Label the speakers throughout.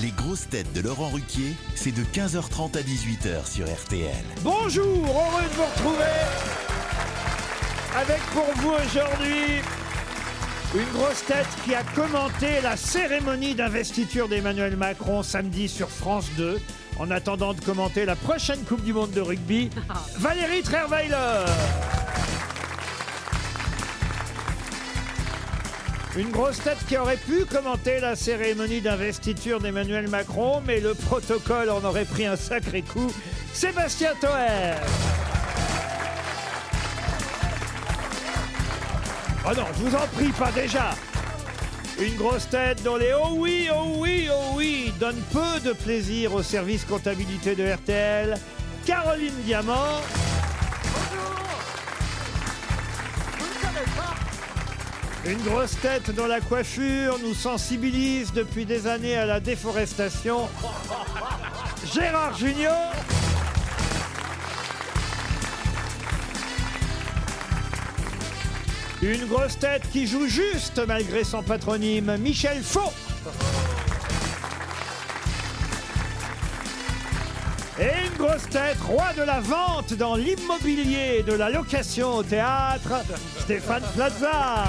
Speaker 1: Les grosses têtes de Laurent Ruquier, c'est de 15h30 à 18h sur RTL.
Speaker 2: Bonjour, heureux de vous retrouver avec pour vous aujourd'hui une grosse tête qui a commenté la cérémonie d'investiture d'Emmanuel Macron samedi sur France 2 en attendant de commenter la prochaine Coupe du Monde de rugby, Valérie Trierweiler. Une grosse tête qui aurait pu commenter la cérémonie d'investiture d'Emmanuel Macron, mais le protocole en aurait pris un sacré coup. Sébastien Toer. Oh non, je vous en prie, pas déjà. Une grosse tête dont les oh oui, oh oui, oh oui donne peu de plaisir au service comptabilité de RTL. Caroline Diamant. Une grosse tête dont la coiffure nous sensibilise depuis des années à la déforestation. Gérard Junior. Une grosse tête qui joue juste malgré son patronyme, Michel Faux. Et une grosse tête, roi de la vente dans l'immobilier et de la location au théâtre, Stéphane Plaza.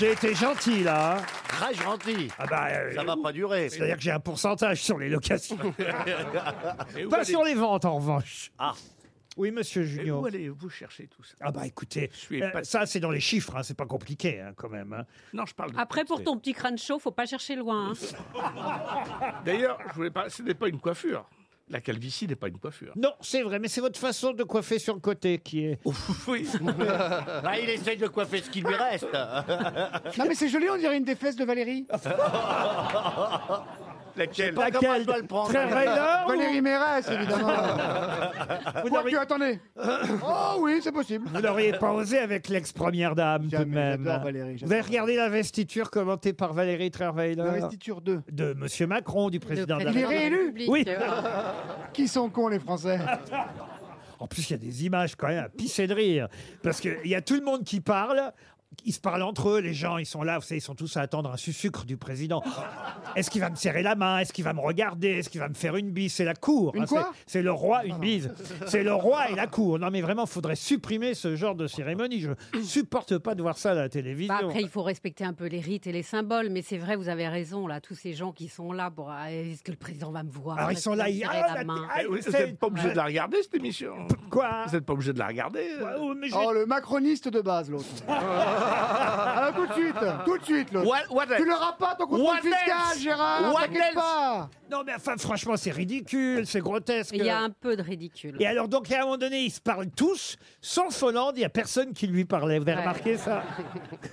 Speaker 2: J'ai été gentil là. hein.
Speaker 3: Très gentil.
Speaker 2: Ah bah, euh,
Speaker 3: Ça va pas durer.
Speaker 2: c'est-à-dire que j'ai un pourcentage sur les locations. Pas sur les ventes en revanche.
Speaker 3: Ah.
Speaker 2: Oui, monsieur Junior.
Speaker 4: allez-vous chercher tout ça
Speaker 2: Ah bah écoutez,
Speaker 4: suis
Speaker 2: euh,
Speaker 4: épaté.
Speaker 2: ça c'est dans les chiffres, hein, c'est pas compliqué hein, quand même. hein.
Speaker 4: Non, je parle de
Speaker 5: Après, pour ton petit crâne chaud, faut pas chercher loin. hein. Bah,
Speaker 4: D'ailleurs, je voulais pas. Ce n'est pas une coiffure. La calvitie n'est pas une coiffure.
Speaker 2: Non, c'est vrai, mais c'est votre façon de coiffer sur le côté qui est...
Speaker 4: Oui.
Speaker 3: Ah, il essaye de coiffer ce qu'il lui reste.
Speaker 6: Non mais c'est joli, on dirait une des fesses de Valérie.
Speaker 4: Laquelle
Speaker 3: Pas comment je dois le prendre.
Speaker 2: Très Rayler ou-
Speaker 6: Valérie Mérès, évidemment.
Speaker 4: Ah.
Speaker 2: vous
Speaker 6: Quoique,
Speaker 2: n'auriez-
Speaker 6: attendez. Oh oui, c'est possible.
Speaker 2: vous n'auriez pas osé avec l'ex-première dame tout de
Speaker 6: Jamais,
Speaker 2: même. hein.
Speaker 6: j'adore Valérie,
Speaker 2: vous avez
Speaker 6: j'adore.
Speaker 2: regardé l'investiture commentée par Valérie Trierweiler
Speaker 6: L'investiture 2.
Speaker 2: de Monsieur Macron, du président de la
Speaker 6: Il est réélu
Speaker 5: Public. euh.
Speaker 2: Oui.
Speaker 6: Qui sont cons, les Français
Speaker 2: En plus, il y a des images quand même à pisser de rire. Parce qu'il y a tout le monde qui parle. Ils se parlent entre eux, les gens, ils sont là, vous savez, ils sont tous à attendre un sucre du président. Est-ce qu'il va me serrer la main Est-ce qu'il va me regarder Est-ce qu'il va me faire une bise C'est la cour.
Speaker 6: Une
Speaker 2: c'est-
Speaker 6: quoi
Speaker 2: C'est le roi, une bise. C'est le roi et la cour. Non, mais vraiment, faudrait supprimer ce genre de cérémonie. Je supporte pas de voir ça à la télévision.
Speaker 5: Bah, après, il faut respecter un peu les rites et les symboles, mais c'est vrai, vous avez raison, là, tous ces gens qui sont là pour. ah, Est-ce que le président va me voir
Speaker 2: Alors, ils
Speaker 5: Est-ce
Speaker 2: sont
Speaker 5: qu'il va
Speaker 2: là,
Speaker 5: me
Speaker 2: ils.
Speaker 5: serrer
Speaker 2: Ah,
Speaker 5: la
Speaker 2: la-
Speaker 5: main
Speaker 2: ah,
Speaker 4: Eh Vous
Speaker 2: c'est-
Speaker 4: n'êtes pas obligé de la regarder cette émission.
Speaker 2: Quoi
Speaker 4: Vous n'êtes pas obligé de la regarder.
Speaker 2: Ah, oh, mais j'ai-
Speaker 6: Oh, le macroniste de base, l'autre. Alors tout de suite, tout de suite, l'autre.
Speaker 3: What- what
Speaker 6: Tu
Speaker 3: else
Speaker 6: l'auras pas ton contrôle
Speaker 3: What
Speaker 6: fiscal,
Speaker 3: else
Speaker 6: Gérard
Speaker 3: What
Speaker 6: T'inquiète
Speaker 3: else
Speaker 6: pas
Speaker 2: Non, mais enfin, franchement, c'est ridicule, c'est grotesque.
Speaker 5: Il y a un peu de ridicule.
Speaker 2: Et alors, donc, à un moment donné, ils se parlent tous, sauf Hollande, il n'y a personne qui lui parlait. Vous avez
Speaker 5: Ouais.
Speaker 2: remarqué ça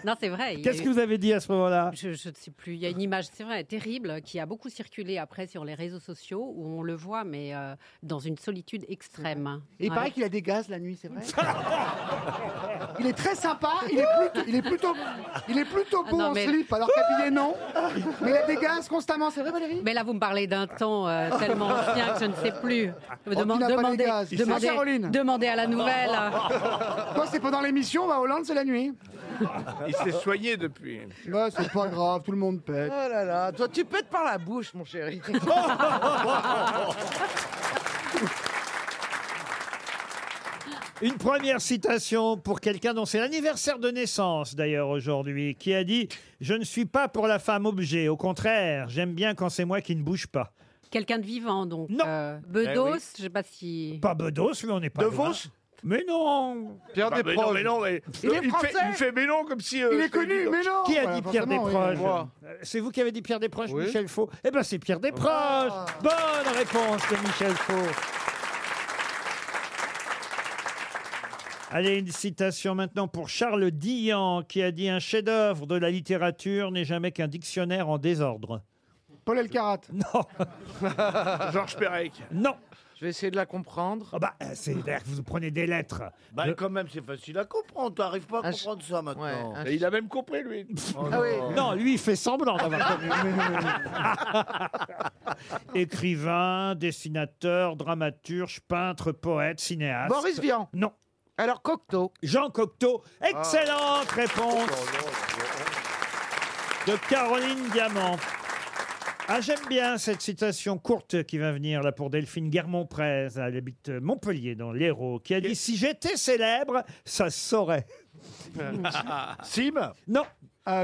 Speaker 5: Non, c'est vrai. il y a
Speaker 2: Qu'est-ce
Speaker 5: eu-
Speaker 2: que vous avez dit à ce moment-là
Speaker 5: Je je ne sais plus. Il y a une image, c'est vrai, terrible, qui a beaucoup circulé après sur les réseaux sociaux, où on le voit, mais euh, dans une solitude extrême.
Speaker 6: Et il
Speaker 5: Ouais.
Speaker 6: paraît qu'il a des gaz la nuit, c'est vrai Il est très sympa, il est plutôt, il est plutôt, il est plutôt beau
Speaker 5: Ah, non,
Speaker 6: en
Speaker 5: mais-
Speaker 6: slip, alors qu'habillé non. Mais il a des gaz constamment, c'est vrai Valérie
Speaker 5: Mais là, vous me parlez d'un temps euh, tellement ancien que je ne sais plus.
Speaker 6: Oh, il n'a pas les
Speaker 5: demandez,
Speaker 6: gaz. Il
Speaker 5: demandez-
Speaker 6: sait, Caroline.
Speaker 5: demandez à la nouvelle.
Speaker 6: Toi c'est pendant l'émission, on va à Hollande, c'est la nuit.
Speaker 4: Il s'est soigné depuis.
Speaker 6: Bah c'est pas grave, tout le monde pète.
Speaker 7: Oh là là, toi tu pètes par la bouche, mon chéri.
Speaker 2: Une première citation pour quelqu'un dont c'est l'anniversaire de naissance, d'ailleurs, aujourd'hui, qui a dit « Je ne suis pas pour la femme objet. Au contraire, j'aime bien quand c'est moi qui ne bouge pas.
Speaker 5: Quelqu'un de vivant, donc.
Speaker 2: Non.
Speaker 5: euh, Bedos,
Speaker 3: Eh oui.
Speaker 5: je sais pas si. »
Speaker 2: Pas Bedos, mais on n'est pas
Speaker 4: De
Speaker 2: loin.
Speaker 4: Vos
Speaker 2: Mais non
Speaker 4: Pierre Bah, mais non, mais non, mais.
Speaker 2: Euh,
Speaker 7: Il est
Speaker 4: me fait,
Speaker 7: français
Speaker 4: il me fait mais non comme si. euh,
Speaker 6: Il est
Speaker 4: je t'ai dit
Speaker 6: connu,
Speaker 4: non.
Speaker 6: mais non
Speaker 2: Qui a
Speaker 6: Voilà,
Speaker 2: dit Pierre
Speaker 6: forcément, oui.
Speaker 2: Desproges
Speaker 7: moi.
Speaker 2: Euh, C'est vous qui avez dit Pierre Desproges, Michel Faux Eh ben, c'est Pierre Desproges
Speaker 6: Ah.
Speaker 2: Bonne réponse de Michel Faux Allez, une citation maintenant pour Charles Dillan, qui a dit « Un chef-d'œuvre de la littérature n'est jamais qu'un dictionnaire en désordre
Speaker 6: Paul Elkarat. ».
Speaker 2: Non,
Speaker 4: Georges Perec.
Speaker 2: non
Speaker 7: Je vais essayer de la comprendre.
Speaker 2: Ah bah, euh, C'est-à-dire que vous prenez des lettres.
Speaker 3: Bah, quand même, c'est facile à comprendre. T'arrives pas à
Speaker 7: Un ch-
Speaker 3: comprendre ça maintenant.
Speaker 7: Ouais, un-
Speaker 4: Et il a même compris, lui.
Speaker 7: Ah oui.
Speaker 2: Non, lui, il fait semblant d'avoir connu. Écrivain, dessinateur, dramaturge, peintre, poète, cinéaste.
Speaker 7: Boris Vian.
Speaker 2: Ah, Non.
Speaker 7: Alors Cocteau. Ah. Oh,
Speaker 2: Jean Cocteau, excellente réponse de Caroline Diamant. Ah, j'aime bien cette citation courte qui va venir là pour Delphine Guermont-Prez. Elle habite Montpellier, dans l'Hérault, qui a dit Si j'étais célèbre, ça se saurait.
Speaker 5: Ah,
Speaker 3: Sim
Speaker 2: Non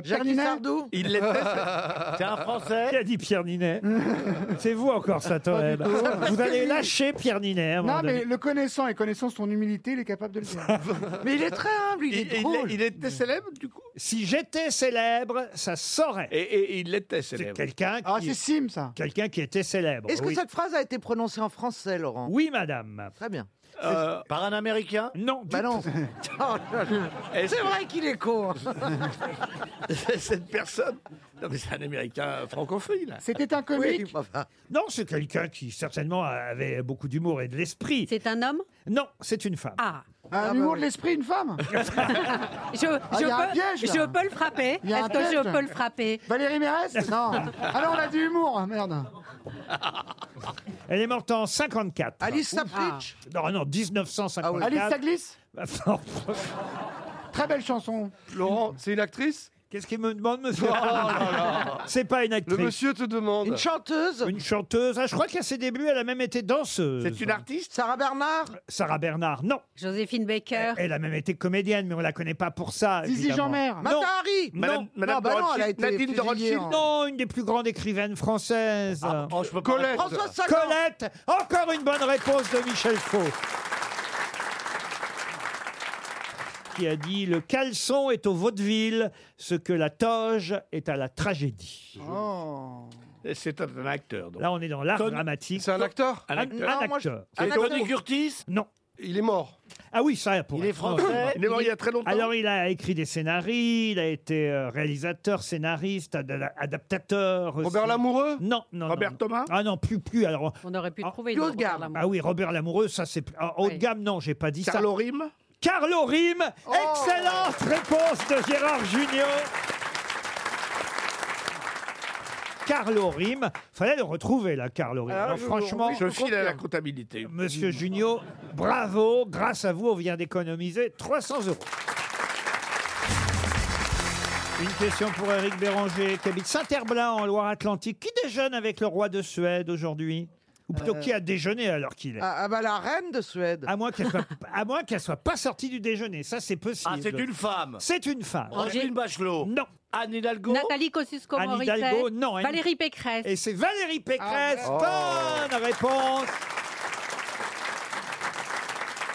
Speaker 7: Jacques Sardou
Speaker 3: Il l'est fait. C'est un
Speaker 2: Qui
Speaker 3: Français
Speaker 2: a dit Pierre Ninet C'est vous encore, ça, Toen.
Speaker 6: tout.
Speaker 2: Vous allez lâcher Pierre Ninet. à un moment
Speaker 6: Non,
Speaker 2: donné.
Speaker 6: mais le connaissant et connaissant son humilité, il est capable de le dire.
Speaker 7: Mais il est très humble, il,
Speaker 4: Il,
Speaker 7: est
Speaker 4: il-
Speaker 7: drôle.
Speaker 4: il était célèbre, du coup
Speaker 2: Si j'étais célèbre, ça se saurait.
Speaker 4: et, et- et il était
Speaker 2: C'est
Speaker 4: célèbre.
Speaker 2: quelqu'un
Speaker 6: Ah,
Speaker 2: qui,
Speaker 6: c'est Sim, ça.
Speaker 2: quelqu'un qui était célèbre.
Speaker 7: Est-ce que
Speaker 2: oui.
Speaker 7: cette phrase a été prononcée en français, Laurent
Speaker 2: Oui, madame.
Speaker 7: Très bien.
Speaker 4: Euh,
Speaker 3: Par un Américain
Speaker 2: Non, du
Speaker 7: Bah non. Oh,
Speaker 4: est-ce
Speaker 7: C'est vrai qu'il est con. hein.
Speaker 4: que cette personne. Non, mais c'est un Américain francophile. là.
Speaker 6: C'était un
Speaker 7: Oui,
Speaker 6: comique.
Speaker 7: enfin,
Speaker 2: Non, c'est quelqu'un qui certainement avait beaucoup d'humour et de l'esprit.
Speaker 5: C'est un homme
Speaker 2: Non, c'est une femme.
Speaker 5: Ah,
Speaker 6: Un
Speaker 7: bah
Speaker 6: humour
Speaker 7: oui.
Speaker 6: de l'esprit, une femme. Ah,
Speaker 5: je, je
Speaker 6: y a un
Speaker 5: peux,
Speaker 6: piège, là.
Speaker 5: je peux le frapper.
Speaker 6: Il y a
Speaker 5: Est-ce
Speaker 6: un
Speaker 5: que je
Speaker 6: piège.
Speaker 5: peux le frapper
Speaker 6: Valérie Mérès Non. Ah non, on a dit humour, merde.
Speaker 2: Elle est morte en 54.
Speaker 7: Alice Sapritch.
Speaker 2: Ah. Non, non, 1954.
Speaker 6: Ah Alice, ça glisse
Speaker 2: Non.
Speaker 6: Très belle chanson.
Speaker 8: Laurent, c'est une actrice
Speaker 2: Qu'est-ce qu'il me demande,
Speaker 4: Oh
Speaker 2: monsieur C'est pas une
Speaker 8: Le
Speaker 2: actrice.
Speaker 8: monsieur te demande.
Speaker 7: Une chanteuse
Speaker 2: Une chanteuse. Ah, je crois qu'à ses débuts, elle a même été danseuse.
Speaker 4: C'est une artiste
Speaker 7: Sarah Bernard
Speaker 2: Sarah Bernard, non.
Speaker 5: Joséphine Baker.
Speaker 2: Elle a même été comédienne, mais on la connaît pas pour ça.
Speaker 6: Zizi
Speaker 2: évidemment.
Speaker 6: Jeanmaire.
Speaker 2: Non.
Speaker 7: Mata Hari
Speaker 4: Madame,
Speaker 2: Non.
Speaker 4: Madame
Speaker 7: Non, bah
Speaker 4: de
Speaker 7: non, elle a
Speaker 4: Rothschild,
Speaker 7: été
Speaker 4: Nadine de
Speaker 7: fusillée
Speaker 4: Rothschild
Speaker 7: en-
Speaker 2: Non, une des plus grandes écrivaines françaises.
Speaker 3: Oh, je peux pas
Speaker 8: Colette.
Speaker 7: François Sagan
Speaker 2: Colette, encore une bonne réponse de Michel Faux. Qui a dit Le caleçon est au vaudeville, ce que la toge est à la tragédie.
Speaker 6: Oh.
Speaker 4: C'est un, un acteur. donc.
Speaker 2: Là, on est dans l'art
Speaker 8: Con-
Speaker 2: dramatique.
Speaker 8: C'est un acteur
Speaker 2: Un,
Speaker 4: acteur.
Speaker 2: un
Speaker 7: Non, moi, je-
Speaker 2: acteur.
Speaker 3: C'est Tony Curtis
Speaker 2: Non.
Speaker 8: Il est mort.
Speaker 2: Ah oui, ça pour
Speaker 3: Il est
Speaker 2: être-
Speaker 3: français.
Speaker 4: Il est mort il y a très longtemps.
Speaker 2: Alors, il a écrit des scénarii, il a été euh, réalisateur, scénariste, ad- adaptateur. aussi.
Speaker 8: Robert Lamoureux
Speaker 2: Non, non. non,
Speaker 4: Robert
Speaker 2: non.
Speaker 4: Thomas
Speaker 2: Ah non, plus, plus. Alors,
Speaker 5: On aurait pu
Speaker 2: Ah,
Speaker 5: trouver.
Speaker 7: Claude
Speaker 5: non, Robert
Speaker 7: Gare.
Speaker 5: Lamour.
Speaker 2: ah oui, Robert Lamoureux, ça c'est. plus- ah, haut de
Speaker 5: Oui.
Speaker 2: gamme, non, j'ai pas dit ça.
Speaker 4: Carlo Oh. Rime
Speaker 2: Carlo Rime. Excellente réponse de Gérard Junior. Carlo Rime. Fallait le retrouver, là, Carlo Rime.
Speaker 8: Ah,
Speaker 2: Alors,
Speaker 8: je-
Speaker 2: franchement,
Speaker 8: oui,
Speaker 4: Je file à la
Speaker 8: confirme.
Speaker 4: comptabilité.
Speaker 2: monsieur Junio, bravo. Grâce à vous, on vient d'économiser 300 euros. Une question pour Eric Béranger, qui habite Saint-Herblain, en Loire-Atlantique. Qui déjeune avec le roi de Suède aujourd'hui Ou plutôt, qui a déjeuné alors qu'il est
Speaker 7: ah, ah bah la reine de Suède.
Speaker 2: à moins qu'elle soit, à moins qu'elle soit pas sortie du déjeuner, ça c'est possible.
Speaker 3: Ah, c'est une femme.
Speaker 2: C'est une femme.
Speaker 3: Roselyne Bachelot.
Speaker 2: Non.
Speaker 3: Anne Hidalgo.
Speaker 5: Nathalie
Speaker 2: Anne
Speaker 5: Kosciusko-Morizet.
Speaker 2: Hidalgo, non, elle-
Speaker 5: Valérie Pécresse.
Speaker 2: Et c'est Valérie Pécresse.
Speaker 6: Ah Oh.
Speaker 2: Bonne réponse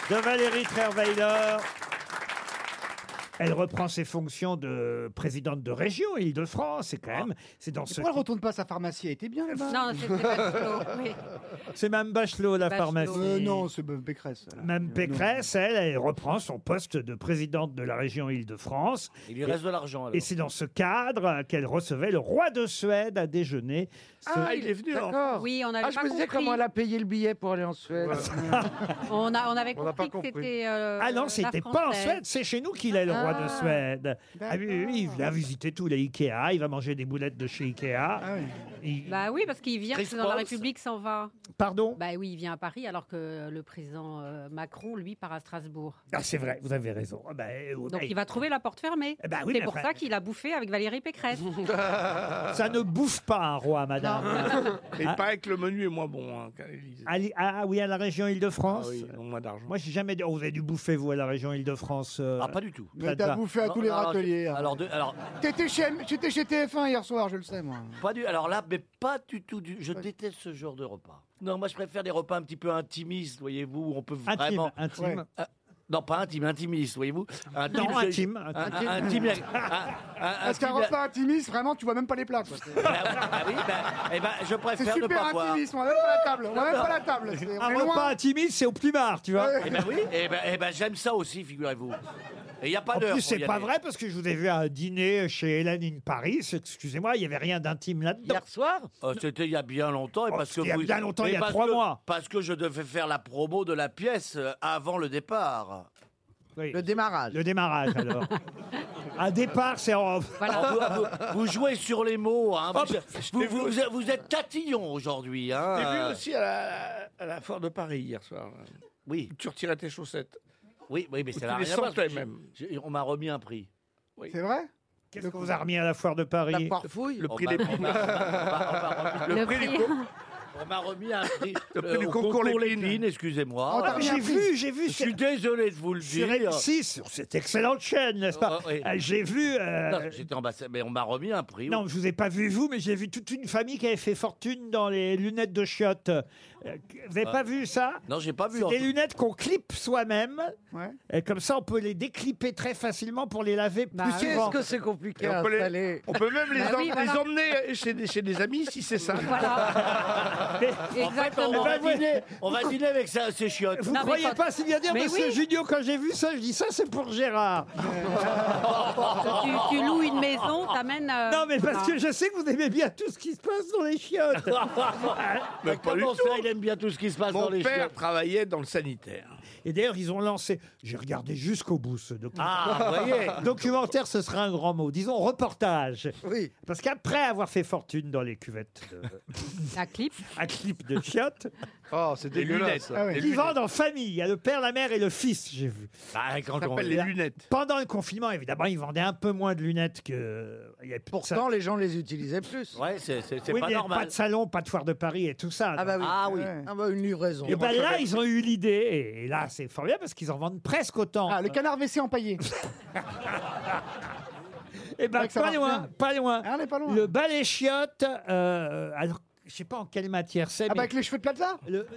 Speaker 2: de Valérie Trierweiler. Elle reprend ses fonctions de présidente de région Île-de-France. C'est quand même, c'est dans ce.
Speaker 6: Ah. Pourquoi elle retourne pas sa pharmacie Elle était bien là-bas.
Speaker 5: Non, c'était Bachelot. oui.
Speaker 2: C'est Mme Bachelot la
Speaker 5: Bachelot.
Speaker 2: pharmacie.
Speaker 6: Euh, non, c'est Mme Pécresse. Euh, elle.
Speaker 2: Mme Pécresse, elle, elle reprend son poste de présidente de la région Île-de-France.
Speaker 3: Il lui reste de l'argent. alors.
Speaker 2: Et c'est dans ce cadre euh, qu'elle recevait le roi de Suède à déjeuner. Ce-
Speaker 4: Ah, il est venu
Speaker 2: hein.
Speaker 4: en
Speaker 7: D'accord.
Speaker 5: Oui, on n'avait
Speaker 7: Ah, je
Speaker 5: pas
Speaker 7: me disais
Speaker 5: compris.
Speaker 7: comment elle a payé le billet pour aller en Suède.
Speaker 5: On, a, on avait
Speaker 8: On
Speaker 5: compris,
Speaker 8: n'a pas
Speaker 5: que
Speaker 8: compris.
Speaker 5: c'était. euh,
Speaker 2: Ah non,
Speaker 5: la
Speaker 2: c'était pas en
Speaker 5: Française.
Speaker 2: Suède, c'est chez nous qu'il est le roi de
Speaker 6: Ah,
Speaker 2: Suède. Ah oui, oui, oui, il vient visiter tous les Ikea, il va manger des boulettes de chez Ikea.
Speaker 6: Ah oui.
Speaker 2: Il-
Speaker 5: Bah oui, parce qu'il vient,
Speaker 3: Chris
Speaker 5: c'est dans la
Speaker 3: Pauls.
Speaker 5: République s'en va.
Speaker 2: Pardon
Speaker 5: Bah oui, il vient à Paris alors que le président euh, Macron, lui, part à Strasbourg.
Speaker 2: Ah c'est vrai, vous avez raison. Ah bah, euh,
Speaker 5: Donc
Speaker 2: bah,
Speaker 5: il va trouver la porte fermée.
Speaker 2: Eh bah oui,
Speaker 5: c'est
Speaker 2: mais
Speaker 5: pour
Speaker 2: enfin-
Speaker 5: ça qu'il a bouffé avec Valérie Pécresse.
Speaker 2: Ça ne bouffe pas un roi, madame. Ah,
Speaker 4: Mais
Speaker 5: Ah.
Speaker 4: il paraît que le menu est moins bon hein, qu'à l'Élysée.
Speaker 2: À l'I- Ah oui, à la région
Speaker 4: Ah
Speaker 2: Île-de-France
Speaker 4: oui, ils ont moins d'argent.
Speaker 2: Moi, j'ai jamais dit... Oh, vous avez dû bouffer, vous, à la région Île-de-France euh,
Speaker 3: Ah, pas du tout.
Speaker 6: Mais
Speaker 2: Ça
Speaker 6: t'as
Speaker 2: va.
Speaker 6: bouffé à tous
Speaker 3: Non,
Speaker 6: les
Speaker 3: non, alors,
Speaker 6: râteliers.
Speaker 3: Alors, de- alors,
Speaker 6: T'étais chez, j'étais chez TF1 hier soir, je le sais, moi.
Speaker 3: Pas du, alors là, mais pas du tout. Du, je déteste ce genre de repas. Non, moi je préfère des repas un petit peu intimistes, voyez-vous, où on peut
Speaker 2: Intime,
Speaker 3: vraiment. Euh,
Speaker 2: intime.
Speaker 6: Ouais.
Speaker 3: Non, pas intime, intimiste, voyez-vous. Intime,
Speaker 2: Non,
Speaker 3: c'est-
Speaker 2: intime,
Speaker 3: un-
Speaker 2: intime.
Speaker 3: un- Intime. un- un-
Speaker 6: Parce qu'un
Speaker 3: intime-
Speaker 6: repas intimiste, vraiment, tu vois même pas les plats. quoi. C'est
Speaker 3: Ah oui, ah oui, ben, eh ben, je
Speaker 6: c'est
Speaker 3: préfère ne
Speaker 6: super
Speaker 3: pas voir.
Speaker 6: intimiste, on a même pas la table. On a même pas la table. c'est- On
Speaker 2: Un
Speaker 6: est loin.
Speaker 2: repas timide, c'est au plumard, tu vois
Speaker 3: Eh ben oui, eh ben, eh ben, j'aime ça aussi, figurez-vous. Et il n'y a pas
Speaker 2: En
Speaker 3: d'heure.
Speaker 2: plus,
Speaker 3: pour
Speaker 2: c'est
Speaker 3: y
Speaker 2: pas
Speaker 3: aller.
Speaker 2: vrai parce que je vous ai vu à un dîner chez Hélène in Paris. Excusez-moi, il y avait rien d'intime là-dedans.
Speaker 7: Hier soir
Speaker 3: Euh, C'était il y a bien longtemps. Et
Speaker 2: Oh,
Speaker 3: parce que
Speaker 2: c'était il y a
Speaker 3: vous-
Speaker 2: bien longtemps,
Speaker 3: Mais
Speaker 2: il y a
Speaker 3: parce
Speaker 2: trois
Speaker 3: que-
Speaker 2: mois.
Speaker 3: Parce que je devais faire la promo de la pièce euh, avant le départ.
Speaker 2: Oui.
Speaker 7: Le
Speaker 2: Le,
Speaker 7: démarrage.
Speaker 2: démarrage, alors. un départ, c'est en. Ah,
Speaker 3: Vous, vous- vous jouez sur les mots.
Speaker 2: Oh,
Speaker 3: Hein. Vous, vous- vous- vous êtes- vous êtes tatillon aujourd'hui. Hein.
Speaker 4: J'ai vu aussi à la, à la foire de Paris hier soir. hein.
Speaker 3: Oui,
Speaker 4: Tu retirais tes chaussettes.
Speaker 3: oui, oui, mais ça n'a
Speaker 4: les
Speaker 3: rien à voir.
Speaker 4: sens
Speaker 3: parce que
Speaker 4: toi-même.
Speaker 3: j'ai- j'ai- On m'a remis un prix.
Speaker 6: C'est vrai
Speaker 2: Qu'est-ce que vous a remis à la foire de
Speaker 7: La
Speaker 2: Paris Ah,
Speaker 7: parfouille.
Speaker 4: Le prix
Speaker 3: On m'a-
Speaker 4: des
Speaker 3: on m'a- on m'a- on m'a-
Speaker 5: Le
Speaker 4: prix
Speaker 5: prix-
Speaker 4: du con-
Speaker 3: On m'a remis un prix.
Speaker 4: Le prix
Speaker 3: euh,
Speaker 4: du
Speaker 3: au
Speaker 4: concours Lépine.
Speaker 3: Lépine,
Speaker 6: Oh,
Speaker 2: Ah,
Speaker 6: t'as
Speaker 3: excusez-moi.
Speaker 2: J'ai vu, j'ai vu
Speaker 3: Je
Speaker 2: sur
Speaker 3: suis désolé de vous le
Speaker 2: sur
Speaker 3: dire.
Speaker 2: M6, sur cette excellente chaîne, n'est-ce pas
Speaker 3: Oh, oh, oui.
Speaker 2: Ah, J'ai vu... euh,
Speaker 3: Non, J'étais ambassadeur, mais on m'a remis un prix.
Speaker 2: Non, je vous ai pas vu vous, mais j'ai vu toute une famille qui avait fait fortune dans les lunettes de chiottes. Euh, Vous avez pas vu ça
Speaker 3: Ah. Non, j'ai pas vu.
Speaker 2: C'est
Speaker 3: en
Speaker 2: des
Speaker 3: tout-
Speaker 2: lunettes qu'on clipe soi-même.
Speaker 6: Ouais.
Speaker 2: Et comme ça, on peut les décliper très facilement pour les laver plus
Speaker 5: Bah oui.
Speaker 2: souvent.
Speaker 7: Qu'est-ce que c'est compliqué
Speaker 4: Et
Speaker 7: à
Speaker 4: on peut les-
Speaker 7: installer
Speaker 4: On peut même les,
Speaker 5: Bah
Speaker 4: em-
Speaker 5: oui,
Speaker 4: les
Speaker 5: voilà.
Speaker 4: emmener chez des, chez des amis si c'est ça.
Speaker 5: Voilà,
Speaker 2: Mais
Speaker 3: En fait, on,
Speaker 5: exactement.
Speaker 3: va
Speaker 2: Ben ouais.
Speaker 3: dîner, on va dîner avec ça, ces chiottes.
Speaker 2: vous
Speaker 5: Non, mais
Speaker 2: croyez
Speaker 5: quand-
Speaker 2: pas si bien dire,
Speaker 5: Mais
Speaker 2: monsieur
Speaker 5: oui.
Speaker 2: Junio, quand j'ai vu ça, je dis ça, c'est pour Gérard.
Speaker 3: Ah,
Speaker 5: tu, tu loues une maison, t'amènes. euh,
Speaker 2: non, mais parce
Speaker 5: voilà.
Speaker 2: que je sais que vous aimez bien tout ce qui se passe dans les chiottes.
Speaker 3: Mais
Speaker 4: pas
Speaker 3: comment
Speaker 4: du
Speaker 3: ça, il aime bien tout ce qui se passe dans
Speaker 4: Mon
Speaker 3: les
Speaker 4: père
Speaker 3: chiottes
Speaker 4: travaillait dans le sanitaire.
Speaker 2: Et d'ailleurs, ils ont lancé. J'ai regardé jusqu'au bout ce documentaire.
Speaker 3: Ah, vous voyez
Speaker 2: Documentaire, ce sera un grand mot. Disons reportage.
Speaker 7: Oui.
Speaker 2: Parce qu'après avoir fait fortune dans les cuvettes de-
Speaker 5: La clip.
Speaker 2: à clip de chiottes,
Speaker 8: Oh, c'est
Speaker 4: Des lunettes.
Speaker 8: dégueulasse.
Speaker 6: Ah ouais.
Speaker 4: Des
Speaker 2: ils
Speaker 4: lunettes.
Speaker 2: vendent en famille. Il y a le père, la mère et le fils, j'ai vu.
Speaker 3: Bah, quand
Speaker 4: Ça
Speaker 3: on-
Speaker 4: s'appelle les
Speaker 2: là.
Speaker 4: lunettes.
Speaker 2: Pendant le confinement, évidemment, ils vendaient un peu moins de lunettes que. euh, Il y avait plus de
Speaker 7: Pourtant, les gens les utilisaient plus.
Speaker 3: Ouais, c'est c'est- c'est
Speaker 2: Oui, mais
Speaker 3: pas
Speaker 2: il y avait pas
Speaker 3: normal.
Speaker 2: de salon, pas de foire de Paris et tout ça.
Speaker 7: Ah bah oui.
Speaker 3: Ah oui.
Speaker 6: Ouais.
Speaker 7: Ah bah, une livraison.
Speaker 2: et ben là, ils ont eu l'idée. Et, et là, c'est formidable parce qu'ils en vendent presque autant.
Speaker 6: Ah, le canard WC empaillé.
Speaker 2: et ben
Speaker 6: vrai que ça
Speaker 2: pas
Speaker 6: marche
Speaker 2: loin,
Speaker 6: bien.
Speaker 2: pas loin.
Speaker 6: Ah, on est pas loin.
Speaker 2: Le balai chiotte. euh, alors, je sais pas en quelle matière c'est.
Speaker 6: Ah, bah
Speaker 2: mais-
Speaker 6: avec les cheveux de Plaza
Speaker 2: Le- le-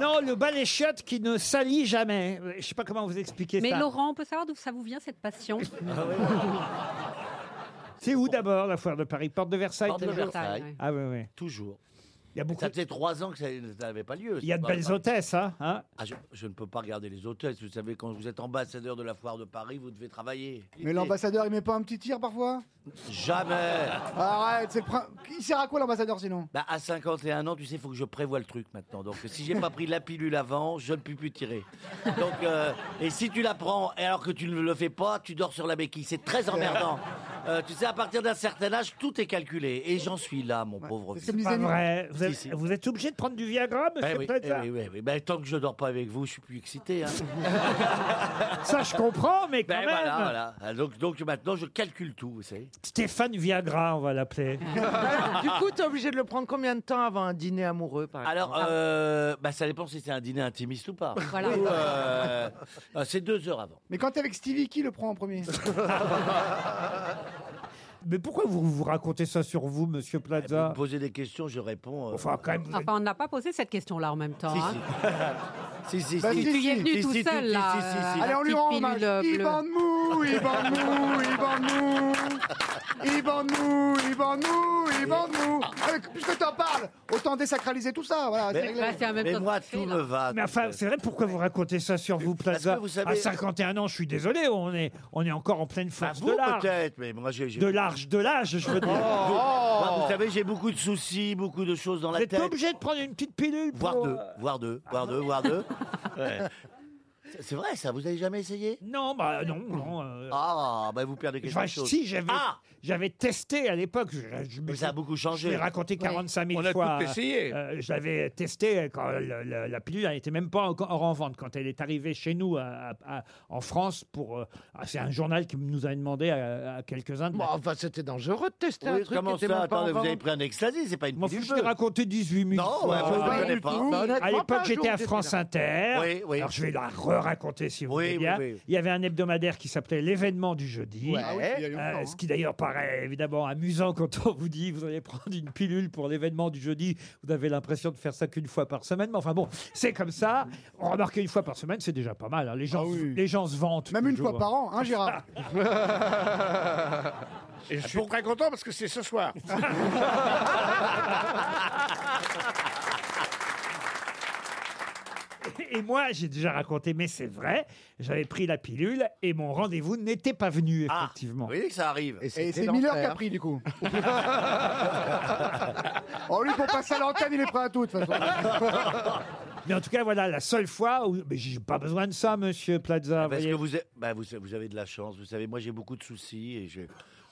Speaker 2: Non, le balai chiotte qui ne salit jamais. Je sais pas comment vous expliquer
Speaker 5: Mais
Speaker 2: ça. Ah
Speaker 5: Laurent, on peut savoir d'où ça vous vient cette passion
Speaker 2: C'est où d'abord la foire de Paris Porte de Versailles
Speaker 3: Porte de
Speaker 2: toujours
Speaker 3: Versailles.
Speaker 5: ouais.
Speaker 2: Ah oui, oui.
Speaker 3: Toujours.
Speaker 2: Il y a beaucoup.
Speaker 3: Ça faisait trois ans que ça n'avait pas lieu.
Speaker 2: Il y a de belles hôtesses, hein, hein
Speaker 3: Ah, je, je ne peux pas regarder les hôtesses. Vous savez, quand vous êtes ambassadeur de la foire de Paris, vous devez travailler.
Speaker 6: Mais l'ambassadeur, il met pas un petit tir parfois
Speaker 3: Jamais
Speaker 6: Arrête, c'est le prin... Il sert à quoi l'ambassadeur sinon
Speaker 3: Bah, à 51 ans, tu sais, il faut que je prévoie le truc maintenant. Donc, si j'ai pas pris la pilule avant, je ne peux plus tirer. Donc, euh, et si tu la prends, et alors que tu ne le fais pas, tu dors sur la béquille. C'est très emmerdant. Euh, tu sais, à partir d'un certain âge, tout est calculé. Et j'en suis là, mon pauvre
Speaker 6: C'est
Speaker 3: vieux.
Speaker 6: ce que me
Speaker 2: Pas vrai.
Speaker 6: disait
Speaker 2: Vous êtes,
Speaker 3: si.
Speaker 2: vous êtes obligé de prendre du Viagra, monsieur
Speaker 3: Eh oui, eh
Speaker 2: Plaza
Speaker 3: oui, oui, oui. Ben, tant que je dors pas avec vous, je suis plus excité. hein.
Speaker 2: Ça, je comprends, mais quand
Speaker 3: ben
Speaker 2: même.
Speaker 3: voilà, voilà. Ah, Donc, donc maintenant, je calcule tout, vous savez.
Speaker 2: Stéphane Viagra, on va l'appeler.
Speaker 6: Ah.
Speaker 7: Ah, Du coup, t'es obligé de le prendre combien de temps avant un dîner amoureux, par exemple
Speaker 2: Ah.
Speaker 3: Alors, euh, bah, ça dépend si c'est un dîner intimiste ou pas.
Speaker 5: Voilà.
Speaker 3: Ou, euh, euh, c'est deux heures avant.
Speaker 6: Mais quand t'es avec Stevie, qui le prend en premier
Speaker 2: mais pourquoi vous vous racontez ça sur vous, monsieur
Speaker 3: Eh, Vous me
Speaker 2: Plaza
Speaker 3: posez des questions, je réponds. euh,
Speaker 2: Enfin, quand même. vous êtes-
Speaker 5: Enfin, on n'a pas posé cette question-là en même temps.
Speaker 3: Si,
Speaker 5: hein.
Speaker 3: si. si, si,
Speaker 6: Bah,
Speaker 3: si.
Speaker 5: Tu y es venu
Speaker 3: Si,
Speaker 5: tout
Speaker 3: si,
Speaker 5: seul,
Speaker 3: si,
Speaker 5: là.
Speaker 3: si, si, si.
Speaker 5: euh,
Speaker 6: Allez, on lui
Speaker 5: petite
Speaker 6: rend
Speaker 5: pilule
Speaker 6: hommage.
Speaker 5: bleue.
Speaker 6: Iban Mou, Iban Mou, Iban Mou, Iban Mou, Iban Mou, Iban Mou. Ah, mais Puisque t'en parles, autant désacraliser tout ça. Voilà, Ah, c'est réglé.
Speaker 5: Là, bah, c'est en même
Speaker 3: Mais
Speaker 5: temps
Speaker 3: moi,
Speaker 5: que tu fais,
Speaker 3: tout
Speaker 5: là.
Speaker 3: me va.
Speaker 2: Mais enfin, c'est vrai, pourquoi vous racontez ça sur vous,
Speaker 3: Parce
Speaker 2: Plaza
Speaker 3: que vous savez-
Speaker 2: À 51 ans, je suis désolé, on est, on est encore en pleine
Speaker 3: Bah,
Speaker 2: force
Speaker 3: vous,
Speaker 2: de l'âge.
Speaker 3: peut-être, mais moi, j'ai. j'ai-
Speaker 2: De l'âge, de l'âge, je veux dire.
Speaker 3: Moi, vous savez, j'ai beaucoup de soucis, beaucoup de choses dans
Speaker 2: Vous
Speaker 3: la
Speaker 2: êtes
Speaker 3: tête.
Speaker 2: obligé de prendre une petite pilule pour... euh, Ah
Speaker 3: Voire deux, voire deux, voire deux, voire deux. Ouais. C'est- C'est vrai, ça, vous avez jamais essayé
Speaker 2: Non, bah non, non. euh,
Speaker 3: Ah, bah, vous perdez quelque
Speaker 2: je-
Speaker 3: chose.
Speaker 2: si, j'avais
Speaker 3: Ah
Speaker 2: j'avais testé à l'époque. Je, je me
Speaker 3: Mais ça a beaucoup
Speaker 2: Je
Speaker 3: changé.
Speaker 2: l'ai raconté 45 000
Speaker 4: On a
Speaker 2: fois.
Speaker 4: tout essayé.
Speaker 2: Euh, je l'avais testé quand le- le- la pilule n'était même pas encore en vente. Quand elle est arrivée chez nous à- à- à- en France, pour euh, ah, c'est un journal qui nous a demandé à, à quelques-uns de.
Speaker 7: Bon, enfin, c'était dangereux de tester un
Speaker 3: Oui,
Speaker 7: truc qui
Speaker 3: comment
Speaker 7: était
Speaker 3: ça
Speaker 7: même pas en
Speaker 3: Attendez, vous avez
Speaker 7: vente.
Speaker 3: pris un ecstasy, c'est pas une
Speaker 2: M'en fous,
Speaker 3: pilule
Speaker 2: je l'ai raconté 18 000
Speaker 3: Non,
Speaker 2: fois.
Speaker 3: ouais, moi,
Speaker 6: Ouais,
Speaker 3: je connais
Speaker 6: du
Speaker 3: pas.
Speaker 6: tout.
Speaker 7: Bah, honnêtement,
Speaker 2: À
Speaker 7: pas
Speaker 2: l'époque,
Speaker 7: un
Speaker 2: j'étais
Speaker 7: jour,
Speaker 2: à
Speaker 7: j'étais
Speaker 2: France
Speaker 7: là.
Speaker 2: Inter.
Speaker 3: Oui, oui.
Speaker 2: Alors, je vais la re-raconter si vous voulez
Speaker 3: Oui, oui,
Speaker 2: Eh bien.
Speaker 3: oui.
Speaker 2: Il y avait un hebdomadaire qui s'appelait L'événement du jeudi.
Speaker 7: Ouais.
Speaker 6: Ah oui, il y a eu
Speaker 2: Euh,
Speaker 6: longtemps, hein.
Speaker 2: ce qui d'ailleurs paraît évidemment amusant quand on vous dit vous allez prendre une pilule pour l'événement du jeudi, vous avez l'impression de faire ça qu'une fois par semaine, mais enfin bon, c'est comme ça. On remarque qu'une fois par semaine, c'est déjà pas mal. hein. Les, gens,
Speaker 6: Ah oui.
Speaker 2: les gens se vantent.
Speaker 6: Même une
Speaker 2: toujours,
Speaker 6: fois par
Speaker 2: hein.
Speaker 6: an, hein Gérard
Speaker 4: Et je suis très content parce que c'est ce soir.
Speaker 5: Ah.
Speaker 2: Et moi, j'ai déjà raconté, mais c'est vrai, j'avais pris la pilule et mon rendez-vous n'était pas venu,
Speaker 3: Ah,
Speaker 2: effectivement.
Speaker 3: Vous voyez que ça arrive.
Speaker 6: Et c'est
Speaker 7: c'était
Speaker 6: Miller
Speaker 7: l'enfer.
Speaker 6: qui a pris du coup. oh lui pour passer à l'antenne il est prêt à tout de toute façon.
Speaker 2: Mais en tout cas, voilà la seule fois où. Mais j'ai pas besoin de ça, monsieur Plaza.
Speaker 3: Parce
Speaker 2: voyez.
Speaker 3: que vous, êtes- bah, vous, vous avez de la chance. Vous savez, moi j'ai beaucoup de soucis et je,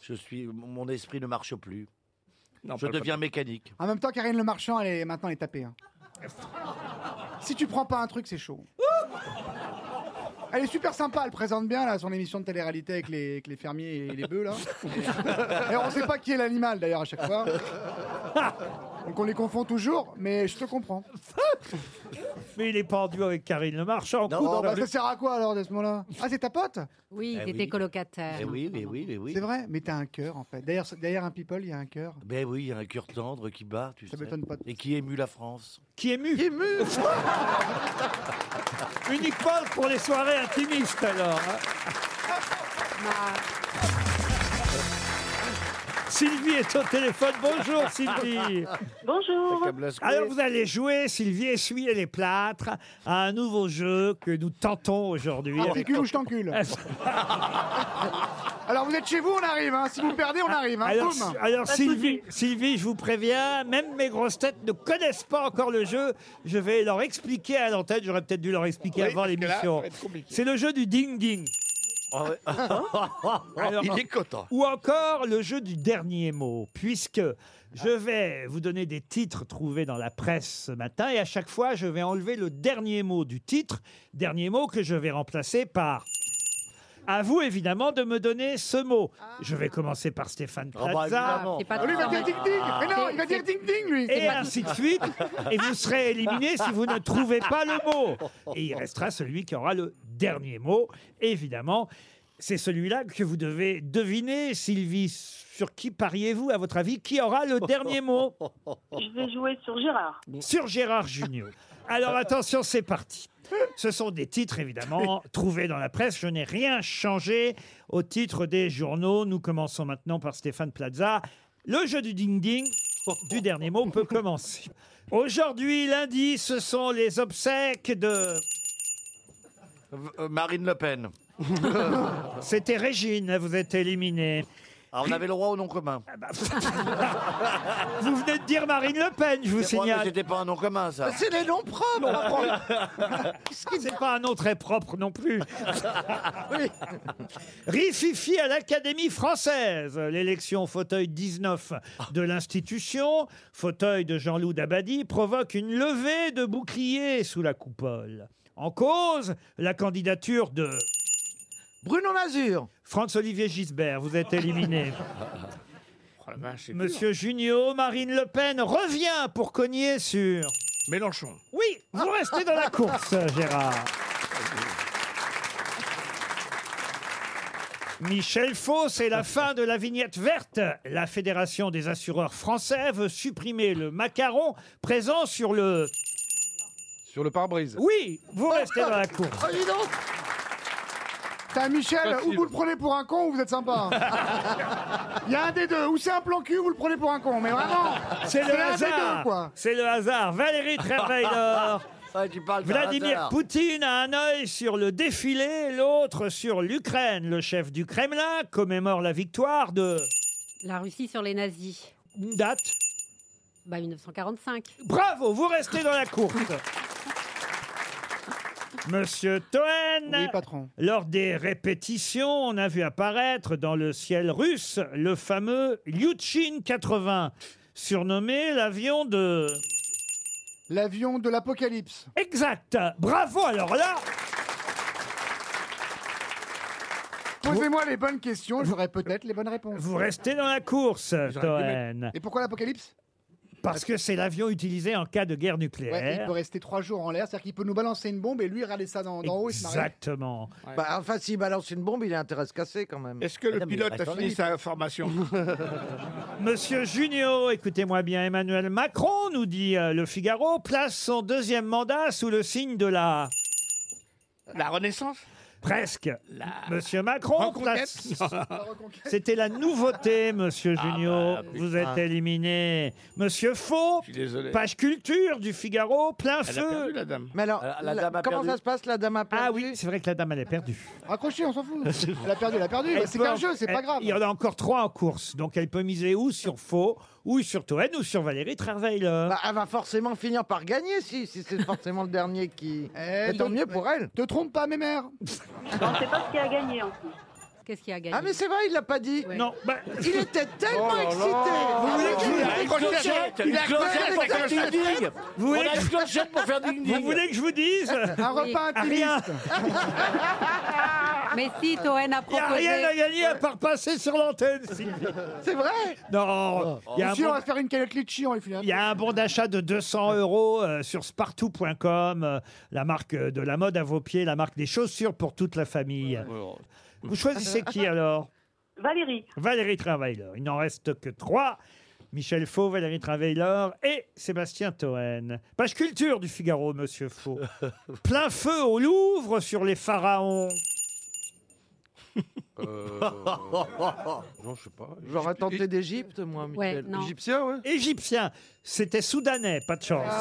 Speaker 3: je suis, mon esprit ne marche plus.
Speaker 4: Non,
Speaker 3: Je
Speaker 4: pas le-
Speaker 3: deviens mécanique.
Speaker 6: En même temps Karine Le Marchand elle est maintenant elle est tapée. hein. Si tu prends pas un truc c'est chaud. Elle est super sympa, elle présente bien là, son émission de télé-réalité avec les, avec les fermiers et les bœufs. Là. Et, et on ne sait pas qui est l'animal d'ailleurs à chaque fois. Donc on les confond toujours, mais je te comprends.
Speaker 2: Mais il est pendu avec Karine hein, Le Marchand.
Speaker 3: Non,
Speaker 2: coup dans
Speaker 6: Oh, bah,
Speaker 2: le-
Speaker 6: ça sert à quoi alors de ce moment-là Ah, c'est ta pote
Speaker 5: Oui,
Speaker 3: Eh
Speaker 5: t'étais
Speaker 3: oui.
Speaker 5: colocataire.
Speaker 3: Eh oui, mais oui, mais oui.
Speaker 6: C'est vrai, mais t'as un cœur en fait. Derrière, derrière un people, il y a un cœur.
Speaker 3: Ben oui, il y a un cœur tendre qui bat, tu
Speaker 6: Ça
Speaker 3: sais.
Speaker 6: m'étonne pas.
Speaker 3: Et qui émue la France.
Speaker 2: Qui ému Uniquement pour les soirées intimistes alors. hein. Sylvie est au téléphone. Bonjour Sylvie.
Speaker 9: Bonjour.
Speaker 2: Alors vous allez jouer, Sylvie, essuyez les plâtres à un nouveau jeu que nous tentons aujourd'hui.
Speaker 6: Ah, t'encules ou je t'encule Alors vous êtes chez vous, on arrive. Hein. Si vous perdez, on arrive. Hein.
Speaker 2: Ah. Alors,
Speaker 6: Boum.
Speaker 2: alors,
Speaker 9: de
Speaker 2: Sylvie, Sylvie, je vous préviens, même mes grosses têtes ne connaissent pas encore le jeu. Je vais leur expliquer à l'antenne, j'aurais peut-être dû leur expliquer
Speaker 4: Oui,
Speaker 2: avant
Speaker 4: parce que là, ça
Speaker 2: l'émission.
Speaker 4: va être compliqué.
Speaker 2: C'est le jeu du ding-ding. Alors,
Speaker 4: Ah Il est content.
Speaker 2: Ou encore le jeu du dernier mot, puisque je vais vous donner des titres trouvés dans la presse ce matin et à chaque fois je vais enlever le dernier mot du titre, dernier mot que je vais remplacer par. À vous évidemment de me donner ce mot. Je vais commencer par Stéphane
Speaker 3: Ah bah,
Speaker 2: Plaza.
Speaker 3: évidemment.
Speaker 5: C'est pas
Speaker 6: Ah, lui, il va dire
Speaker 5: normal.
Speaker 6: ding-ding Mais non, il va dire ding-ding, lui
Speaker 2: et ainsi de suite. Et vous serez éliminé si vous ne trouvez pas le mot. Et il restera celui qui aura le dernier mot, évidemment. C'est celui-là que vous devez deviner, Sylvie. Sur qui pariez-vous, à votre avis Qui aura le dernier mot
Speaker 9: Je vais jouer sur Gérard.
Speaker 2: Sur Gérard Junior. Alors attention, c'est parti. Ce sont des titres, évidemment, trouvés dans la presse. Je n'ai rien changé au titre des journaux. Nous commençons maintenant par Stéphane Plaza. Le jeu du ding-ding Oh, du dernier mot peut commencer. Aujourd'hui, lundi, ce sont les obsèques de...
Speaker 3: V- euh, Marine Le Pen.
Speaker 2: C'était Régine, vous êtes éliminée.
Speaker 3: Alors, Ah, on avait le roi au nom commun.
Speaker 2: Ah, bah, Vous venez de dire Marine Le Pen, je vous
Speaker 3: Ouais, mais
Speaker 2: signale.
Speaker 3: C'était pas un nom commun, ça.
Speaker 7: C'est les noms propres.
Speaker 2: C'est pas un nom très propre non plus. Rififi à l'Académie française. L'élection fauteuil 19 de l'institution, fauteuil de Jean-Loup Dabadi, provoque une levée de boucliers sous la coupole. En cause, la candidature de
Speaker 7: Bruno Mazur.
Speaker 2: Franz-Olivier Gisbert. Vous êtes éliminé.
Speaker 4: Oh, la vache, c'est dur.
Speaker 2: Monsieur Junio, Marine Le Pen revient pour cogner sur...
Speaker 4: Mélenchon.
Speaker 2: Oui, vous restez dans la course, Gérard. Michel Faux, c'est la fin de la vignette verte. La Fédération des assureurs français veut supprimer le macaron présent sur le...
Speaker 8: Sur le pare-brise.
Speaker 2: Oui, vous restez dans la course.
Speaker 6: Oh, dis donc T'as Michel,
Speaker 8: Facile.
Speaker 6: ou vous le prenez pour un con ou vous êtes sympa. hein. Il y a un des deux, ou c'est un plan cul ou vous le prenez pour un con, mais vraiment
Speaker 2: C'est le
Speaker 6: un des deux,
Speaker 2: hasard.
Speaker 6: quoi.
Speaker 2: C'est le hasard. Valérie Trierweiler.
Speaker 3: Ah, tu parles d'un
Speaker 2: Vladimir
Speaker 3: hasard.
Speaker 2: Poutine a un œil sur le défilé, l'autre sur l'Ukraine. Le chef du Kremlin commémore la victoire de...
Speaker 5: La Russie sur les nazis.
Speaker 2: Une date
Speaker 5: Bah 1945.
Speaker 2: Bravo, vous restez dans la course. Monsieur Toen,
Speaker 6: Oui, patron.
Speaker 2: lors des répétitions, on a vu apparaître dans le ciel russe le fameux Lyuchin 80, surnommé l'avion de...
Speaker 6: L'avion de l'apocalypse.
Speaker 2: Exact. Bravo, alors là,
Speaker 6: Posez-moi les bonnes questions, j'aurai peut-être les bonnes réponses.
Speaker 2: vous restez dans la course,
Speaker 4: dû
Speaker 2: Toen.
Speaker 6: Et pourquoi l'apocalypse
Speaker 2: Parce que c'est l'avion utilisé en cas de guerre
Speaker 6: Ouais, il
Speaker 2: nucléaire.
Speaker 6: peut rester trois jours en l'air, c'est-à-dire qu'il peut nous balancer une bombe et lui râler ça d'en d'en haut et se marrer.
Speaker 2: Exactement.
Speaker 7: Bah, enfin, s'il balance une bombe, il a intérêt à se casser quand même.
Speaker 4: Est-ce que le
Speaker 3: Ah non, mais
Speaker 4: pilote a
Speaker 3: attendez.
Speaker 4: fini sa formation
Speaker 2: Monsieur Junio, écoutez-moi bien, Emmanuel Macron, nous dit euh, le Figaro, place son deuxième mandat sous le signe de la...
Speaker 4: La Renaissance
Speaker 2: Presque. Monsieur Macron, place-
Speaker 4: Reconquête
Speaker 6: La reconquête.
Speaker 2: c'était la nouveauté,
Speaker 4: Ah
Speaker 2: monsieur Junio. Vous êtes éliminé. Monsieur Faux,
Speaker 4: bah, Je suis désolé.
Speaker 2: page culture du Figaro, plein
Speaker 4: Elle a perdu,
Speaker 2: feu.
Speaker 4: la dame.
Speaker 7: Mais alors,
Speaker 3: La- la
Speaker 7: Euh, la-
Speaker 3: dame a
Speaker 7: comment
Speaker 3: perdu.
Speaker 7: ça se passe, la dame a perdu
Speaker 2: Ah oui, c'est vrai que la dame, elle est perdue.
Speaker 6: Raccrochez, on s'en fout. Elle a perdu, elle a perdu.
Speaker 2: Elle
Speaker 6: c'est
Speaker 2: peut
Speaker 6: qu'un
Speaker 2: en-
Speaker 6: jeu, c'est
Speaker 2: elle-
Speaker 6: pas grave.
Speaker 2: Il y en a encore trois en course. Donc elle peut miser ou sur Faux, ou sur Toen, ou sur Valérie Travailler.
Speaker 7: Bah, elle va forcément finir par gagner si, si c'est forcément le dernier qui.
Speaker 6: Eh,
Speaker 7: Mais tant
Speaker 6: te-
Speaker 7: mieux pour elle.
Speaker 6: Te trompe pas, mes mères.
Speaker 9: On ne sait pas ce qu'il a gagné en plus.
Speaker 5: Qu'est-ce qu'il a gagné
Speaker 7: Ah, mais c'est vrai, il l'a pas dit.
Speaker 5: Ouais.
Speaker 2: Non, bah,
Speaker 7: Il était tellement
Speaker 8: Oh là là.
Speaker 7: excité. Ah,
Speaker 8: Vous
Speaker 2: voulez que je vous la
Speaker 4: Il a accroché,
Speaker 3: Une
Speaker 4: il a
Speaker 3: clochette pour faire
Speaker 4: accroché.
Speaker 3: du ding
Speaker 2: Vous
Speaker 3: On
Speaker 2: voulez
Speaker 3: a une clochette pour faire du
Speaker 2: vous
Speaker 3: ding
Speaker 2: voulez que je vous dise
Speaker 6: Un
Speaker 5: Oui.
Speaker 6: repas
Speaker 2: Ah,
Speaker 6: intimiste.
Speaker 2: Rien,
Speaker 5: Mais si, Toen a
Speaker 2: il n'y a
Speaker 5: proposé.
Speaker 2: rien à gagner à part passer sur l'antenne. Sylvie.
Speaker 7: C'est vrai
Speaker 2: Non, il y a un
Speaker 6: Si
Speaker 2: bon-
Speaker 6: on va faire une calotte litchi, on va finir.
Speaker 2: Il y a un bon d'achat de 200 euros euh, sur spartou.com, euh, la marque euh, de la mode à vos pieds, la marque des chaussures pour toute la famille. Vous choisissez qui alors
Speaker 9: Valérie.
Speaker 2: Valérie Travailleur. Il n'en reste que trois. Michel Faux, Valérie Travailleur et Sébastien Toen. Page culture du Figaro, monsieur Faux. Plein feu au Louvre sur les pharaons.
Speaker 8: Euh, non, je sais pas.
Speaker 7: J'aurais tenté d'Égypte, moi,
Speaker 5: Ouais,
Speaker 7: Michel.
Speaker 5: non.
Speaker 8: Égyptien, ouais.
Speaker 2: Égyptien, c'était soudanais, pas de chance.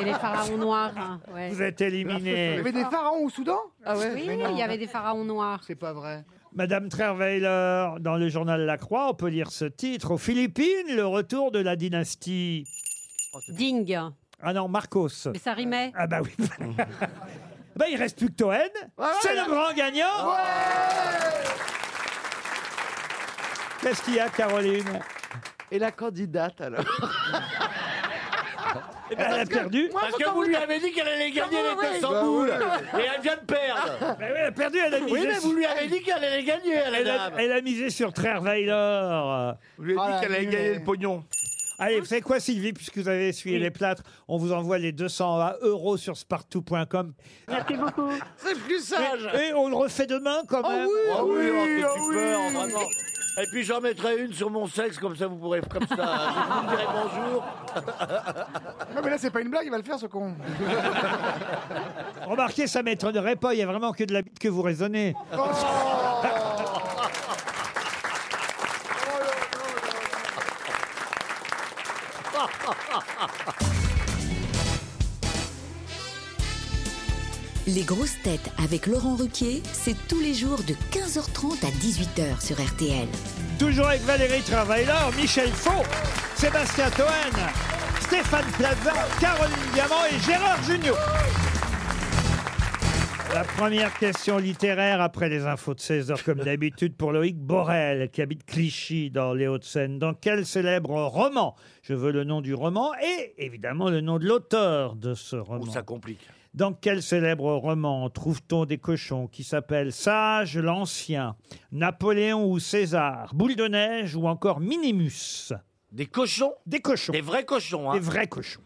Speaker 5: Et les pharaons noirs. hein, ouais.
Speaker 2: Vous êtes
Speaker 6: Il y
Speaker 2: éliminé.
Speaker 6: avait des pharaons au Soudan
Speaker 7: Ah ouais
Speaker 5: Oui,
Speaker 6: Mais non.
Speaker 5: il y avait des pharaons noirs.
Speaker 6: C'est pas vrai.
Speaker 2: Madame Trerweiler, dans le journal La Croix, on peut lire ce titre. Aux Philippines, le retour de la dynastie.
Speaker 5: Oh, Ding.
Speaker 2: Ah non, Marcos.
Speaker 5: Mais ça rimait.
Speaker 2: Ah bah oui. bah il reste plus que Toen. C'est le grand gagnant. Qu'est-ce qu'il y a, Caroline
Speaker 7: Et la candidate, alors
Speaker 2: Eh ben, Elle a perdu.
Speaker 7: Moi,
Speaker 3: Parce que
Speaker 7: quand
Speaker 3: vous
Speaker 7: vous
Speaker 3: lui
Speaker 7: dites-
Speaker 3: avez dit qu'elle allait gagner
Speaker 7: Comment
Speaker 3: les
Speaker 7: oui
Speaker 3: 200
Speaker 7: Bah
Speaker 3: boules et elle vient de perdre.
Speaker 2: Bah oui, elle a perdu, elle a misé,
Speaker 3: Oui, mais vous lui avez dit qu'elle allait gagner, la
Speaker 2: elle a,
Speaker 3: dame.
Speaker 2: elle a misé sur Trerweiler.
Speaker 4: Vous lui ai dit
Speaker 6: Ah,
Speaker 4: qu'elle allait
Speaker 6: nul,
Speaker 4: gagner
Speaker 6: mais-
Speaker 4: le pognon.
Speaker 2: Allez, vous savez quoi, Sylvie, puisque vous avez essuyé les plâtres, on vous envoie les 200 euros sur spartou.com.
Speaker 9: Merci beaucoup.
Speaker 7: C'est plus sage
Speaker 2: Et on le refait demain quand même.
Speaker 3: Oh oui, oh,
Speaker 4: oui,
Speaker 3: c'est
Speaker 4: oh
Speaker 3: super,
Speaker 4: oui.
Speaker 3: vraiment. Et puis j'en mettrai une sur mon sexe, comme ça vous pourrez, comme ça, vous me direz bonjour.
Speaker 6: Non, mais là, c'est pas une blague, il va le faire, ce con.
Speaker 2: Remarquez, ça m'étonnerait pas, il y a vraiment que de la bite que vous raisonnez.
Speaker 10: Les grosses têtes avec Laurent Ruquier, c'est tous les jours de 15h30 à 18h sur RTL.
Speaker 2: Toujours avec Valérie Travailleur, Michel Faux, Sébastien Toen, Stéphane Plaza, Caroline Diamant et Gérard Junior. La première question littéraire après les infos de 16h, comme d'habitude, pour Loïc Borel, qui habite Clichy dans les Hauts-de-Seine. Dans quel célèbre roman Je veux le nom du roman et évidemment le nom de l'auteur de ce roman.
Speaker 3: Ou ça complique.
Speaker 2: Dans quel célèbre roman trouve-t-on des cochons qui s'appellent Sage l'Ancien, Napoléon ou César, Boule de Neige ou encore Minimus
Speaker 3: Des cochons,
Speaker 2: Des cochons,
Speaker 3: des vrais cochons, hein.
Speaker 2: des vrais cochons.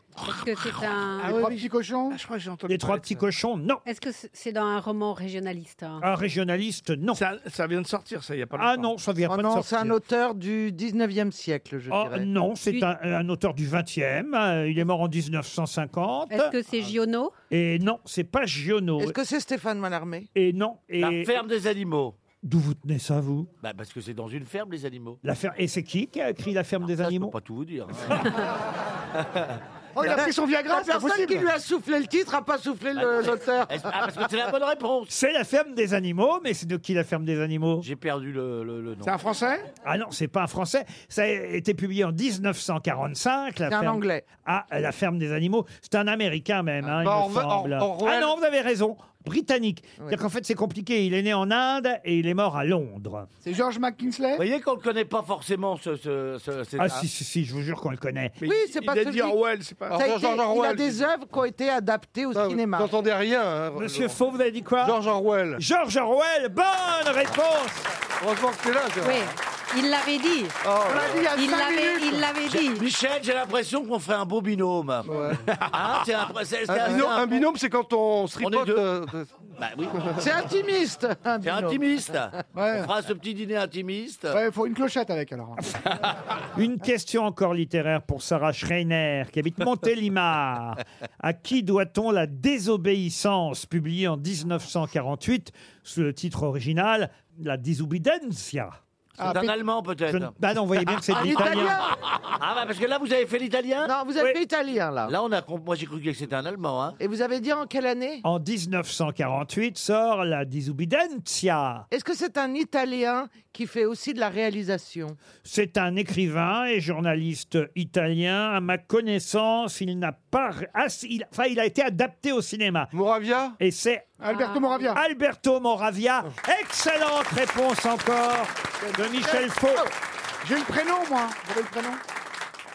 Speaker 5: Est-ce que c'est un.
Speaker 6: Les trois petits cochons.
Speaker 4: Ah, je crois que j'ai entendu.
Speaker 2: Les trois
Speaker 4: parler de
Speaker 2: petits
Speaker 4: ça.
Speaker 2: cochons, non. Ah,
Speaker 5: Est-ce que c'est c'est dans un roman régionaliste hein
Speaker 2: Un régionaliste, non.
Speaker 4: Ça, ça vient de sortir, ça, il n'y a pas longtemps.
Speaker 2: Ah non, ça vient
Speaker 7: Oh
Speaker 2: pas de
Speaker 7: non, c'est
Speaker 2: sortir.
Speaker 7: un auteur du 19e siècle, je
Speaker 2: Oh,
Speaker 7: dirais.
Speaker 2: non, c'est
Speaker 5: Du-
Speaker 2: un, un auteur du 20e. euh, Il est mort en 1950.
Speaker 5: Est-ce que c'est Giono
Speaker 2: Et non, c'est pas Giono.
Speaker 7: Est-ce que c'est Stéphane Mallarmé
Speaker 2: Et non.
Speaker 3: La
Speaker 2: Et
Speaker 3: ferme des animaux.
Speaker 2: d'où vous tenez ça, vous
Speaker 3: Bah, parce que c'est dans une ferme, les animaux.
Speaker 2: La fer- Et c'est qui qui a écrit La ferme des
Speaker 3: Ça, je
Speaker 2: animaux
Speaker 3: peux pas tout vous dire. hein. Ah,
Speaker 6: Oh, il a pris son Viagra,
Speaker 7: La
Speaker 6: c'est pas
Speaker 7: personne qui lui
Speaker 6: possible.
Speaker 7: a soufflé le titre n'a pas soufflé le- l'auteur.
Speaker 3: Est-ce- Ah, parce que c'est la bonne réponse.
Speaker 2: C'est la ferme des animaux, mais c'est de qui la ferme des animaux
Speaker 3: J'ai perdu le, le- le nom.
Speaker 4: C'est un Français
Speaker 2: Ah non, c'est pas un français. Ça a été publié en 1945. La
Speaker 7: C'est un
Speaker 2: ferme...
Speaker 7: anglais.
Speaker 2: Ah, la ferme des animaux. C'est un américain même, hein,
Speaker 8: Bah,
Speaker 2: il me
Speaker 8: Orwe- Or-
Speaker 2: semble. ah
Speaker 8: Orwell.
Speaker 2: non, vous avez raison. Britannique. C'est-à-dire qu'en fait, c'est compliqué. Il est né en Inde et il est mort à Londres.
Speaker 6: C'est George McKinsley
Speaker 3: Vous voyez qu'on ne connaît pas forcément ce. ce- ce- cet-
Speaker 2: Ah, si, si, si, je vous jure qu'on le connaît.
Speaker 4: Mais
Speaker 7: Oui,
Speaker 4: il-
Speaker 7: c'est pas
Speaker 4: Il a
Speaker 7: celui-
Speaker 4: dit Orwell, c'est pas.
Speaker 7: Ça a
Speaker 8: George
Speaker 7: été- il a
Speaker 8: Orwell.
Speaker 7: des œuvres qui ont été adaptées au
Speaker 8: Ah,
Speaker 7: cinéma.
Speaker 8: Vous n'entendez rien. hein,
Speaker 2: Monsieur
Speaker 8: Laurent.
Speaker 2: Faux, vous avez dit quoi
Speaker 8: George Orwell.
Speaker 2: George Orwell. Bonne réponse
Speaker 8: Heureusement que t'es là. Gérard.
Speaker 5: Oui, il l'avait dit.
Speaker 8: Oh,
Speaker 6: On l'a dit il y a
Speaker 5: Il
Speaker 6: 5
Speaker 5: l'avait,
Speaker 6: minutes.
Speaker 5: il l'avait dit.
Speaker 3: Michel, j'ai l'impression qu'on ferait un beau binôme. Hein, c'est un, c'est- c'est
Speaker 8: un,
Speaker 3: un-
Speaker 8: binôme,
Speaker 3: c'est un-
Speaker 8: un binôme, c'est quand on se
Speaker 3: On est
Speaker 8: ripote.
Speaker 3: deux.
Speaker 8: euh, de-
Speaker 3: Bah oui.
Speaker 7: C'est intimiste. un
Speaker 3: C'est
Speaker 7: binôme.
Speaker 3: intimiste.
Speaker 6: Ouais.
Speaker 3: On fera ce petit dîner intimiste.
Speaker 6: Ouais, faut une clochette avec alors.
Speaker 2: Une question encore littéraire pour Sarah Schreiner, qui habite Montélimar. À qui doit-on la désobéissance, publiée en 1948 sous le titre original La Disobedientia
Speaker 3: C'est
Speaker 2: Ah,
Speaker 3: un Allemand
Speaker 2: Je
Speaker 3: peut-être.
Speaker 2: ne- Bah non, vous voyez bien que c'est de
Speaker 7: Ah, Un
Speaker 2: l'italien.
Speaker 7: italien.
Speaker 3: Ah bah parce que là vous avez fait l'italien.
Speaker 7: Non, vous avez
Speaker 2: Oui.
Speaker 7: fait italien, là.
Speaker 3: Là on a comp- moi j'ai cru que c'était un Allemand. Hein.
Speaker 7: Et vous avez dit en quelle année
Speaker 2: En 1948 sort La Disobedientia.
Speaker 7: Est-ce que c'est un italien qui fait aussi de la réalisation
Speaker 2: C'est un écrivain et journaliste italien. À ma connaissance, il n'a pas. ah, si, il- Enfin, il a été adapté au cinéma.
Speaker 8: Moravia
Speaker 2: Et c'est
Speaker 6: Alberto Moravia.
Speaker 2: Alberto Moravia. Excellente réponse encore de Michel Faux.
Speaker 6: Oh, J'ai le prénom, moi. Vous avez le prénom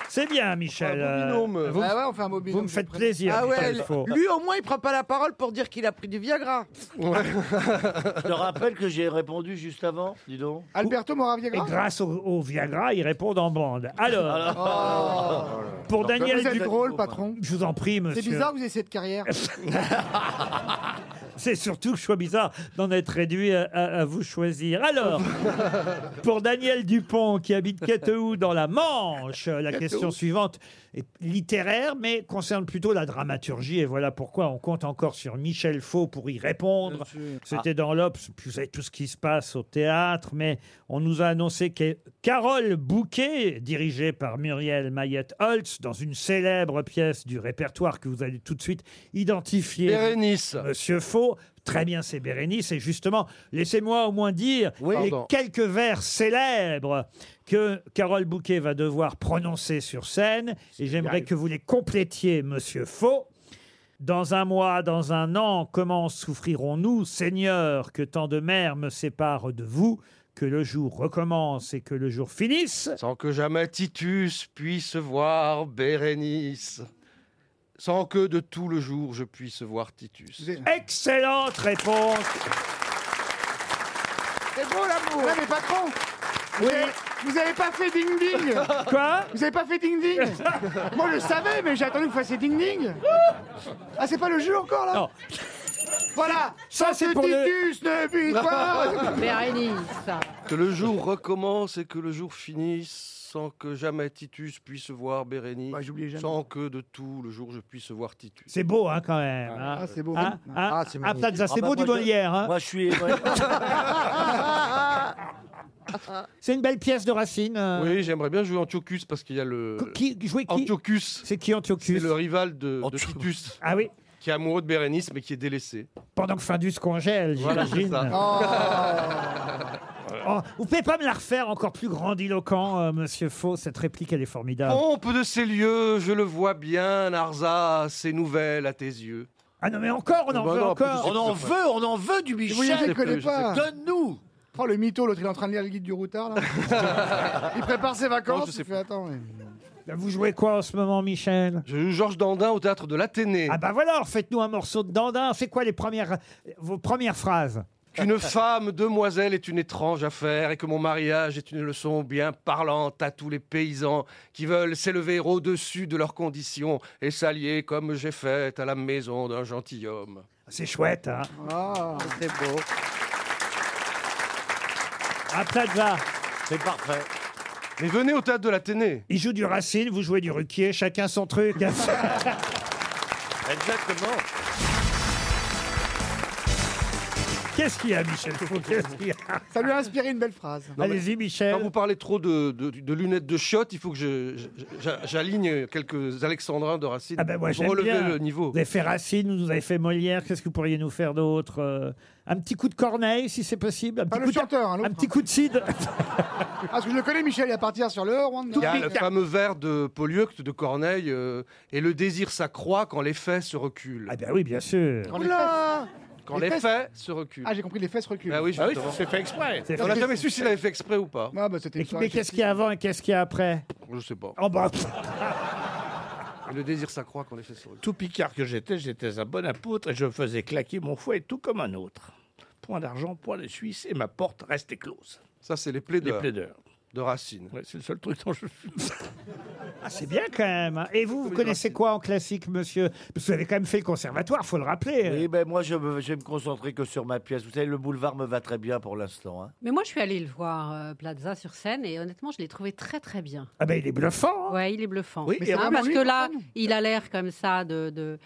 Speaker 2: C'est bien, Michel.
Speaker 6: Un beau binôme.
Speaker 2: Euh, Vous,
Speaker 6: Bah ouais, on fait un beau binôme
Speaker 2: vous me
Speaker 6: de
Speaker 2: faites
Speaker 6: prénom.
Speaker 2: plaisir,
Speaker 7: Ah ouais,
Speaker 2: Michel
Speaker 7: lui,
Speaker 2: Faux.
Speaker 7: lui, au moins il prend pas la parole pour dire qu'il a pris du Viagra.
Speaker 3: Je te rappelle que j'ai répondu juste avant, dis donc.
Speaker 6: Alberto Moravia.
Speaker 2: Et grâce au, au Viagra, ils répondent en bande. Alors, pour Daniel
Speaker 6: Vous êtes
Speaker 2: Duc-
Speaker 6: drôle, patron.
Speaker 2: Je vous en prie, monsieur.
Speaker 6: C'est bizarre, vous avez cette carrière.
Speaker 2: C'est surtout que je sois bizarre d'en être réduit à, à- à vous choisir. Alors, pour Daniel Dupont, qui habite Quetehou dans la Manche, la question suivante est littéraire, mais concerne plutôt la dramaturgie. Et voilà pourquoi on compte encore sur Michel Faux pour y répondre. C'était dans l'Obs, puis vous savez tout ce qui se passe au théâtre, mais on nous a annoncé que Carole Bouquet, dirigée par Muriel Mayette-Holtz, dans une célèbre pièce du répertoire que vous allez tout de suite identifier.
Speaker 8: Bérénice.
Speaker 2: Monsieur Faux, très bien, c'est Bérénice. Et justement, laissez-moi au moins dire les
Speaker 8: Pardon.
Speaker 2: quelques vers célèbres que Carole Bouquet va devoir prononcer sur scène. Et j'aimerais que vous les complétiez, Monsieur Faux. Dans un mois, dans un an, comment souffrirons-nous, Seigneur, que tant de mères me séparent de vous, que le jour recommence et que le jour finisse
Speaker 8: Sans que jamais Titus puisse voir Bérénice. Sans que de tout le jour je puisse voir Titus.
Speaker 2: Excellente réponse
Speaker 7: C'est beau l'amour.
Speaker 6: Ouais, mais patron, vous, avez, vous avez pas fait ding-ding.
Speaker 2: Quoi
Speaker 6: Vous avez pas fait ding-ding. moi, je le savais, mais j'ai attendu que vous fassiez ding-ding. Ah, c'est pas le jeu encore, là
Speaker 2: Non.
Speaker 6: Voilà
Speaker 2: Ça, c'est pour le-
Speaker 6: Titus ne bute pas
Speaker 5: Bérénice.
Speaker 8: Que le jour recommence et que le jour finisse. Sans que jamais Titus puisse voir Bérénice.
Speaker 6: Bah, j'oubliais jamais.
Speaker 8: Sans que de tout le jour je puisse voir Titus.
Speaker 2: C'est beau, hein, quand même. hein.
Speaker 6: Ah, c'est beau.
Speaker 2: Hein, hein,
Speaker 7: Ah, c'est
Speaker 2: ah,
Speaker 7: magnifique.
Speaker 2: Plaza, c'est
Speaker 3: Ah bah
Speaker 2: beau du
Speaker 3: moi, je-
Speaker 2: Molière. hein.
Speaker 3: Moi, je suis. ouais.
Speaker 2: C'est une belle pièce de Racine. euh,
Speaker 8: Oui, j'aimerais bien jouer Antiochus parce qu'il y a le.
Speaker 2: co- Qui jouait qui
Speaker 8: Antiochus,
Speaker 2: C'est qui
Speaker 8: c'est
Speaker 2: Antiochus
Speaker 8: le rival de, de
Speaker 3: Antiochus.
Speaker 8: Titus,
Speaker 2: Ah oui,
Speaker 8: qui est amoureux de Bérénice mais qui est délaissé.
Speaker 2: pendant que Findus congèle,
Speaker 8: Voilà, c'est
Speaker 2: j'imagine.
Speaker 8: ça.
Speaker 2: Oh, vous pouvez pas me la refaire encore plus grandiloquent, euh, Monsieur Faux Cette réplique, elle est formidable.
Speaker 8: Pompe de ces lieux, je le vois bien, Arza, c'est nouvelle à tes yeux.
Speaker 2: Ah non, mais encore, on en
Speaker 8: Bah
Speaker 2: veut
Speaker 8: non,
Speaker 2: encore.
Speaker 3: on en veut, on en veut du
Speaker 6: Vous voyez, je
Speaker 3: Michel.
Speaker 6: ne connais
Speaker 8: plus, je sais
Speaker 6: pas.
Speaker 3: Donne-nous.
Speaker 6: Oh, le mytho, l'autre, il est en train de lire le guide du routard, là. il prépare ses vacances.
Speaker 8: Non, je sais
Speaker 6: il fait, attends, mais-
Speaker 2: Vous jouez quoi en ce moment, Michel
Speaker 8: Je joue Georges Dandin au théâtre de l'Athénée.
Speaker 2: Ah bah voilà, alors faites-nous un morceau de dandin. C'est quoi les premières, vos premières phrases
Speaker 8: Qu'une femme, demoiselle, est une étrange affaire et que mon mariage est une leçon bien parlante à tous les paysans qui veulent s'élever au-dessus de leurs conditions et s'allier comme j'ai fait à la maison d'un gentilhomme.
Speaker 2: C'est chouette, hein
Speaker 6: Ah.
Speaker 7: C'est beau.
Speaker 2: À Plaza,
Speaker 3: C'est parfait.
Speaker 8: Mais venez au théâtre de l'Athénée.
Speaker 2: il joue du Racine, vous jouez du Ruquier, chacun son truc.
Speaker 3: Exactement.
Speaker 2: Qu'est-ce qu'il y a, Michel Faux Qu'est-ce qu'il y a
Speaker 6: Ça lui a inspiré une belle phrase.
Speaker 2: Allez-y, Michel.
Speaker 8: Quand vous parlez trop de, de- de lunettes de chiottes, il faut que je- je- j'a- j'aligne quelques alexandrins de Racine
Speaker 2: Ah ben moi,
Speaker 8: pour
Speaker 2: j'aime
Speaker 8: relever
Speaker 2: bien.
Speaker 8: le niveau.
Speaker 2: Vous avez fait Racine, vous nous avez fait Molière, qu'est-ce que vous pourriez nous faire d'autre Euh, Un petit coup de corneille, si c'est possible. Un petit,
Speaker 6: Pas le
Speaker 2: coup, de-
Speaker 6: chanteur, hein,
Speaker 2: un
Speaker 6: l'autre.
Speaker 2: petit coup de cid.
Speaker 6: Ah, Parce que je le connais, Michel, il va partir sur le Rwanda.
Speaker 8: Il y a le fameux vers de Polyeucte de Corneille euh, et le désir s'accroît quand les faits se reculent.
Speaker 2: ah ben oui, bien sûr.
Speaker 6: Quand les fesses-
Speaker 7: Oula
Speaker 8: Quand
Speaker 6: les
Speaker 8: les
Speaker 6: fesses-
Speaker 8: faits se reculent.
Speaker 6: Ah, j'ai compris, les fesses reculent.
Speaker 8: Ah oui,
Speaker 4: Ah oui,
Speaker 8: justement.
Speaker 4: c'est fait exprès.
Speaker 2: C'est
Speaker 8: On n'a
Speaker 2: fait.
Speaker 8: jamais su s'il avait fait exprès ou pas.
Speaker 6: Ah, bah, c'était
Speaker 2: Mais,
Speaker 6: une
Speaker 2: mais
Speaker 6: soirée
Speaker 2: qu'est-ce qu'il y a avant et qu'est-ce qu'il y a après
Speaker 8: Je sais pas.
Speaker 2: Oh bah,
Speaker 8: Et le désir s'accroît quand les faits se reculent.
Speaker 4: Tout picard que j'étais, j'étais un bon apôtre et je faisais claquer mon fouet tout comme un autre. Point d'argent, point de Suisse et ma porte restait close.
Speaker 8: Ça, c'est les
Speaker 4: Les
Speaker 8: plaideurs
Speaker 4: plaideurs.
Speaker 8: de Racine.
Speaker 4: Ouais, c'est le seul truc dont je
Speaker 2: ah, c'est bien quand même. hein. Et vous, vous connaissez quoi en classique, monsieur Parce que vous avez quand même fait le conservatoire, faut le rappeler.
Speaker 3: Oui, ben moi, je, me- je vais me concentrer que sur ma pièce. Vous savez, le boulevard me va très bien pour l'instant. hein.
Speaker 5: Mais moi, je suis allée le voir, euh, Plaza, sur scène, et honnêtement, je l'ai trouvé très, très bien.
Speaker 2: Ah ben il est bluffant. hein.
Speaker 5: Ouais, il est bluffant.
Speaker 4: Oui, et
Speaker 5: Hein,
Speaker 6: remarque-
Speaker 5: parce que là,
Speaker 6: Pardon.
Speaker 5: il a l'air comme ça de, de,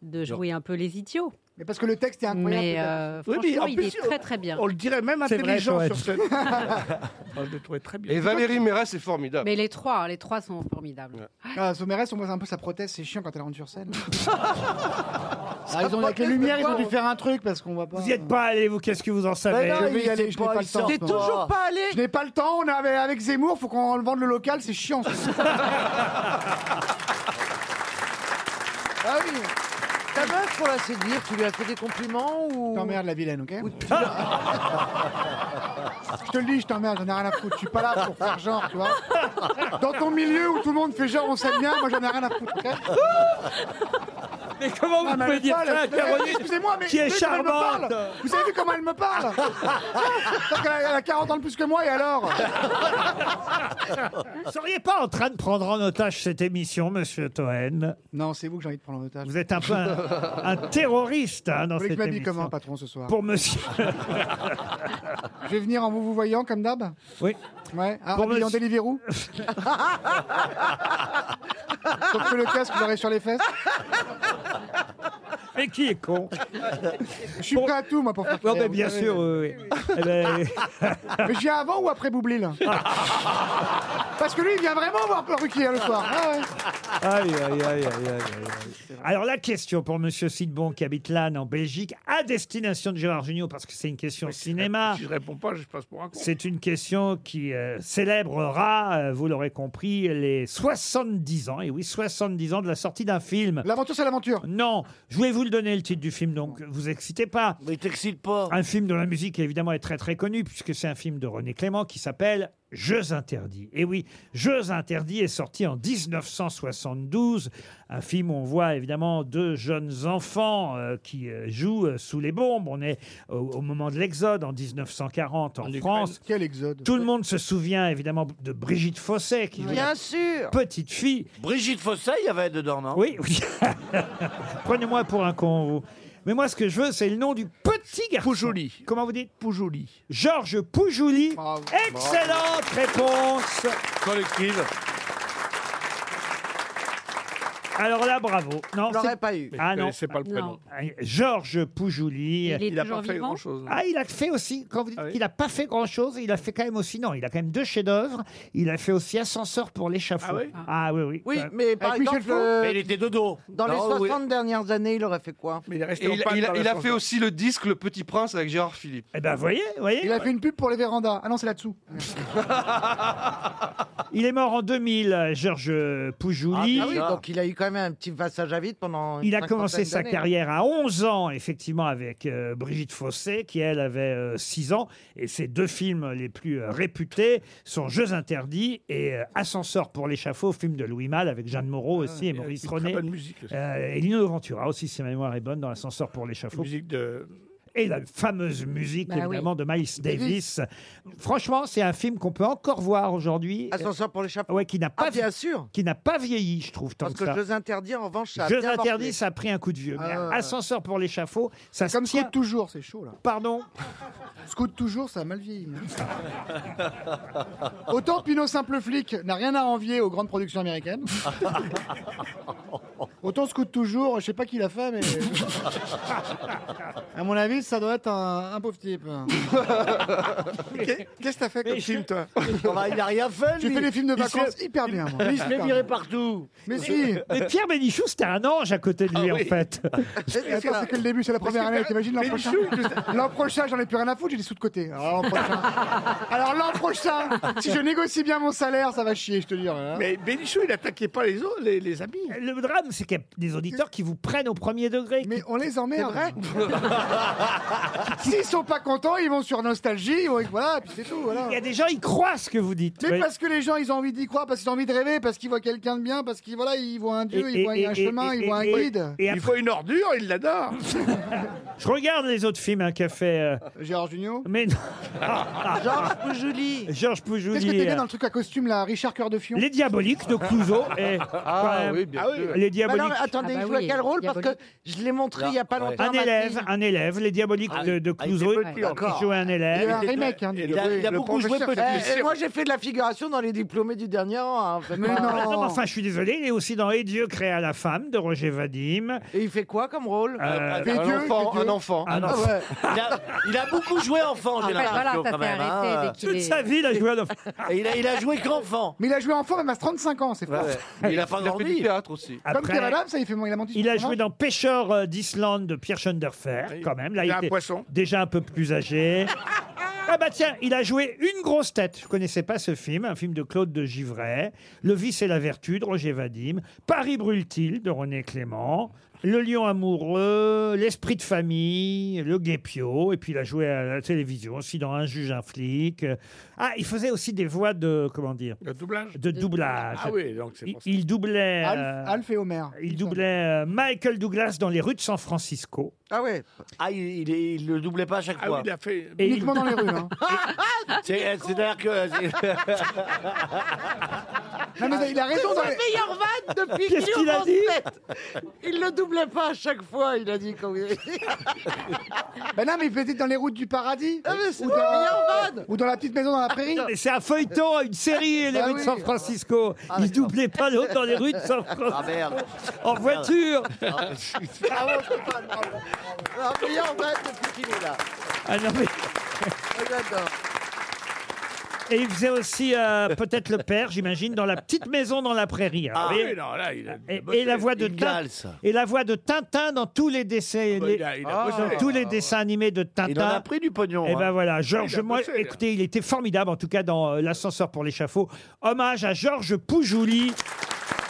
Speaker 5: de jouer un peu les idiots.
Speaker 6: Mais parce que le texte est incroyable.
Speaker 5: Mais
Speaker 6: peut-être.
Speaker 5: euh,
Speaker 4: Oui, mais
Speaker 5: franchement,
Speaker 4: en
Speaker 5: il
Speaker 4: plus,
Speaker 5: est très très bien.
Speaker 4: On le dirait même
Speaker 6: Ah,
Speaker 2: C'est vrai,
Speaker 4: intelligent
Speaker 2: poète.
Speaker 4: sur scène. Oh, je le trouvais très bien.
Speaker 8: Et Valérie Mérès est formidable.
Speaker 5: Mais les trois, les trois sont formidables.
Speaker 6: Ah, Sommeres, on voit un peu sa prothèse, c'est chiant quand elle rentre sur scène. Ah, ils ont, avec les lumières, ils ont dû faire un truc parce qu'on voit pas. Ben
Speaker 2: Vous n'y êtes pas allé, vous, qu'est-ce que vous en savez
Speaker 6: non,
Speaker 2: Je-
Speaker 6: il vais y aller, je n'ai pas le temps.
Speaker 7: T'es
Speaker 6: T'es
Speaker 7: toujours pas allé
Speaker 6: Je n'ai pas le temps, on avait avec Zemmour, faut qu'on vende le local, c'est chiant. ça. ah oui. T'as
Speaker 7: la meuf pour la séduire Tu lui as fait des compliments ou
Speaker 6: T'emmerdes la vilaine, ok Je te le dis, je t'emmerde, j'en ai rien à foutre. Je suis pas là pour faire genre, tu vois. Dans ton milieu où tout le monde fait genre, on s'aime bien, moi j'en ai rien à foutre, ok Ah,
Speaker 11: Mais comment vous pouvez dire ça à Caroline
Speaker 6: Excusez-moi, mais
Speaker 11: qui est
Speaker 6: vous savez comment elle me
Speaker 11: charmante
Speaker 6: parle Vous avez vu comment elle me parle Parce qu'elle a- Elle a 40 ans de plus que moi, et alors
Speaker 2: Vous seriez pas en train de prendre en otage cette émission, monsieur Toen
Speaker 6: Non, c'est vous que j'ai envie de prendre en otage.
Speaker 2: Vous êtes un peu un, un terroriste hein, dans
Speaker 6: Vous voulez que
Speaker 2: cette
Speaker 6: je m'habille
Speaker 2: émission.
Speaker 6: comment, patron, ce soir
Speaker 2: Pour monsieur.
Speaker 6: Je vais venir en vous vous voyant, comme d'hab
Speaker 2: Oui.
Speaker 6: Ouais, un
Speaker 2: Pour
Speaker 6: habillé en
Speaker 2: monsieur-
Speaker 6: Deliveroo Sauf que le casque, vous l'aurez sur les fesses.
Speaker 2: Mais qui est con
Speaker 6: Je suis prêt à tout, moi, pour faire
Speaker 2: Non,
Speaker 6: clair,
Speaker 2: mais
Speaker 6: vous
Speaker 2: bien
Speaker 6: savez.
Speaker 2: sûr, oui, oui. Eh ben,
Speaker 6: Mais je viens avant ou après Boublil Parce que lui, il vient vraiment voir Ruquier hein, le soir. Ah ouais.
Speaker 2: Aïe, aïe, aïe, aïe, aïe, aïe. Alors la question pour Monsieur Sidbon qui habite Lannes en Belgique, à destination de Gérard Jugnot, parce que c'est une question cinéma.
Speaker 4: Si je réponds pas, je passe pour un con.
Speaker 2: C'est une question qui euh, célébrera, euh, vous l'aurez compris, les 70 ans, et oui, 70 ans de la sortie d'un film.
Speaker 6: L'aventure, c'est l'aventure.
Speaker 2: Non, je voulais vous le donner le titre du film, donc vous excitez pas.
Speaker 3: Mais t'excite pas.
Speaker 2: Un film dont la musique évidemment est très très connue, puisque c'est un film de René Clément qui s'appelle Jeux interdits. Et oui, Jeux interdits est sorti en 1972, un film où on voit évidemment deux jeunes enfants euh, qui euh, jouent euh, sous les bombes. On est au, au moment de l'exode en 1940 en,
Speaker 4: Ukraine.
Speaker 2: France.
Speaker 6: Quel exode.
Speaker 2: Tout le monde se souvient évidemment de Brigitte Fosset qui joue la
Speaker 7: Bien sûr
Speaker 2: petite fille.
Speaker 3: Brigitte Fossé, il y avait dedans, non
Speaker 2: Oui, oui. Prenez-moi pour un con, vous. Mais moi, ce que je veux, c'est le nom du petit garçon.
Speaker 4: Poujouli.
Speaker 2: Comment vous dites
Speaker 4: Poujouli.
Speaker 2: Georges Poujouli.
Speaker 6: Bravo.
Speaker 2: Excellente réponse.
Speaker 4: Collective.
Speaker 2: Alors là, bravo. Non,
Speaker 7: Je
Speaker 2: c'est-
Speaker 7: l'aurais pas eu.
Speaker 2: Ah non. Ah,
Speaker 4: C'est pas le prénom.
Speaker 5: Non.
Speaker 2: Georges Poujouli.
Speaker 5: Il est
Speaker 4: Il a
Speaker 5: toujours
Speaker 4: pas fait
Speaker 5: vivant.
Speaker 4: grand chose.
Speaker 2: Ah, il a fait aussi, quand vous dites
Speaker 4: Ah oui.
Speaker 2: qu'il n'a pas fait grand-chose, il a fait quand même aussi, non, il a quand même deux chefs-d'œuvre. Il a fait aussi Ascenseur pour l'échafaud.
Speaker 4: Ah oui
Speaker 2: ah oui, oui.
Speaker 7: Oui,
Speaker 2: Euh,
Speaker 7: mais par
Speaker 6: Avec Michel
Speaker 7: exemple, euh,
Speaker 3: Mais il était dodo.
Speaker 7: dans les
Speaker 3: Non, oui.
Speaker 7: 60 dernières années, il aurait fait quoi
Speaker 4: Mais il est resté
Speaker 8: Et
Speaker 4: en
Speaker 8: il,
Speaker 4: panne
Speaker 8: il
Speaker 4: dans
Speaker 8: a,
Speaker 4: la
Speaker 8: il a
Speaker 4: chanson.
Speaker 8: fait aussi le disque Le Petit Prince avec Gérard Philippe.
Speaker 2: Eh ben, voyez, voyez.
Speaker 6: Il a fait une pub pour les vérandas. Ah non, c'est là-dessous.
Speaker 2: Il est mort en 2000, euh, Georges Poujouli.
Speaker 7: Ah oui, donc il a eu quand même un petit passage à vide pendant. une
Speaker 2: Il a
Speaker 7: cinquantaine
Speaker 2: commencé sa
Speaker 7: d'années. hein.
Speaker 2: carrière à 11 ans, effectivement, avec euh, Brigitte Fossé, qui elle avait euh, 6 ans. Et ses deux films les plus euh, réputés sont Jeux interdits et euh, Ascenseur pour l'échafaud, film de Louis Malle avec Jeanne Moreau aussi et
Speaker 4: Il a
Speaker 2: Maurice
Speaker 4: Ah, une
Speaker 2: René.
Speaker 4: Très bonne musique. aussi.
Speaker 2: Euh, et Lino Ventura aussi, si ma mémoire est bonne, dans Ascenseur pour
Speaker 4: Une
Speaker 2: l'échafaud.
Speaker 4: musique de.
Speaker 2: Et la fameuse musique,
Speaker 5: Bah oui.
Speaker 2: évidemment, de Miles Davis. Franchement, c'est un film qu'on peut encore voir aujourd'hui.
Speaker 7: Ascenseur pour les
Speaker 2: Euh,
Speaker 7: chapeaux.
Speaker 2: ouais, qui n'a pas,
Speaker 7: Ah, bien sûr
Speaker 2: qui n'a pas vieilli, je trouve, tant
Speaker 7: Parce que
Speaker 2: ça.
Speaker 7: Jeux interdits, en revanche, ça a
Speaker 2: Jeux
Speaker 7: bien morflé.
Speaker 2: interdits, ça a pris un coup de vieux. Mais
Speaker 6: Ah.
Speaker 2: Ascenseur pour l'échafaud, ça se
Speaker 6: Comme
Speaker 2: tient
Speaker 6: Scout toujours, c'est chaud là.
Speaker 2: Pardon
Speaker 6: Scout toujours, ça a mal vieilli. Autant Pinot Simple Flic n'a rien à envier aux grandes productions américaines. Autant Scout toujours, je sais pas qui l'a fait, mais. à mon avis, ça doit être un, un pauvre type.
Speaker 4: Qu'est-ce que t'as fait comme film, toi
Speaker 3: Ah bah, il n'a rien fait,
Speaker 6: J'ai
Speaker 3: lui.
Speaker 6: fait des films de
Speaker 3: Il se-
Speaker 6: vacances hyper bien, moi. hein.
Speaker 3: Il se fait virer partout.
Speaker 5: Ah,
Speaker 6: Mais si
Speaker 2: Mais Pierre Bénichou, c'était un ange à côté de lui, en fait.
Speaker 6: Et Attends, c'est que le début, c'est la première année. T'imagines l'an prochain L'an prochain, j'en ai plus rien à foutre, j'ai des sous de côté. Alors l'an prochain, Alors, l'an prochain, si je négocie bien mon salaire, ça va chier, je te dis. hein.
Speaker 4: Mais Bénichou, il attaquait pas les autres, les, les amis.
Speaker 2: Euh, Le drame, c'est qu'il y a des auditeurs qui vous prennent au premier degré.
Speaker 6: Mais on les emmerde. hein. S'ils sont pas contents, ils vont sur Nostalgie, ils vont- voilà, puis c'est tout, voilà.
Speaker 2: Il y a des gens, ils croient ce que vous dites.
Speaker 6: Mais
Speaker 2: Oui.
Speaker 6: parce que les gens, ils ont envie d'y croire, parce qu'ils ont envie de rêver, parce qu'ils voient quelqu'un de bien, parce qu'ils voilà, ils voient un dieu,
Speaker 2: Et-
Speaker 6: ils voient
Speaker 2: et-
Speaker 6: un
Speaker 2: et-
Speaker 6: chemin,
Speaker 2: et-
Speaker 6: ils voient un
Speaker 2: et-
Speaker 6: guide.
Speaker 2: Et
Speaker 4: Il
Speaker 2: après,
Speaker 4: faut une ordure, il l'adore.
Speaker 2: je regarde les autres films hein, qu'a fait. euh,
Speaker 6: Gérard Junior.
Speaker 2: mais non,
Speaker 7: Georges Poujouli
Speaker 2: Georges Poujouli.
Speaker 6: Qu'est-ce que t'es bien
Speaker 2: euh,
Speaker 6: dans le truc à costume là, Richard Cœur de Fion
Speaker 2: Les Diaboliques de Clouseau. Et, quand
Speaker 8: Ah
Speaker 2: même,
Speaker 8: oui, bien
Speaker 4: Ah oui.
Speaker 8: sûr.
Speaker 2: Les
Speaker 7: Mais
Speaker 2: Diaboliques.
Speaker 7: alors, attendez,
Speaker 5: Ah bah
Speaker 7: il joue à
Speaker 5: oui,
Speaker 7: quel rôle Parce que je l'ai montré
Speaker 3: Là,
Speaker 7: il n'y a pas
Speaker 3: ouais.
Speaker 7: longtemps.
Speaker 2: un
Speaker 7: ma
Speaker 2: élève,
Speaker 7: fille.
Speaker 2: un élève, les diaboliques
Speaker 3: Ah,
Speaker 2: de, de
Speaker 4: Ah, il était
Speaker 2: Clouseau.
Speaker 4: peu plus
Speaker 2: il
Speaker 4: encore.
Speaker 2: jouait un
Speaker 6: Il y a eu
Speaker 2: élève.
Speaker 6: un remake. Hein,
Speaker 4: Et
Speaker 3: Il a,
Speaker 4: le-
Speaker 3: il a
Speaker 4: le
Speaker 3: beaucoup joué
Speaker 4: professeur,
Speaker 3: peut
Speaker 7: Eh, eh, moi, j'ai fait de la figuration dans les diplômés du dernier an. hein, faites
Speaker 6: Mais
Speaker 7: pas-
Speaker 6: non.
Speaker 2: Ah non, mais enfin, je suis désolé, il est aussi dans Et Dieu créa la femme de Roger Vadim.
Speaker 7: Et il fait quoi comme rôle
Speaker 2: Euh,
Speaker 6: Fais Dieu,
Speaker 8: un, enfant,
Speaker 6: fais Dieu.
Speaker 8: un enfant.
Speaker 2: ah non,
Speaker 6: Ah ouais.
Speaker 3: Il a, il a beaucoup joué enfant,
Speaker 5: En fait,
Speaker 3: j'ai
Speaker 5: voilà,
Speaker 3: l'impression,
Speaker 5: ça
Speaker 3: quand
Speaker 5: s'est
Speaker 3: même. hein.
Speaker 5: arrêté dès qu'il
Speaker 2: Toute
Speaker 5: est...
Speaker 2: sa vie, il a joué à l'enfant.
Speaker 3: Et il, a, il a joué qu'enfant.
Speaker 6: Mais il a joué enfant même à 35 ans, c'est fort.
Speaker 3: Il, a pas
Speaker 8: Il a fait du
Speaker 3: grandi.
Speaker 8: théâtre aussi.
Speaker 6: Comme Kevalab, ça, il fait il a menti. sur
Speaker 2: Il a
Speaker 6: son
Speaker 2: joué
Speaker 6: âge.
Speaker 2: dans Pêcheur euh, d'Islande de Pierre Schoenderfer,
Speaker 4: Oui.
Speaker 2: quand même. Là,
Speaker 4: Il
Speaker 2: il
Speaker 4: y a un
Speaker 2: était
Speaker 4: poisson.
Speaker 2: déjà un peu plus âgé. Ah bah tiens, il a joué Une grosse tête. Je connaissais pas ce film, un film de Claude de Givray. Le vice et la vertu de Roger Vadim. Paris brûle-t-il de René Clément. Le Lion amoureux, L'Esprit de famille, Le Guépio, et puis il a joué à la télévision aussi dans Un juge, un flic. Ah, il faisait aussi des voix de, comment dire
Speaker 4: Le doublage
Speaker 2: De doublage.
Speaker 4: Ah oui, donc c'est
Speaker 2: Il,
Speaker 4: pour ça.
Speaker 2: il doublait, euh,
Speaker 6: Alf, Alf et Homer.
Speaker 2: il doublait euh, Michael Douglas dans Les rues de San Francisco.
Speaker 3: Ah ouais Ah, il, il, il le doublait pas à chaque
Speaker 4: Ah
Speaker 3: fois.
Speaker 4: oui, il a fait.
Speaker 2: Et Uniquement il- dans les rues,
Speaker 6: hein.
Speaker 3: C'est- euh, C'est-à-dire que.
Speaker 6: Non, mais il a raison.
Speaker 7: C'est
Speaker 6: dans
Speaker 7: sa
Speaker 6: les-
Speaker 7: meilleure vanne depuis
Speaker 6: Qu'est-ce
Speaker 7: qu'il
Speaker 6: qu'il a
Speaker 7: a
Speaker 6: dit
Speaker 7: Il le doublait pas à chaque fois, il a dit. Quand...
Speaker 6: Ben non, mais il faisait dans les routes du paradis.
Speaker 3: Ah,
Speaker 7: c'est la meilleure vanne.
Speaker 6: Ou dans la petite maison dans la prairie.
Speaker 2: Mais c'est un feuilleton, une série, Les
Speaker 6: Bah
Speaker 2: rues de
Speaker 6: oui.
Speaker 2: San Francisco. il doublait pas Ah, l'autre dans Les rues de San Francisco.
Speaker 3: Ah merde
Speaker 2: En voiture
Speaker 4: Ah,
Speaker 7: Bravo, Stéphane, bravo, bravo. La meilleure vanne depuis qu'il est là.
Speaker 2: Ah non, mais-
Speaker 7: J'adore.
Speaker 2: Et il faisait aussi euh, peut-être le père, j'imagine, dans la petite maison dans la prairie.
Speaker 4: Ah
Speaker 2: Alors, et-
Speaker 4: oui, non, là, il a. il a
Speaker 2: et,
Speaker 4: bossé.
Speaker 2: et la voix de
Speaker 4: Il
Speaker 2: Tin-
Speaker 4: gale, ça.
Speaker 2: et la voix de Tintin dans tous les dessins,
Speaker 4: bah,
Speaker 2: les-
Speaker 4: il a- il a
Speaker 2: dans
Speaker 4: bossé.
Speaker 2: tous les dessins animés de Tintin.
Speaker 3: Il en a pris du pognon.
Speaker 2: Et ben
Speaker 3: hein.
Speaker 2: voilà,
Speaker 3: Il
Speaker 2: Georges,
Speaker 3: a
Speaker 2: moi,
Speaker 3: bossé, là.
Speaker 2: écoutez, il était formidable, en tout cas dans euh, L'ascenseur pour l'échafaud. Hommage à Georges Poujouli,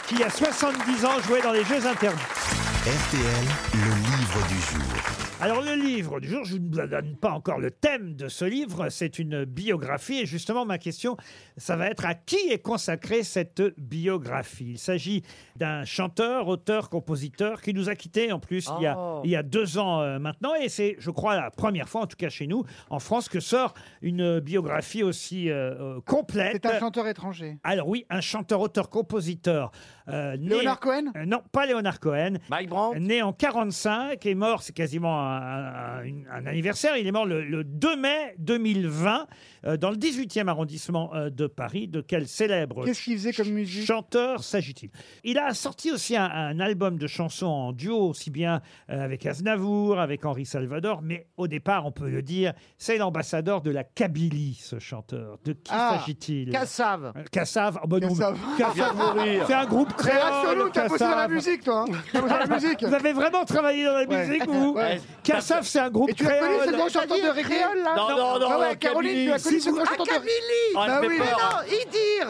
Speaker 2: qui à 70 ans jouait dans les Jeux interdits.
Speaker 1: RTL, le livre du jour.
Speaker 2: Alors le livre du jour, je ne vous donne pas encore le thème de ce livre, c'est une biographie et justement ma question, ça va être à qui est consacrée cette biographie Il s'agit d'un chanteur, auteur, compositeur qui nous a quittés en plus il, y a,
Speaker 12: Oh.
Speaker 2: il y a deux ans euh, maintenant et c'est je crois la première fois en tout cas chez nous en France que sort une biographie aussi euh, euh, complète.
Speaker 6: C'est un chanteur étranger.
Speaker 2: Alors oui, un chanteur, auteur, compositeur. euh, né-
Speaker 6: Leonard Cohen
Speaker 2: Euh, Non, pas Léonard Cohen. Mike Brandt Né en 45 et mort, c'est quasiment un, un- un- un anniversaire, il est mort le, le 2 mai 2020 euh, dans le 18e arrondissement euh, de Paris. De quel célèbre
Speaker 6: Qu'est-ce qu'il faisait comme musique
Speaker 2: chanteur s'agit-il Il a sorti aussi un, un album de chansons en duo, aussi bien euh, avec Aznavour, avec Henri Salvador, mais au départ, on peut le dire, c'est l'ambassadeur de la Kabylie, ce chanteur. De qui
Speaker 7: Ah,
Speaker 2: s'agit-il
Speaker 7: Cassave.
Speaker 2: Euh, Cassave, oh, bah non,
Speaker 6: Cassave.
Speaker 2: Cassave,
Speaker 6: Mourir.
Speaker 2: c'est un groupe
Speaker 6: C'est
Speaker 2: créole,
Speaker 6: Rassolo, t'as bossé dans la
Speaker 2: Cassave.
Speaker 6: musique, toi. hein. T'as bossé dans la musique.
Speaker 2: Vous avez vraiment travaillé dans la
Speaker 6: Ouais.
Speaker 2: musique, vous
Speaker 6: Ouais.
Speaker 2: Cassave, c'est un groupe
Speaker 6: Et tu as connu ce
Speaker 2: créole.
Speaker 6: grand chanteur de récré là
Speaker 2: Non, non, non,
Speaker 6: Ah ouais,
Speaker 2: non,
Speaker 6: Caroline, tu
Speaker 2: Kabylie.
Speaker 6: as connu ce
Speaker 2: Si vous-
Speaker 6: grand
Speaker 2: Ah,
Speaker 6: chanteur de
Speaker 2: Kabylie
Speaker 6: Ah, elle fait peur,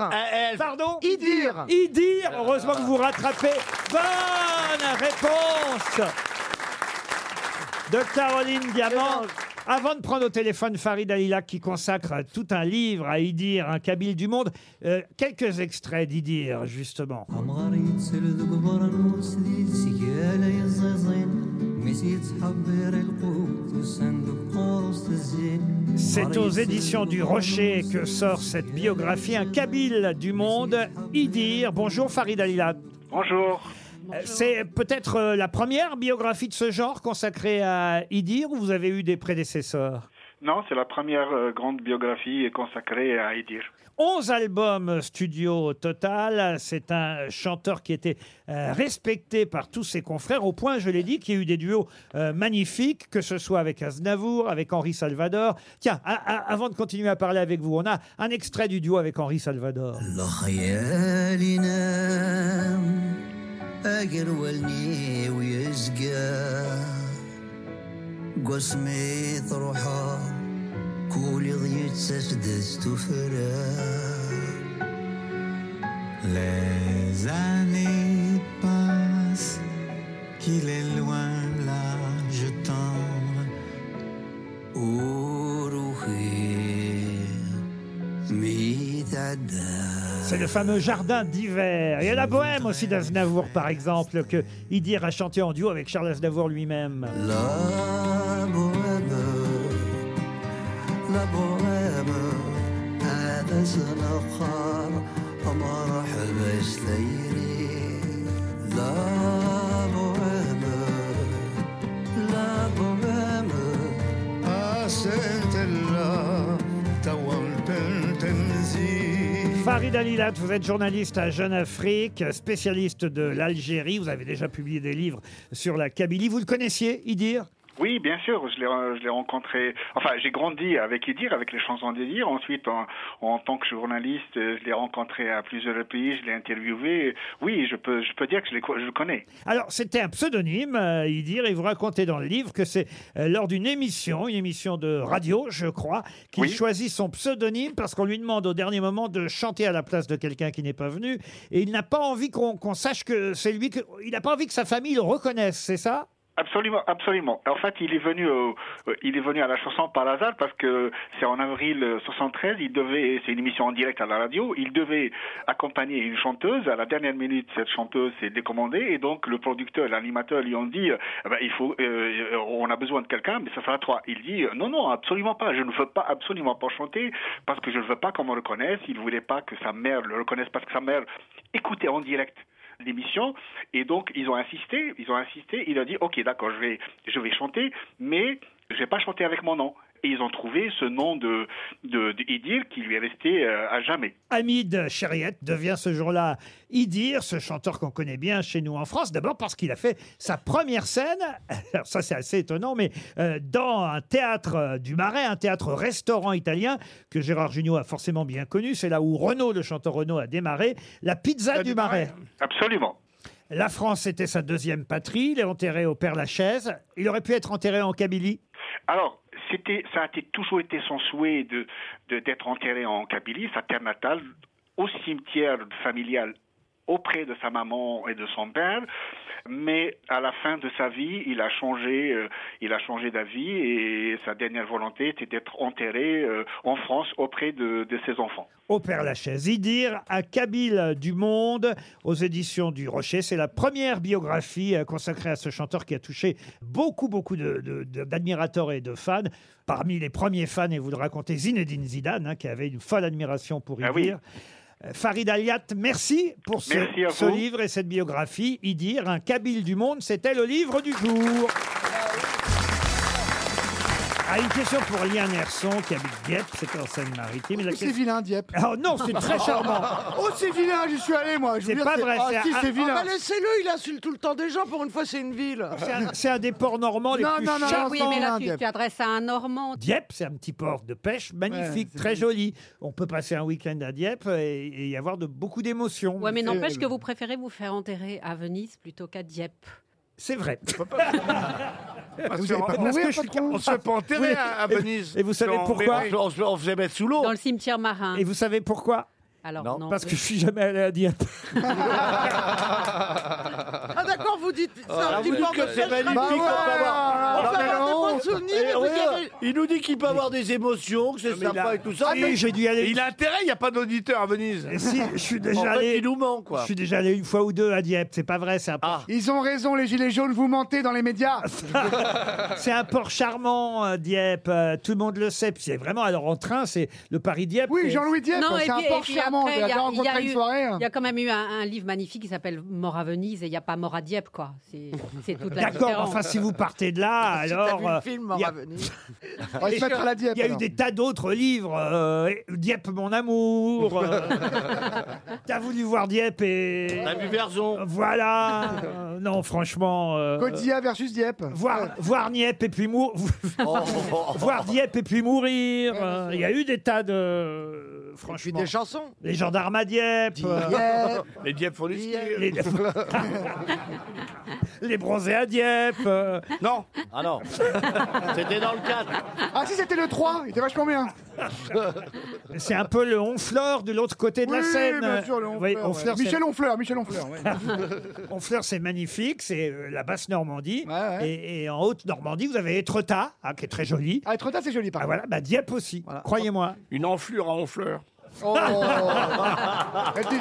Speaker 6: hein.
Speaker 7: Idir
Speaker 2: Pardon
Speaker 7: Idir
Speaker 2: Idir Heureusement que vous vous rattrapez. Bonne réponse de Caroline Diamant. Avant de prendre au téléphone Farid Alila qui consacre tout un livre à Idir, un kabyle du monde, euh, quelques extraits d'Idir justement.
Speaker 13: عمري تسلد قبر المسدي سيالة الزيزين مسيت حبير القوت والصندوق قارص الزين
Speaker 2: C'est aux éditions du Rocher que sort cette biographie, un kabyle du monde, Idir. Bonjour Farid Alila.
Speaker 14: Bonjour.
Speaker 2: Euh, C'est peut-être euh, la première biographie de ce genre consacrée à Idir ou vous avez eu des prédécesseurs
Speaker 14: Non, c'est la première euh, grande biographie consacrée à Idir.
Speaker 2: 11 albums studio au total. C'est un chanteur qui était euh, respecté par tous ses confrères, au point, je l'ai dit, qu'il y a eu des duos euh, magnifiques, que ce soit avec Aznavour, avec Henri Salvador. Tiens, a- a- avant de continuer à parler avec vous, on a un extrait du duo avec Henri Salvador.
Speaker 13: خيالي نام أجر والني ويزقى قسمي طروحة كولي ضيت سجدت تفرى
Speaker 15: Les années passent, qu'il est loin l'âge tendre.
Speaker 13: Oh, روحي ميتعدى
Speaker 2: C'est le fameux jardin d'hiver. Il y a la bohème aussi d'Aznavour, par exemple, que Idir a chanté en duo avec Charles Aznavour lui-même.
Speaker 13: La bohème, la bohème, هذا سنقار مرحبا سليري لا بوهام لا بوهام أسنت الله توم تنزيل
Speaker 2: Farid Alilat, vous êtes journaliste à Jeune Afrique, spécialiste de l'Algérie. Vous avez déjà publié des livres sur la Kabylie. Vous le connaissiez, Idir
Speaker 14: Oui, bien sûr, je l'ai, euh, je l'ai rencontré. Enfin, j'ai grandi avec Idir, avec les chansons d'Idir. Ensuite, en, en tant que journaliste, euh, je l'ai rencontré à plusieurs reprises, je l'ai interviewé. Oui, je peux, je peux dire que je, l'ai co- je le connais.
Speaker 2: Alors, c'était un pseudonyme, euh, Idir, et vous racontez dans le livre que c'est euh, lors d'une émission, une émission de radio, je crois, qu'il choisit son pseudonyme parce qu'on lui demande au dernier moment de chanter à la place de quelqu'un qui n'est pas venu, et il n'a pas envie qu'on qu'on sache que c'est lui, que, il n'a pas envie que sa famille le reconnaisse, c'est ça
Speaker 14: Absolument, absolument. En fait, il est venu, au- euh, il est venu à la chanson par hasard parce que c'est en avril euh, 73. Il devait, c'est une émission en direct à la radio. Il devait accompagner une chanteuse. À la dernière minute, cette chanteuse s'est décommandée et donc le producteur, l'animateur lui ont dit, euh, Eh ben, il faut, euh, on a besoin de quelqu'un, mais ça sera toi. Il dit, euh, non, non, absolument pas. Je ne veux pas, absolument pas chanter parce que je ne veux pas qu'on me reconnaisse. Il voulait pas que sa mère le reconnaisse parce que sa mère écoutait en direct l'émission et donc ils ont insisté ils ont insisté il a dit ok d'accord je vais je vais chanter mais je vais pas chanter avec mon nom et ils ont trouvé ce nom de de, de Idir qui lui est resté euh, à jamais
Speaker 2: Hamid Chériette devient ce jour-là Idir, ce chanteur qu'on connaît bien chez nous en France, d'abord parce qu'il a fait sa première scène, alors ça c'est assez étonnant, mais euh, dans un théâtre euh, du Marais, un théâtre-restaurant italien que Gérard Jugnot a forcément bien connu, c'est là où Renaud, le chanteur Renaud, a démarré, la pizza du Marais.
Speaker 14: absolument
Speaker 2: La France était sa deuxième patrie, il est enterré au Père Lachaise, il aurait pu être enterré en Kabylie.
Speaker 14: alors c'était ça a été, toujours été son souhait de de- d'être enterré en Kabylie sa terre natale au cimetière familial auprès de sa maman et de son père, mais à la fin de sa vie, il a changé, euh, il a changé d'avis et sa dernière volonté était d'être enterré euh, en France auprès de, de ses enfants.
Speaker 2: au Père Lachaise. Idir à Kabyle du Monde aux éditions du Rocher. C'est la première biographie euh, consacrée à ce chanteur qui a touché beaucoup, beaucoup de- de- de- d'admirateurs et de fans. Parmi les premiers fans, et vous le racontez, Zinedine Zidane, hein, qui avait une folle admiration pour Idir.
Speaker 14: Ah oui.
Speaker 2: Euh, Farid Aliat, merci pour ce,
Speaker 14: Merci à
Speaker 2: ce
Speaker 14: vous.
Speaker 2: livre et cette biographie. Idir, un Kabyle du Monde, c'était le livre du jour. Ah, une question pour Liane Herson qui habite Dieppe, c'est en Seine-Maritime. Et la
Speaker 6: C'est
Speaker 2: question-
Speaker 6: vilain, Dieppe.
Speaker 2: Ah non, c'est très charmant.
Speaker 6: Oh, c'est vilain, j'y suis allé, moi. je vous
Speaker 2: C'est
Speaker 6: jure,
Speaker 2: pas vrai,
Speaker 6: Ah,
Speaker 2: c'est
Speaker 6: si,
Speaker 2: un-
Speaker 6: c'est vilain.
Speaker 7: Ah bah laissez-le, il insulte tout le temps des gens. Pour une fois, c'est une ville.
Speaker 2: C'est un- C'est un, des ports normands les
Speaker 4: Ah,
Speaker 6: Non,
Speaker 2: plus
Speaker 6: non, non, non,
Speaker 2: charmants.
Speaker 5: Oui, mais là, tu, tu adresses à un Normand.
Speaker 2: Dieppe, c'est un petit port de pêche magnifique,
Speaker 5: Ouais,
Speaker 2: très joli. On peut passer un week-end à Dieppe et, et y avoir de beaucoup d'émotions.
Speaker 5: Ouais, mais n'empêche que vous préférez vous faire enterrer à Venise plutôt qu'à Dieppe.
Speaker 2: C'est vrai.
Speaker 4: Eh, Parce
Speaker 2: Vous
Speaker 4: que
Speaker 2: avez pas de
Speaker 4: on-
Speaker 2: mourir,
Speaker 4: parce que je suis-
Speaker 2: patron
Speaker 4: on se fait pas enterrer
Speaker 2: Oui.
Speaker 4: à, à
Speaker 2: Et vous-
Speaker 4: Venise.
Speaker 2: et vous savez
Speaker 4: Non,
Speaker 2: pourquoi
Speaker 4: mais-
Speaker 3: on, se, on se les met sous l'eau.
Speaker 5: Dans le cimetière marin.
Speaker 2: Et vous savez pourquoi
Speaker 5: Alors, non.
Speaker 2: Parce que je suis jamais allé à Dieppe.
Speaker 7: Ah d'accord, vous dites. C'est
Speaker 3: Ah,
Speaker 7: un petit
Speaker 3: vous dites
Speaker 7: port
Speaker 3: que
Speaker 7: de
Speaker 3: c'est
Speaker 7: pêche
Speaker 3: magnifique, on peut avoir-
Speaker 7: On
Speaker 3: Ah,
Speaker 7: peut
Speaker 3: mais non.
Speaker 7: avoir des bons souvenirs.
Speaker 3: Et
Speaker 7: et vous
Speaker 3: regarde,
Speaker 7: avez-
Speaker 3: Il nous dit qu'il peut avoir des émotions, que c'est sympa et tout
Speaker 4: Ah,
Speaker 3: ça.
Speaker 2: Si, j'ai dû y aller.
Speaker 4: Il a intérêt, il n'y a pas d'auditeur à Venise.
Speaker 2: Et si, je suis déjà
Speaker 3: En fait,
Speaker 2: allé.
Speaker 3: il nous ment, quoi.
Speaker 2: Je suis déjà allé une fois ou deux à Dieppe. C'est pas vrai, c'est un port.
Speaker 6: Ils ont raison, les gilets jaunes, vous mentez dans les médias.
Speaker 3: Ah.
Speaker 2: C'est un port charmant, euh, Dieppe. Euh, Tout le monde le sait. Puis c'est vraiment. Alors en train, c'est le Paris-Dieppe.
Speaker 6: Oui,
Speaker 2: Et-
Speaker 6: Jean-Louis Dieppe,
Speaker 5: Non, et
Speaker 6: c'est un
Speaker 5: puis- et
Speaker 6: port
Speaker 5: puis
Speaker 6: charmant.
Speaker 5: après,
Speaker 6: Il
Speaker 5: il y a-
Speaker 6: a
Speaker 5: il y a
Speaker 6: rencontré une
Speaker 5: eu-
Speaker 6: soirée. hein.
Speaker 5: Il y a quand même eu un, un livre magnifique qui s'appelle Mort à Venise et il n'y a pas Mort à Dieppe, quoi. C'est c'est toute la différence.
Speaker 2: D'accord, enfin, si vous partez de là,
Speaker 7: Si t'as
Speaker 2: alors.
Speaker 7: vu
Speaker 2: euh,
Speaker 7: le film, on
Speaker 2: y a-
Speaker 7: va venir.
Speaker 6: On va se mettre à la Dieppe.
Speaker 2: Il y a eu
Speaker 6: alors.
Speaker 2: des tas d'autres livres. euh, Dieppe, mon amour. euh, T'as voulu voir Dieppe et.
Speaker 3: T'as vu Verzon
Speaker 2: Voilà. Euh, non, franchement. euh,
Speaker 6: Godzilla versus Dieppe.
Speaker 2: Voir, voir Dieppe et puis mourir.
Speaker 3: Oh.
Speaker 2: voir Dieppe et puis mourir. euh, Il y a eu des tas de.
Speaker 7: Et puis
Speaker 2: Franchement.
Speaker 7: des chansons.
Speaker 2: Les gendarmes à Dieppe. euh,
Speaker 6: Dieppe.
Speaker 4: Les diables font du ski.
Speaker 2: les... les bronzés à Dieppe. euh,
Speaker 4: Non,
Speaker 3: Ah non, c'était dans le cadre.
Speaker 6: Ah si, c'était le 3, il était vachement bien.
Speaker 2: C'est un peu le Honfleur de l'autre côté de la
Speaker 6: oui,
Speaker 2: Seine.
Speaker 6: bien sûr, le
Speaker 2: Vous voyez,
Speaker 6: Honfleur, ouais.
Speaker 2: Honfleur, c'est-
Speaker 6: Michel Honfleur, Michel Honfleur. ouais.
Speaker 2: Honfleur, c'est magnifique, c'est euh, la basse Normandie.
Speaker 6: Ouais, ouais.
Speaker 2: Et, et en haute Normandie, vous avez Etretat, hein, qui est très joli.
Speaker 6: Ah, Etretat, c'est joli, par
Speaker 2: Ah voilà, bah, Dieppe aussi, croyez-moi.
Speaker 4: une enflure à enfleur.
Speaker 6: Oh Adil.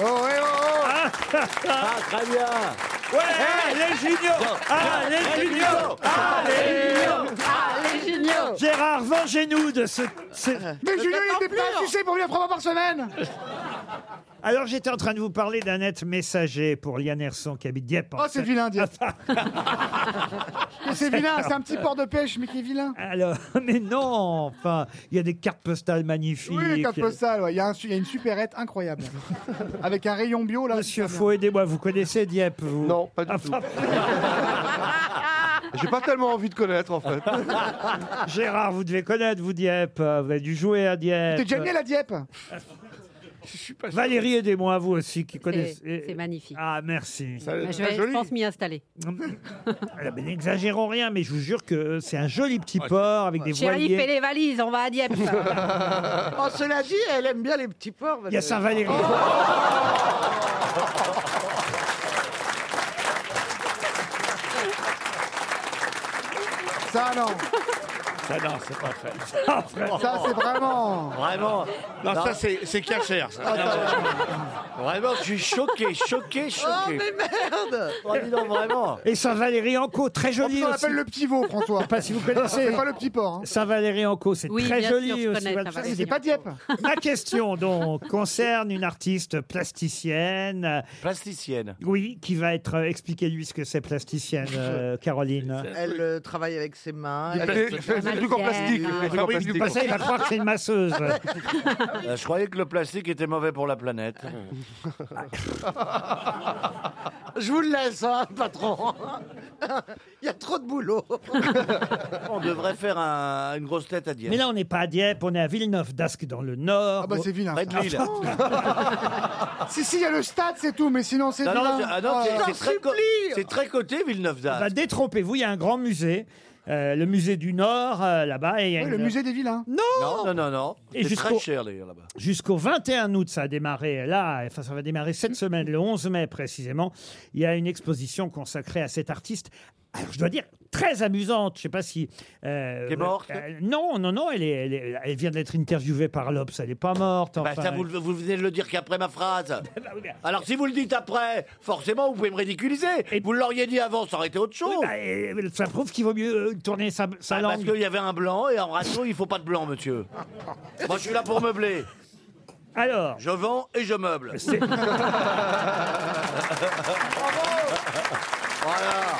Speaker 6: Oh, ouais, oh, oh.
Speaker 3: Ah, très bien.
Speaker 2: Ouais, les juniors Ah, les juniors Ah, les juniors
Speaker 5: Ah,
Speaker 7: Allez, Junior
Speaker 2: Gérard, vengez-nous de ce... ce-
Speaker 6: Mais Julien, il était
Speaker 7: t'attends
Speaker 6: pas
Speaker 7: plus.
Speaker 6: sucé pour venir trois fois par semaine
Speaker 2: Ah, Alors, j'étais en train de vous parler d'un net messager pour Liane Herson, qui habite Dieppe. en Ah,
Speaker 6: Oh, c'est
Speaker 2: Seine.
Speaker 6: vilain, Dieppe. Mais c'est vilain, c'est un petit port de pêche, mais qui est vilain.
Speaker 2: Alors, mais non, enfin, il y a des cartes postales magnifiques.
Speaker 6: Oui, carte postale, ouais. il y, a un su- il y a une supérette incroyable. Avec un rayon bio, là.
Speaker 2: Ah, Monsieur, faut aider moi. Vous connaissez Dieppe, vous
Speaker 8: Non, pas du tout. J'ai pas tellement envie de connaître en fait.
Speaker 2: Gérard, vous devez connaître, vous, Dieppe. Vous avez dû jouer à Dieppe.
Speaker 6: T'es déjà né la Dieppe
Speaker 2: Valérie, aidez-moi, vous aussi, qui
Speaker 5: C'est
Speaker 2: connaissez.
Speaker 5: c'est magnifique.
Speaker 2: Ah, merci.
Speaker 5: Mais je vais, je pense, m'y installer.
Speaker 2: Ah, ben, N'exagérons rien, mais je vous jure que c'est un joli petit port avec des
Speaker 5: Chérie, fais
Speaker 2: voiliers.
Speaker 5: les valises, on va à Dieppe.
Speaker 7: Oh, cela dit, elle aime bien les petits porcs. Oh,
Speaker 2: Il y a Saint-Valéry.
Speaker 6: Ça, non.
Speaker 3: Ah
Speaker 4: Ça, non, c'est pas vrai.
Speaker 6: Ça, c'est vraiment.
Speaker 3: Vraiment. Ah,
Speaker 4: Non, ça, c'est c'est cachère, ça.
Speaker 2: Ah,
Speaker 3: Vraiment, je suis choqué, choqué, choqué.
Speaker 7: merde
Speaker 3: Oh, dis donc, vraiment.
Speaker 2: Et Saint-Valéry en Caux, très joli
Speaker 6: On
Speaker 2: aussi.
Speaker 6: l'appelle le petit veau, François.
Speaker 2: Je sais pas si vous connaissez.
Speaker 6: C'est pas le petit porc. hein.
Speaker 2: Saint-Valéry en Caux, c'est
Speaker 5: Oui,
Speaker 2: très
Speaker 5: bien
Speaker 2: joli
Speaker 5: sûr, je
Speaker 2: aussi.
Speaker 5: connais
Speaker 2: voilà.
Speaker 5: Saint-Valéry.
Speaker 6: C'est pas Dieppe.
Speaker 2: Ma question donc concerne une artiste plasticienne, euh,
Speaker 3: Plasticienne.
Speaker 2: oui, qui va être euh, expliquez-lui ce que c'est plasticienne, euh, Caroline.
Speaker 7: Elle euh, travaille avec ses mains.
Speaker 2: Ah,
Speaker 8: Elle
Speaker 7: Elle
Speaker 8: fait- fait- fait du truc en plastique. elle fait du truc en
Speaker 4: Fabrique
Speaker 8: plastique.
Speaker 4: du
Speaker 8: Ah,
Speaker 2: Bah, ça, il va croire que c'est une masseuse.
Speaker 7: Ah
Speaker 3: Euh, je croyais que le plastique était mauvais pour la planète.
Speaker 7: Je vous le laisse, hein, patron. Il y a trop de boulot.
Speaker 3: On devrait faire un- une grosse tête à Dieppe.
Speaker 2: Mais là, on n'est pas à Dieppe, on est à Villeneuve d'Ascq dans le Nord.
Speaker 6: Ah bah c'est vilain.
Speaker 3: Près de
Speaker 6: ça.
Speaker 3: Lille.
Speaker 6: Si, si, il y a le stade, c'est tout, mais sinon c'est
Speaker 3: Non, non,
Speaker 6: vilain.
Speaker 3: c'est- ah non,
Speaker 6: Ah,
Speaker 3: c'est-
Speaker 6: euh,
Speaker 3: c'est très, co-
Speaker 7: supplie.
Speaker 3: c'est très coté Villeneuve
Speaker 2: Bah,
Speaker 3: d'Ascq.
Speaker 2: détrompez-vous, il y a un grand musée, euh, le musée du Nord euh, là-bas, et il y a
Speaker 6: oui, le
Speaker 2: une-
Speaker 6: musée des vilains.
Speaker 3: Non, non, non, non.
Speaker 2: Et
Speaker 3: C'est très
Speaker 2: jusqu'au-
Speaker 3: cher d'ailleurs là-bas.
Speaker 2: Jusqu'au 21 août, ça a démarré là, enfin ça va démarrer
Speaker 6: Mm.
Speaker 2: cette semaine, le 11 mai précisément. Il y a une exposition consacrée à cet artiste. Alors, je dois dire, très amusante. Je sais pas si. euh,
Speaker 3: Qui est morte
Speaker 2: euh, Non, non, non, elle, est- elle est- elle vient d'être interviewée par l'Obs, elle n'est pas morte.
Speaker 3: Bah,
Speaker 2: enfin,
Speaker 3: ça, vous, le- vous venez de le dire qu'après ma phrase.
Speaker 2: Bah, oui, bah,
Speaker 3: Alors si vous le dites après, forcément vous pouvez me ridiculiser. Et vous l'auriez dit avant, ça aurait été autre chose.
Speaker 2: oui, bah, euh, ça prouve qu'il vaut mieux euh, tourner sa, sa
Speaker 3: Ah, parce
Speaker 2: langue.
Speaker 3: qu'il y avait un blanc et en ratio, il faut pas de blanc, monsieur. Moi, je suis là pour meubler.
Speaker 2: Alors,
Speaker 3: Je vends et je meuble.
Speaker 2: c'est-
Speaker 3: Voilà.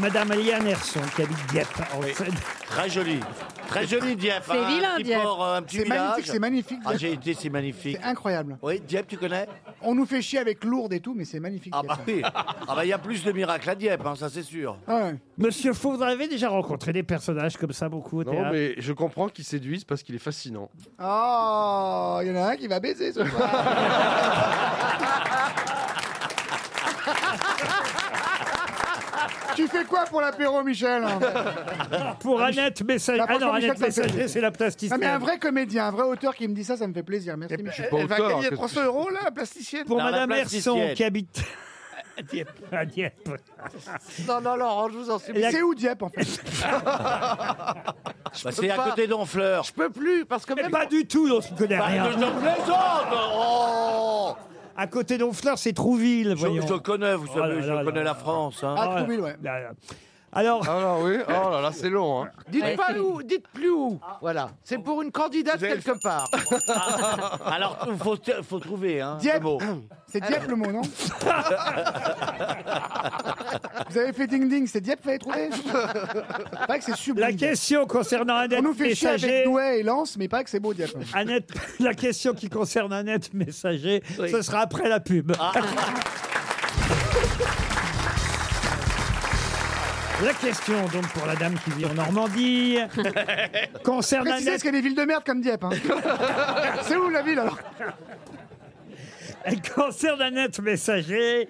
Speaker 2: Madame Liane Herson, qui habite Dieppe. en Seine-
Speaker 3: Très joli. Très joli Dieppe.
Speaker 5: C'est vilain,
Speaker 3: un petit
Speaker 5: Dieppe.
Speaker 3: port, euh, un petit
Speaker 6: C'est
Speaker 3: village.
Speaker 6: magnifique, c'est magnifique.
Speaker 3: Ah, j'ai été, c'est magnifique.
Speaker 6: C'est incroyable.
Speaker 3: Oui, Dieppe, tu connais
Speaker 6: On nous fait chier avec Lourdes et tout, mais c'est magnifique.
Speaker 3: Ah
Speaker 6: Dieppe.
Speaker 3: bah oui. Ah bah il y a plus de miracles à Dieppe, hein, ça c'est sûr.
Speaker 6: Ah ouais.
Speaker 2: Monsieur Faux, vous avez déjà rencontré des personnages comme ça beaucoup au
Speaker 8: Non,
Speaker 2: théâtre
Speaker 8: mais je comprends qu'il séduise parce qu'il est fascinant.
Speaker 6: Oh, il y en a un qui va baiser ce soir. tu fais quoi pour l'apéro, Michel
Speaker 3: Ah,
Speaker 2: Pour Annette Messager.
Speaker 6: Bah,
Speaker 2: Ah non,
Speaker 6: franchement, Michel,
Speaker 2: Annette
Speaker 6: ça me fait
Speaker 2: Messager,
Speaker 6: plaisir.
Speaker 2: c'est la
Speaker 6: Non,
Speaker 2: plasticienne.
Speaker 7: Ah,
Speaker 6: mais un vrai comédien, un vrai auteur qui me dit ça, ça me fait plaisir. Merci,
Speaker 4: Elle,
Speaker 6: Michel.
Speaker 8: suis pas
Speaker 4: Eh ben, elle va
Speaker 8: auteur,
Speaker 4: gagner
Speaker 8: que-
Speaker 4: 300 euros, là, la plasticienne
Speaker 2: Pour
Speaker 3: Dans la
Speaker 2: Madame Herson,
Speaker 3: plasticienne.
Speaker 2: qui habite à Dieppe.
Speaker 7: Non, non, Laurent, je vous en supplie.
Speaker 2: la-
Speaker 6: C'est où Dieppe, en fait
Speaker 3: Bah, c'est à
Speaker 7: pas.
Speaker 3: côté d'Honfleur.
Speaker 7: Je peux plus, parce que même...
Speaker 2: Pas du tout, on ne connaît
Speaker 3: Bah,
Speaker 2: rien.
Speaker 3: je te plaisante oh
Speaker 2: À côté d'Honfleur, c'est Trouville,
Speaker 3: je,
Speaker 2: voyons.
Speaker 3: je connais, vous
Speaker 2: Oh
Speaker 3: savez,
Speaker 2: là
Speaker 3: je
Speaker 2: là
Speaker 3: connais
Speaker 2: là.
Speaker 3: la France. hein.
Speaker 6: Ah, Trouville, ouais.
Speaker 8: Bah,
Speaker 2: Là,
Speaker 8: euh,
Speaker 2: là. Alors,
Speaker 8: Ah là, oui. Oh là là, c'est long. Hein.
Speaker 7: Dites pas où, dites plus où.
Speaker 8: Ah.
Speaker 7: Voilà, c'est pour une candidate
Speaker 4: avez-
Speaker 7: quelque part.
Speaker 3: Alors, il faut, faut trouver hein, le
Speaker 6: Dieppe.
Speaker 3: mot.
Speaker 6: C'est Dieppe le mot, non Vous avez fait ding ding, c'est Dieppe, fallait trouver Il paraît que c'est sublime.
Speaker 2: la question concernant
Speaker 6: On
Speaker 2: Annette
Speaker 6: nous fait chier
Speaker 2: Messager.
Speaker 6: avec Douai et Lens, mais pas que c'est beau, Dieppe.
Speaker 2: Annette, la question qui concerne Annette Messager, ce sera après la pub. La question, donc, pour la dame qui vit en Normandie, concerne
Speaker 6: Précisez
Speaker 2: Annette
Speaker 6: est-ce qu'il y a des villes de merde comme Dieppe. hein. c'est où la ville alors
Speaker 2: Elle concerne Annette Messager,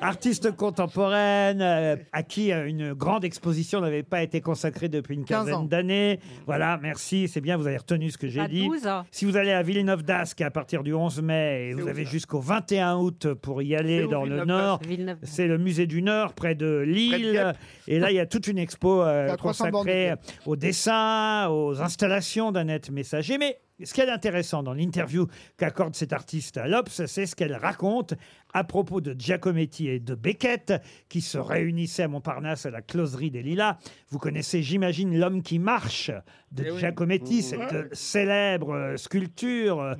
Speaker 2: artiste contemporaine, euh, à qui euh, une grande exposition n'avait pas été consacrée depuis une
Speaker 6: 15 ans.
Speaker 2: quinzaine d'années. Voilà, merci, c'est bien, vous avez retenu ce que j'ai
Speaker 5: À
Speaker 2: dit.
Speaker 5: 12 ans.
Speaker 2: Si vous allez à Villeneuve d'Ascq à partir du 11 mai, et vous avez jusqu'au 21 août pour y aller dans le Nord.
Speaker 5: Villeneuve.
Speaker 2: C'est le musée du Nord, près de Lille.
Speaker 4: Dieppe.
Speaker 2: et là, il y a toute une expo euh,
Speaker 6: C'est à 300 bornes de
Speaker 2: consacrée au dessin, aux installations d'Annette Messager. Mais ce qui est intéressant dans l'interview qu'accorde cet artiste à l'Obs, c'est ce qu'elle raconte à propos de Giacometti et de Beckett, qui se réunissaient à Montparnasse à la closerie des Lilas. Vous connaissez, j'imagine, L'homme qui marche de Giacometti, cette euh, célèbre euh, sculpture. euh,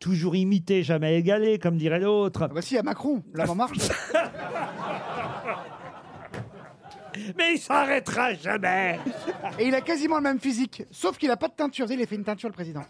Speaker 2: Toujours imitée, jamais égalée, comme dirait l'autre.
Speaker 6: Ah bah si, il y a Macron, là en marche.
Speaker 2: Mais il s'arrêtera jamais.
Speaker 6: Et il a quasiment le même physique, sauf qu'il a pas de teinture. Il a fait une teinture, le président.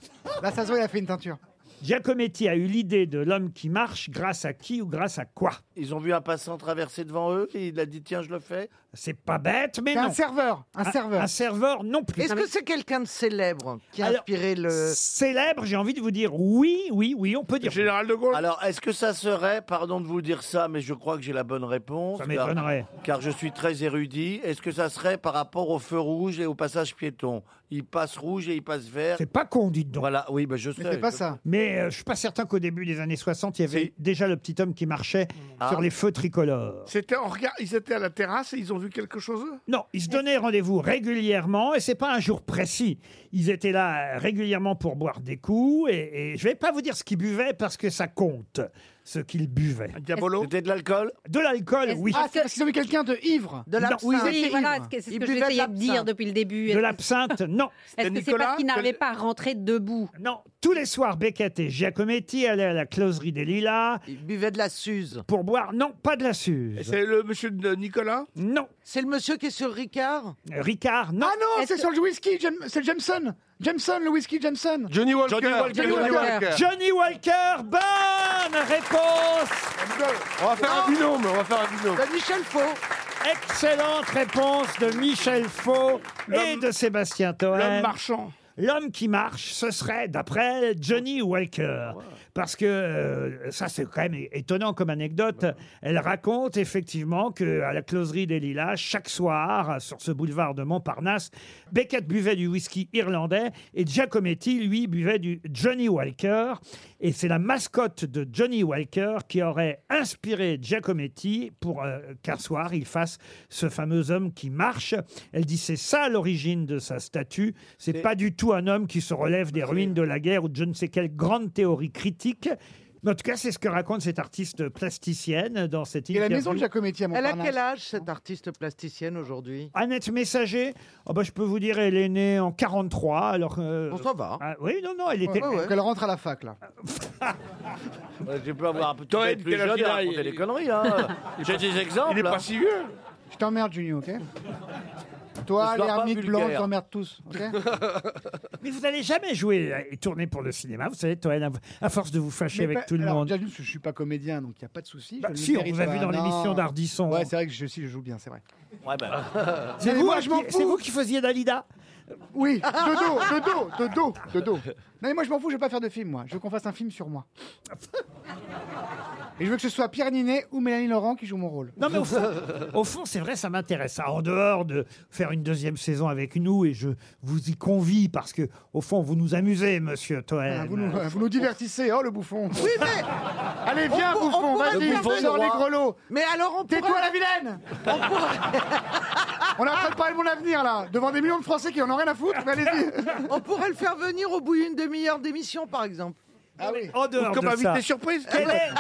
Speaker 6: Là, ça se voit, il a fait une teinture.
Speaker 2: Giacometti a eu l'idée de l'homme qui marche grâce à qui ou grâce à quoi
Speaker 3: Ils ont vu un passant traverser devant eux et il a dit tiens je le fais.
Speaker 2: C'est pas bête, mais
Speaker 3: C'est
Speaker 2: non.
Speaker 3: un serveur, un serveur.
Speaker 2: Un serveur non plus.
Speaker 7: Est-ce que c'est quelqu'un de célèbre qui a
Speaker 2: Alors,
Speaker 7: inspiré le.
Speaker 2: Célèbre, j'ai envie de vous dire oui, oui, oui, on peut dire.
Speaker 4: Général de Gaulle.
Speaker 3: Alors est-ce que ça serait, pardon de vous dire ça, mais je crois que j'ai la bonne réponse.
Speaker 2: Ça
Speaker 3: car-
Speaker 2: m'étonnerait.
Speaker 3: Car je suis très érudit. Est-ce que ça serait par rapport au feu rouge et au passage piéton Il passe rouge et il passe vert.
Speaker 2: C'est pas con, dites donc.
Speaker 3: Voilà, oui, ben je sais. je-
Speaker 2: Mais euh, je suis pas certain qu'au début des années 60, il y avait déjà le petit homme qui marchait
Speaker 4: Ah.
Speaker 2: sur les feux tricolores.
Speaker 4: C'était en regard, ils étaient à la terrasse et ils ont vu quelque chose.
Speaker 2: Non, ils se donnaient rendez-vous régulièrement et c'est pas un jour précis. Ils étaient là euh, régulièrement pour boire des coups et, et je vais pas vous dire ce qu'ils buvaient parce que ça compte ce qu'ils buvaient.
Speaker 4: Diabolo
Speaker 3: C'était de l'alcool
Speaker 2: De l'alcool, oui.
Speaker 6: Ah, c'est parce qu'ils ont mis quelqu'un de ivre.
Speaker 2: De l'absinthe.
Speaker 6: Oui, ils
Speaker 5: Oui,
Speaker 6: étaient
Speaker 5: Ah, voilà,
Speaker 6: ivres.
Speaker 5: c'est ce
Speaker 6: Ils
Speaker 5: que
Speaker 6: buvaient
Speaker 5: j'essayais de dire
Speaker 6: l'absinthe.
Speaker 5: depuis le début.
Speaker 2: De l'absinthe, non.
Speaker 5: Est-ce que c'est parce qu'ils n'arrivaient pas à rentrer debout
Speaker 2: Non, tous les soirs, Beckett et Giacometti allaient à la closerie des Lilas. Ils buvaient de la Suze. Pour boire, non, pas de la
Speaker 4: Et
Speaker 2: Suze.
Speaker 4: C'est le monsieur de Nicolas
Speaker 2: Non.
Speaker 7: C'est le monsieur qui est sur Ricard
Speaker 2: Euh, Ricard, non.
Speaker 6: Ah non,
Speaker 2: Est-ce
Speaker 6: c'est
Speaker 2: que-
Speaker 6: sur le whisky, Jam- c'est le Jameson. Jameson, le whisky Jameson.
Speaker 8: Johnny Walker. Johnny Walker.
Speaker 6: Johnny Walker.
Speaker 2: Johnny Walker, bonne réponse
Speaker 8: On va faire un binôme, on va faire un binôme.
Speaker 7: Bah, Michel Faux.
Speaker 2: Excellente réponse de Michel Faux et de Sébastien Toen.
Speaker 4: L'homme marchand.
Speaker 2: L'homme qui marche, ce serait, d'après Johnny Walker. Parce que euh, ça, c'est quand même é- étonnant comme anecdote. Elle raconte effectivement que à la closerie des Lilas, chaque soir, sur ce boulevard de Montparnasse, Beckett buvait du whisky irlandais et Giacometti, lui, buvait du Johnny Walker. Et c'est la mascotte de Johnny Walker qui aurait inspiré Giacometti pour euh, qu'un soir il fasse ce fameux homme qui marche. Elle dit c'est ça l'origine de sa statue. C'est pas du tout un homme qui se relève des ruines de la guerre ou de je ne sais quelle grande théorie critique. Mais en tout cas, c'est ce que raconte cette artiste plasticienne dans cette
Speaker 6: Et
Speaker 2: interview.
Speaker 6: la maison de Giacometti à
Speaker 7: Elle a
Speaker 6: Montparnasse.
Speaker 7: quel âge cette artiste plasticienne aujourd'hui
Speaker 2: Annette Messager, oh bah, je peux vous dire, elle est née en 43. Alors, euh, Ah, oui, non, non, elle était.
Speaker 6: Donc elle rentre à la fac, là.
Speaker 3: Ouais, Tu peux avoir un petit
Speaker 6: Toen,
Speaker 3: peu plus
Speaker 6: quel âge
Speaker 3: jeune
Speaker 6: il
Speaker 3: et
Speaker 6: a
Speaker 3: raconter
Speaker 6: Il-
Speaker 3: des conneries. Hein. J'ai des exemples. hein.
Speaker 4: vieux.
Speaker 6: Je t'emmerde, Junio, ok
Speaker 2: Ne
Speaker 6: Toi,
Speaker 2: sois
Speaker 6: les
Speaker 2: pas
Speaker 6: hermites
Speaker 2: vulgaire.
Speaker 6: blancs, je t'emmerde tous, ok
Speaker 2: Mais vous n'allez jamais jouer euh, et tourner pour le cinéma, vous savez, Toen, à- à force de vous fâcher
Speaker 6: Mais
Speaker 2: avec
Speaker 6: pas-
Speaker 2: tout le
Speaker 6: alors,
Speaker 2: monde.
Speaker 6: déjà, juste, je suis pas comédien, donc il n'y a pas de souci.
Speaker 2: Bah,
Speaker 6: je ne
Speaker 2: si, on
Speaker 6: mérite
Speaker 2: vous a
Speaker 6: pas.
Speaker 2: vu dans
Speaker 6: Non.
Speaker 2: l'émission d'Ardisson.
Speaker 6: Ouais, c'est vrai que je, si, je joue bien, c'est vrai.
Speaker 3: Ouais,
Speaker 13: ben.
Speaker 3: bah.
Speaker 2: C'est
Speaker 6: Mais
Speaker 2: vous,
Speaker 6: moi,
Speaker 2: hein,
Speaker 6: je m'en
Speaker 2: qui-
Speaker 6: fous.
Speaker 2: c'est vous qui faisiez Dalida
Speaker 6: Oui, de dos, de dos, de dos, de dos. Non, mais moi, je m'en fous, je vais pas faire de film, moi. Je veux qu'on fasse un film sur moi. Et je veux que ce soit Pierre Ninet ou Mélanie Laurent qui joue mon rôle.
Speaker 2: Non, mais au fond, au fond, c'est vrai, ça m'intéresse. Ah, En dehors de faire une deuxième saison avec nous, et je vous y convie parce que, au fond, vous nous amusez, monsieur Toen.
Speaker 6: Ah, vous, nous, vous nous divertissez, oh le bouffon.
Speaker 7: Oui, mais.
Speaker 6: Allez, viens,
Speaker 7: on pour- on
Speaker 6: bouffon,
Speaker 7: pourrait
Speaker 6: vas-y,
Speaker 7: faire ça.
Speaker 6: sors les grelots.
Speaker 7: Mais alors on
Speaker 6: Tais-toi,
Speaker 7: pourrait-
Speaker 6: la vilaine On est en train de parler de mon avenir, là, devant des millions de Français qui en ont rien à foutre, mais allez-y.
Speaker 7: On pourrait le faire venir au bout d'une demi-heure d'émission, par exemple.
Speaker 6: Ah oui.
Speaker 2: En dehors
Speaker 4: Comme
Speaker 2: de
Speaker 4: invité
Speaker 2: ça.
Speaker 4: surprise.
Speaker 2: Quelle est-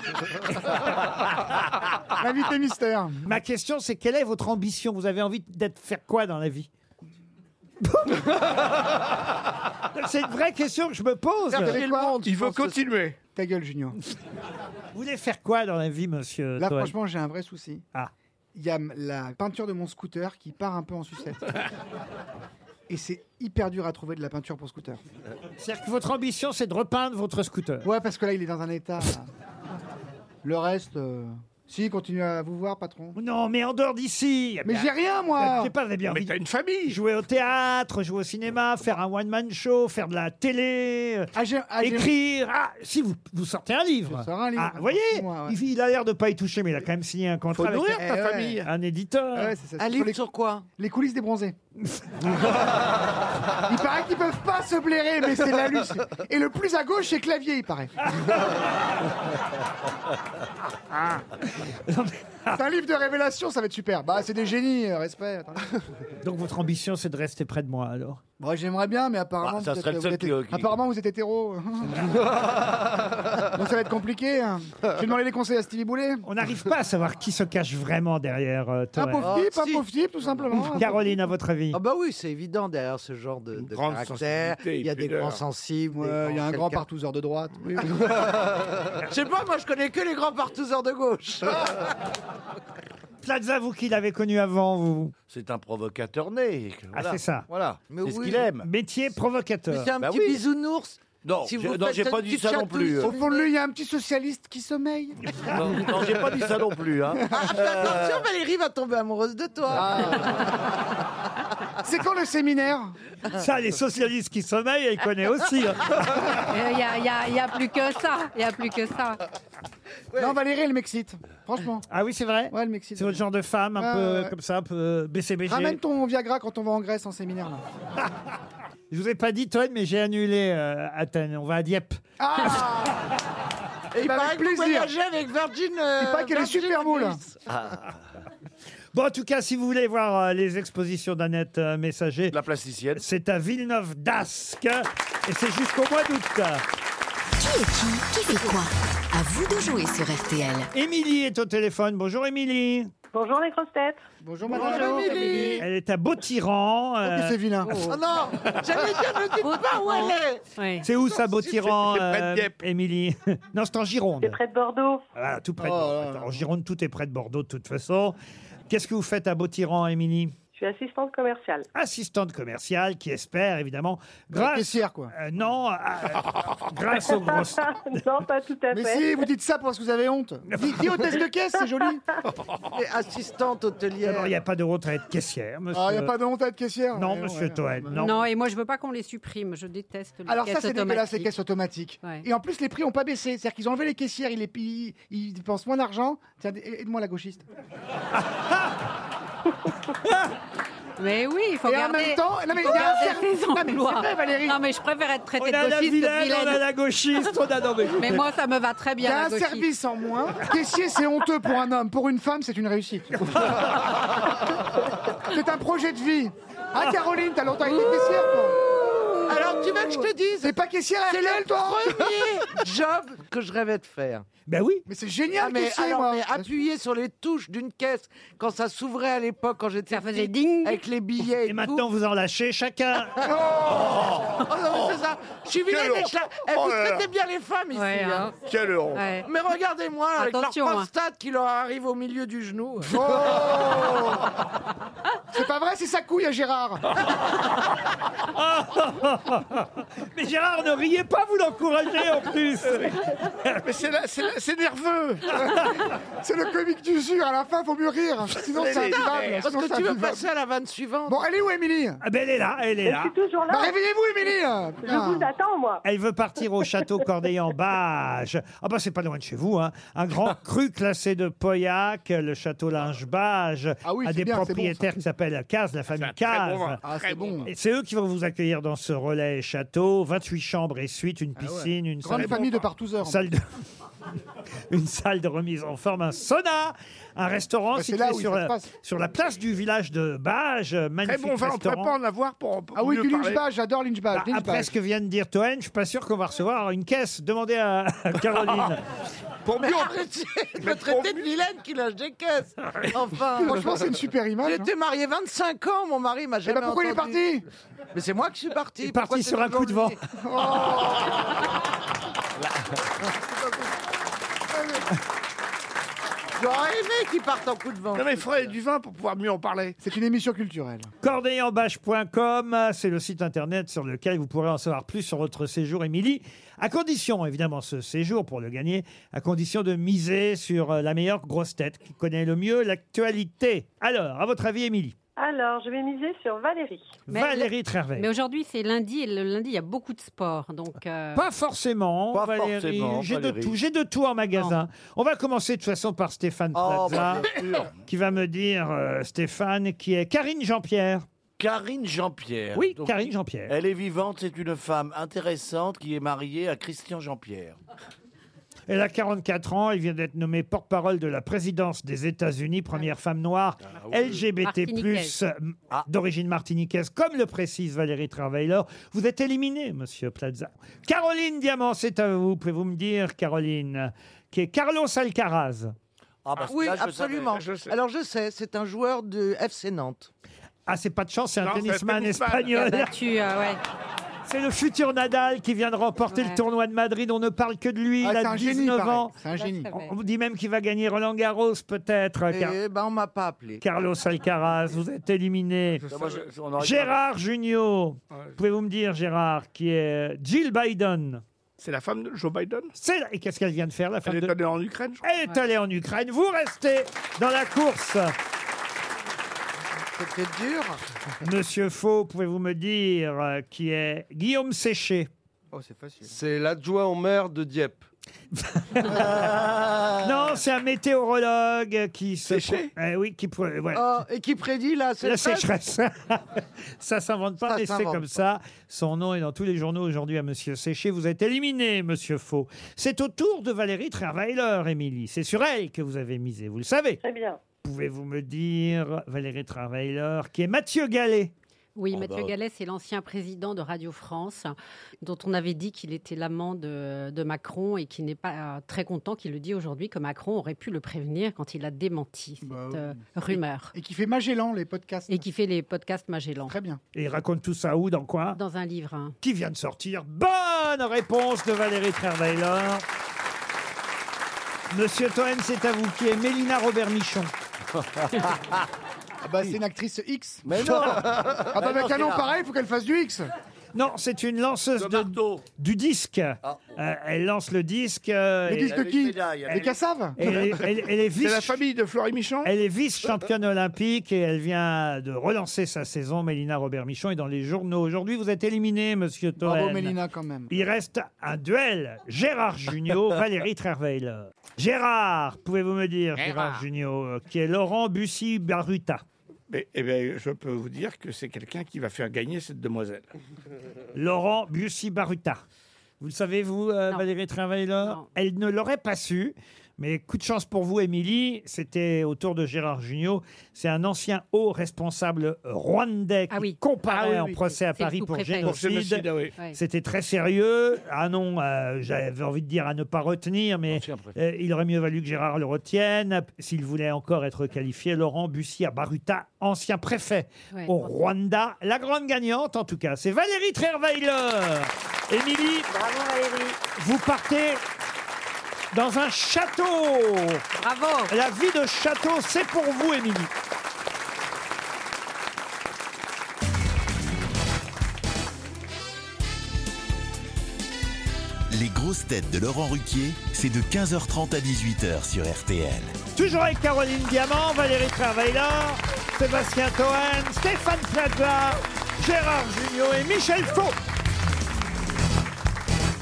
Speaker 6: L'invité mystère.
Speaker 2: Ma question, c'est quelle est votre ambition Vous avez envie d'être faire quoi dans la vie C'est une vraie question que je me pose.
Speaker 4: Il veut continuer.
Speaker 6: Ta gueule, Junior.
Speaker 2: Vous voulez faire quoi dans la vie, monsieur
Speaker 6: Là,
Speaker 2: Toen
Speaker 6: franchement, j'ai un vrai souci.
Speaker 2: Euh, Ah.
Speaker 6: Il y a m- la peinture de mon scooter qui part un peu en sucette. Et c'est hyper dur à trouver de la peinture pour scooter.
Speaker 2: Euh, C'est-à-dire que votre ambition, c'est de repeindre votre scooter.
Speaker 6: Ouais, parce que là, il est dans un état. là. Le reste. euh, Si, continue à vous voir, patron.
Speaker 2: Non, mais en dehors d'ici. eh
Speaker 6: Mais
Speaker 2: bien-
Speaker 6: j'ai rien, moi.
Speaker 2: Je sais pas, vous avez bien
Speaker 4: Mais
Speaker 2: envie
Speaker 4: t'as une famille.
Speaker 2: jouer au théâtre, jouer au cinéma, faire un one-man show, faire de la télé, euh,
Speaker 6: Ah, j'ai- ah, j'ai-
Speaker 2: écrire. Ah, si vous, vous sortez un livre.
Speaker 6: Je sors un livre,
Speaker 2: Ah, vous voyez,
Speaker 6: moi, ouais.
Speaker 2: il, il a l'air de pas y toucher, mais il a quand même signé un contrat avec
Speaker 6: nourrir
Speaker 2: un-
Speaker 6: ta
Speaker 2: eh
Speaker 6: famille.
Speaker 2: un éditeur.
Speaker 6: Ouais, c'est ça.
Speaker 7: Un
Speaker 6: Sur
Speaker 7: livre
Speaker 6: les-
Speaker 7: sur quoi
Speaker 6: Les coulisses des bronzés. il paraît qu'ils peuvent pas se blairer, mais c'est la luce. Et le plus à gauche, c'est clavier, il paraît.
Speaker 7: Ah.
Speaker 6: Ah. c'est un livre de révélation, ça va être super. Bah, c'est des génies, euh, respect. attendez.
Speaker 2: Donc votre ambition, c'est de rester près de moi, alors.
Speaker 6: Bon, j'aimerais bien, mais apparemment,
Speaker 3: Bah, ça
Speaker 6: vous,
Speaker 3: serait
Speaker 6: êtes,
Speaker 3: le seul
Speaker 6: vous êtes-
Speaker 3: qui- qui-
Speaker 6: apparemment, vous êtes hétéro. Donc ça va être compliqué. hein. Je vais demander des conseils à Stevie Boulet.
Speaker 2: On n'arrive pas à savoir qui se cache vraiment derrière euh,
Speaker 6: Un
Speaker 2: Toen.
Speaker 6: pauvre type,
Speaker 7: Ah,
Speaker 6: un
Speaker 7: si.
Speaker 6: pauvre type, tout simplement.
Speaker 2: Caroline, à votre avis
Speaker 7: Ah bah oui, c'est évident derrière ce genre de, de
Speaker 4: grande
Speaker 7: caractère.
Speaker 4: sensibilité,
Speaker 7: Il y a des
Speaker 4: pudeur.
Speaker 7: grands sensibles. des
Speaker 6: Ouais, Il y
Speaker 3: Oh,
Speaker 6: a
Speaker 7: grands
Speaker 6: un grand
Speaker 7: quelqu'un.
Speaker 6: partouzeur de droite. Oui, oui.
Speaker 7: Je sais pas, moi je connais que les grands partouzeurs de gauche.
Speaker 2: Plaza, vous qui l'avez connu avant, vous.
Speaker 3: C'est un provocateur né.
Speaker 2: Ah, c'est ça.
Speaker 3: Voilà.
Speaker 7: Mais
Speaker 3: C'est ce
Speaker 7: oui.
Speaker 3: qu'il aime.
Speaker 2: Métier provocateur.
Speaker 7: C'est un
Speaker 3: Bah
Speaker 7: petit
Speaker 3: oui.
Speaker 7: bisounours.
Speaker 3: Non,
Speaker 7: Si
Speaker 3: j'ai-
Speaker 7: vous
Speaker 3: non,
Speaker 7: faites
Speaker 3: j'ai
Speaker 7: cette
Speaker 3: pas dit
Speaker 7: petite
Speaker 3: ça non
Speaker 7: chatouille
Speaker 3: plus. hein. euh.
Speaker 7: sur
Speaker 6: Au fond de lui, il y a un petit socialiste qui sommeille.
Speaker 3: Non, non, j'ai pas dit ça non plus. Hein.
Speaker 7: Ah, fais attention, Valérie va tomber amoureuse de toi. Ah.
Speaker 6: C'est quand le séminaire
Speaker 2: Ça, les socialistes qui sommeillent, elle connaît aussi. hein.
Speaker 5: Il n'y a, Euh, y a- y a plus que ça. Il y a plus que ça.
Speaker 6: Non, Valérie, elle m'excite. Franchement.
Speaker 2: Ah oui, c'est vrai
Speaker 6: Ouais, elle m'excite.
Speaker 2: C'est votre genre de femme, un
Speaker 6: Ah,
Speaker 2: peu
Speaker 6: ouais.
Speaker 2: comme ça, un peu BCBG.
Speaker 6: Ramène ton Viagra quand on va en Grèce en séminaire. là.
Speaker 2: Je vous ai pas dit Toen, mais j'ai annulé euh, Athènes. On va à Dieppe.
Speaker 7: Ah. Et il
Speaker 6: Bah,
Speaker 7: paraît
Speaker 6: Ah. avec
Speaker 7: que vous
Speaker 6: plaisir.
Speaker 7: voyagez avec Virgin.
Speaker 6: Il paraît qu'elle est super moule.
Speaker 3: Ah.
Speaker 2: Bon, en tout cas, si vous voulez voir euh, les expositions d'Annette euh, Messager, la plasticienne, c'est à Villeneuve d'Ascq et c'est jusqu'au mois d'août.
Speaker 10: Qui est qui Qui fait quoi À vous de jouer sur RTL.
Speaker 2: Émilie est au téléphone. Bonjour Émilie.
Speaker 9: Bonjour les grosses têtes.
Speaker 6: Bonjour Ah,
Speaker 7: madame. Émilie.
Speaker 2: Elle est à Beautiran. euh,
Speaker 6: c'est
Speaker 5: Ah,
Speaker 6: vilain.
Speaker 7: Oh non, j'allais dire, ne dites pas où elle est.
Speaker 2: C'est où ça, Beautiran,
Speaker 4: c'est- c'est près de
Speaker 2: euh,
Speaker 4: Dieppe.
Speaker 2: Émilie Non, c'est en Gironde.
Speaker 9: Près de Bordeaux.
Speaker 2: Voilà, tout près
Speaker 6: Oh
Speaker 2: de Bordeaux. En Gironde, tout est près de Bordeaux de toute façon. Qu'est-ce que vous faites à Beautiran, Émilie
Speaker 9: Je suis assistante commerciale.
Speaker 2: Assistante commerciale qui espère, évidemment, grâce...
Speaker 6: caissière, quoi.
Speaker 2: Euh, non, à- euh, grâce aux grosses...
Speaker 9: non, pas tout à
Speaker 6: Mais
Speaker 9: fait.
Speaker 6: si, vous dites ça parce que vous avez honte. Dis, dis hôtesse de Eh ben, caisse, c'est joli.
Speaker 7: Et
Speaker 2: Eh,
Speaker 7: assistante hôtelière.
Speaker 2: D'abord, il n'y a pas de honte à être caissière, monsieur.
Speaker 6: Ah, Il n'y a pas de honte à être caissière.
Speaker 2: Non,
Speaker 6: Mais
Speaker 2: monsieur
Speaker 6: ouais.
Speaker 2: Toen,
Speaker 5: Non.
Speaker 2: non.
Speaker 5: et moi je veux pas qu'on les supprime. Je déteste les
Speaker 6: Alors
Speaker 5: caisses
Speaker 6: ça, c'est dégueulasse, les
Speaker 5: automatiques.
Speaker 6: caisses automatiques.
Speaker 5: Ouais.
Speaker 6: Et en plus, les prix n'ont pas baissé. C'est-à-dire qu'ils ont enlevé les caissières, ils, les pillent, ils dépensent moins d'argent. Tiens, aide-moi la gauchiste.
Speaker 5: Mais oui, il faut
Speaker 6: Et en
Speaker 5: garder.
Speaker 6: même temps- non, mais
Speaker 5: faut
Speaker 6: il y a un
Speaker 5: garder
Speaker 6: service-
Speaker 5: ses
Speaker 6: non, mais c'est
Speaker 5: emplois.
Speaker 6: vrai, Valérie.
Speaker 5: Non, mais je préfère être
Speaker 2: On
Speaker 5: traité de
Speaker 2: a la
Speaker 5: gauchiste que de
Speaker 2: vilaine, on a
Speaker 5: vilaine.
Speaker 2: la gauchiste, on a... Non, mais,
Speaker 5: Mais moi, ça me va très
Speaker 6: Il y
Speaker 5: bien.
Speaker 6: a
Speaker 5: la
Speaker 6: un
Speaker 5: gauchiste.
Speaker 6: service en moins. Caissier, c'est honteux pour un homme. Pour une femme, c'est une réussite. c'est un projet de vie. Ah, Caroline, t'as longtemps été caissière, toi
Speaker 7: Alors tu veux que je te dise
Speaker 6: T'es pas caissière à
Speaker 7: C'est
Speaker 6: RTL,
Speaker 7: le
Speaker 6: toi
Speaker 7: premier job que je rêvais de faire.
Speaker 2: Ben oui,
Speaker 6: Mais c'est
Speaker 7: Ah,
Speaker 6: génial,
Speaker 7: mais,
Speaker 6: caissier,
Speaker 7: alors,
Speaker 6: moi
Speaker 7: mais appuyer sur les touches d'une caisse quand ça s'ouvrait à l'époque, quand j'étais
Speaker 5: Ça faisait
Speaker 7: petite,
Speaker 5: ding.
Speaker 7: avec les billets et,
Speaker 2: et maintenant, vous en lâchez chacun.
Speaker 7: tout. Oh, non, mais c'est ça. Je suis vilaine,
Speaker 4: Quelle
Speaker 7: mais je la- eh,
Speaker 4: honte.
Speaker 7: vous
Speaker 4: Oh là là.
Speaker 7: traitez bien les femmes ici.
Speaker 5: Ouais,
Speaker 7: hein.
Speaker 5: hein.
Speaker 4: Quelle honte
Speaker 5: Ouais.
Speaker 7: Mais regardez-moi avec leur
Speaker 5: Attention, hein.
Speaker 7: prostate qui leur arrive au milieu du genou.
Speaker 6: Oh. C'est pas vrai, c'est sa couille à Gérard.
Speaker 2: Mais Gérard, ne riez pas, vous l'encouragez en plus.
Speaker 4: Mais c'est là- c'est là- c'est nerveux
Speaker 6: C'est le comique d'usure. À la fin, faut mieux rire. Sinon, c'est invivable.
Speaker 7: Parce
Speaker 6: Sinon,
Speaker 7: que
Speaker 6: c'est
Speaker 7: tu veux
Speaker 6: invivable.
Speaker 7: passer à la vanne suivante.
Speaker 6: Bon, elle est où, Émilie
Speaker 2: Ah ben, elle est là, elle est
Speaker 9: Je
Speaker 2: là.
Speaker 9: suis toujours
Speaker 6: Bah,
Speaker 9: là.
Speaker 6: Réveillez-vous, Émilie là.
Speaker 9: Je
Speaker 6: Putain.
Speaker 9: vous attends, moi.
Speaker 2: Elle veut partir au château Corday-en-Bage. Ah bah c'est pas loin de chez vous, hein. Un grand cru classé de Pauillac, le château Linge-Bage,
Speaker 6: Ah oui,
Speaker 2: a
Speaker 6: c'est
Speaker 2: des
Speaker 6: bien, c'est bon,
Speaker 2: propriétaires
Speaker 6: ça.
Speaker 2: qui s'appellent Caz, la famille
Speaker 4: C'est un très
Speaker 2: Caz.
Speaker 4: bon vin.
Speaker 6: Ah, c'est bon.
Speaker 2: Et c'est eux qui vont vous accueillir dans ce relais château. 28 chambres et suites, une piscine, une
Speaker 6: Ah Grande
Speaker 2: salle,
Speaker 6: famille de partouzeurs.
Speaker 2: salle de... une salle de remise en forme, un sauna, un restaurant
Speaker 6: Bah, c'est
Speaker 2: situé
Speaker 6: là où
Speaker 2: sur,
Speaker 6: ça se
Speaker 2: la,
Speaker 6: passe.
Speaker 2: sur la place du village de Bage.
Speaker 4: Très
Speaker 2: Magnifique
Speaker 4: bon vin, on pourrait
Speaker 2: restaurant.
Speaker 4: pas en avoir pour, pour
Speaker 6: Ah oui,
Speaker 4: mieux
Speaker 6: du
Speaker 4: parler.
Speaker 6: lynchbage, j'adore
Speaker 2: Bah,
Speaker 6: lynchbage.
Speaker 2: après ce que vient de dire Toen, je suis pas sûr qu'on va recevoir une caisse. Demandez à à Caroline.
Speaker 4: Pour mieux,
Speaker 7: Mais
Speaker 4: on-
Speaker 7: arrêtez de me traiter de vilaine qui lâche des caisses. Enfin.
Speaker 6: Franchement, c'est une super image. hein.
Speaker 7: J'étais marié 25 ans, mon mari m'a
Speaker 6: Eh
Speaker 7: jamais
Speaker 6: ben pourquoi il est
Speaker 7: entendu.
Speaker 6: parti
Speaker 7: Mais c'est moi qui suis parti.
Speaker 2: Il est
Speaker 7: Pourquoi
Speaker 2: parti
Speaker 7: c'est
Speaker 2: sur un
Speaker 7: toujours
Speaker 2: coup de vent.
Speaker 7: lui J'aurais aimé qu'il parte en coup de vent.
Speaker 4: Non mais il faudrait du vin pour pouvoir mieux en parler.
Speaker 6: C'est une émission culturelle.
Speaker 2: Cordeillenbâche.com, c'est le site internet sur lequel vous pourrez en savoir plus sur votre séjour, Émilie. À condition, évidemment, ce séjour pour le gagner, à condition de miser sur euh, la meilleure grosse tête qui connaît le mieux l'actualité. Alors, à votre avis, Émilie
Speaker 9: Alors, je vais miser sur Valérie.
Speaker 5: Mais-
Speaker 2: Valérie Trervey.
Speaker 5: Mais aujourd'hui, c'est lundi et le lundi, il y a beaucoup de sport. Donc, euh,
Speaker 2: Pas forcément,
Speaker 3: Pas
Speaker 2: Valérie.
Speaker 3: forcément,
Speaker 2: J'ai de
Speaker 3: Valérie.
Speaker 2: tout, j'ai de tout en magasin. On va commencer de toute façon par Stéphane
Speaker 3: Oh,
Speaker 2: Plaza.
Speaker 3: bah, bien sûr.
Speaker 2: qui va me dire, euh, Stéphane, qui est Karine Jean-Pierre.
Speaker 3: Karine Jean-Pierre.
Speaker 2: Oui,
Speaker 3: Donc,
Speaker 2: Karine Jean-Pierre.
Speaker 3: Elle est vivante, c'est une femme intéressante qui est mariée à Christian Jean-Pierre.
Speaker 2: Elle a 44 ans, elle vient d'être nommée porte-parole de la présidence des États-Unis, première femme noire LGBT+,
Speaker 5: Martiniquaise.
Speaker 2: euh,
Speaker 3: Ah.
Speaker 2: d'origine martiniquaise, comme le précise Valérie Travailleur. Vous êtes éliminé, monsieur Plaza. Caroline Diamant, c'est à vous. Pouvez-vous me dire, Caroline, qui est Carlos Alcaraz
Speaker 3: Ah, parce que
Speaker 7: Oui,
Speaker 3: là, je
Speaker 7: absolument.
Speaker 3: savais.
Speaker 4: je sais.
Speaker 7: Alors je sais, c'est un joueur de FC Nantes.
Speaker 2: Ah, c'est pas de chance, c'est un
Speaker 4: Non, c'est un
Speaker 2: tennisman
Speaker 7: Ah,
Speaker 4: tennisman.
Speaker 7: bah,
Speaker 5: qui a
Speaker 2: espagnol.
Speaker 5: battu, euh, ouais.
Speaker 2: C'est le futur Nadal qui vient de remporter le tournoi de Madrid. On ne parle que de lui.
Speaker 7: Ah,
Speaker 2: il
Speaker 7: c'est
Speaker 2: a
Speaker 7: un
Speaker 2: 19
Speaker 7: génie, pareil.
Speaker 2: ans.
Speaker 7: C'est un génie. Ça, je savais.
Speaker 2: On vous dit même qu'il va gagner Roland Garros, peut-être. car-
Speaker 7: Eh ben, on m'a pas appelé.
Speaker 2: Carlos Alcaraz, vous êtes
Speaker 4: Ah,
Speaker 2: éliminé.
Speaker 7: Ça, moi, je- on aurait-
Speaker 2: Gérard Junior, pouvez-vous me dire, Gérard, qui est Jill Biden
Speaker 4: C'est la femme de Joe Biden
Speaker 2: C'est la- Et qu'est-ce qu'elle vient de faire, la femme
Speaker 4: Elle est
Speaker 2: de...
Speaker 4: allée en Ukraine, je
Speaker 2: Elle est allée en Ukraine. Vous restez dans la course.
Speaker 7: C'était dur.
Speaker 2: Monsieur Faux, pouvez-vous me dire euh, qui est Guillaume Séché
Speaker 7: Oh, c'est facile.
Speaker 8: C'est l'adjoint au maire de Dieppe.
Speaker 7: Ah.
Speaker 2: Non, c'est un météorologue qui se...
Speaker 8: Séché
Speaker 2: Eh oui, qui... pre- ouais.
Speaker 7: Oh, et qui prédit la
Speaker 2: La
Speaker 7: sécheresse
Speaker 2: sécheresse. ça s'invente pas,
Speaker 7: Ça
Speaker 2: mais c'est
Speaker 7: s'invente
Speaker 2: comme
Speaker 7: pas.
Speaker 2: ça. Son nom est dans tous les journaux aujourd'hui à Monsieur Séché. Vous êtes éliminé, Monsieur Faux. C'est au tour de Valérie Travailer, Émilie. C'est sur elle que vous avez misé, vous le savez.
Speaker 9: Très bien.
Speaker 2: Pouvez-vous me dire, Valérie Travailer, qui est Mathieu Gallet
Speaker 5: Oui,
Speaker 2: Oh,
Speaker 5: Mathieu
Speaker 2: bah.
Speaker 5: Gallet, c'est l'ancien président de Radio France, dont on avait dit qu'il était l'amant de, de Macron et qui n'est pas euh, très content qu'il le dit aujourd'hui, que Macron aurait pu le prévenir quand il a démenti cette euh, rumeur.
Speaker 6: Bah Et qui fait Magellan, les podcasts.
Speaker 5: Et qui fait les podcasts Magellan.
Speaker 6: Très bien.
Speaker 2: Et il raconte tout ça où, dans quoi
Speaker 5: Dans un livre. hein.
Speaker 2: Qui vient de sortir Bonne réponse de Valérie Travailer. Monsieur Toen, c'est à vous qui est Mélina Robert-Michon.
Speaker 6: Ah bah, c'est une actrice X.
Speaker 2: Mais non.
Speaker 6: Ah bah,
Speaker 2: Mais
Speaker 6: avec
Speaker 2: non,
Speaker 6: un nom
Speaker 2: c'est là.
Speaker 6: pareil, faut qu'elle fasse du X
Speaker 2: Non, c'est une lanceuse de- du disque. Euh, elle lance le disque. euh,
Speaker 6: Le
Speaker 2: et-
Speaker 6: disque de qui Les Cassaves
Speaker 2: Elle, est- elle- elle est vice.
Speaker 6: C'est la
Speaker 2: famille
Speaker 4: de Florie Michon.
Speaker 2: Elle est vice-championne olympique et elle vient de relancer sa saison. Mélina Robert Michon est dans les journaux. Aujourd'hui, vous êtes éliminé, monsieur Toen.
Speaker 6: Bravo Mélina quand même.
Speaker 2: Il reste un duel. Gérard Junior, Valérie Trerveil. Gérard, pouvez-vous me dire, Gérard,
Speaker 4: Gérard.
Speaker 2: Junior, euh, qui est Laurent Bussy-Baruta
Speaker 4: Mais, eh bien, je peux vous dire que c'est quelqu'un qui va faire gagner cette demoiselle.
Speaker 2: Laurent Bussy-Baruta. Vous le savez, vous, euh, Valérie Trierweiler Elle ne l'aurait pas su. Mais coup de chance pour vous, Émilie, c'était au tour de Gérard Jugnot. C'est un ancien haut responsable rwandais qui comparait
Speaker 4: Ah oui,
Speaker 2: en
Speaker 4: oui,
Speaker 2: procès
Speaker 4: oui.
Speaker 2: à
Speaker 4: C'est le
Speaker 2: Paris pour
Speaker 4: sous-préfet.
Speaker 2: génocide.
Speaker 4: Pour génocide, ah oui. Ouais.
Speaker 2: C'était très sérieux. Ah non, j'avais envie de dire à ne pas retenir, mais euh, il aurait mieux valu que Gérard le retienne. S'il voulait encore être qualifié, Laurent Bussy à Baruta, ancien préfet
Speaker 12: Ouais.
Speaker 2: au Rwanda. La grande gagnante, en tout cas, c'est Valérie Trierweiler. Émilie. Bravo, Valérie. Vous partez dans un château. Bravo. La vie de château, c'est pour vous, Émilie.
Speaker 1: Les grosses têtes de Laurent Ruquier, c'est de 15h30 à 18h sur RTL.
Speaker 2: Toujours avec Caroline Diamant, Valérie Travaillard, Sébastien Toen, Stéphane Plaza, Gérard Junior et Michel Faux.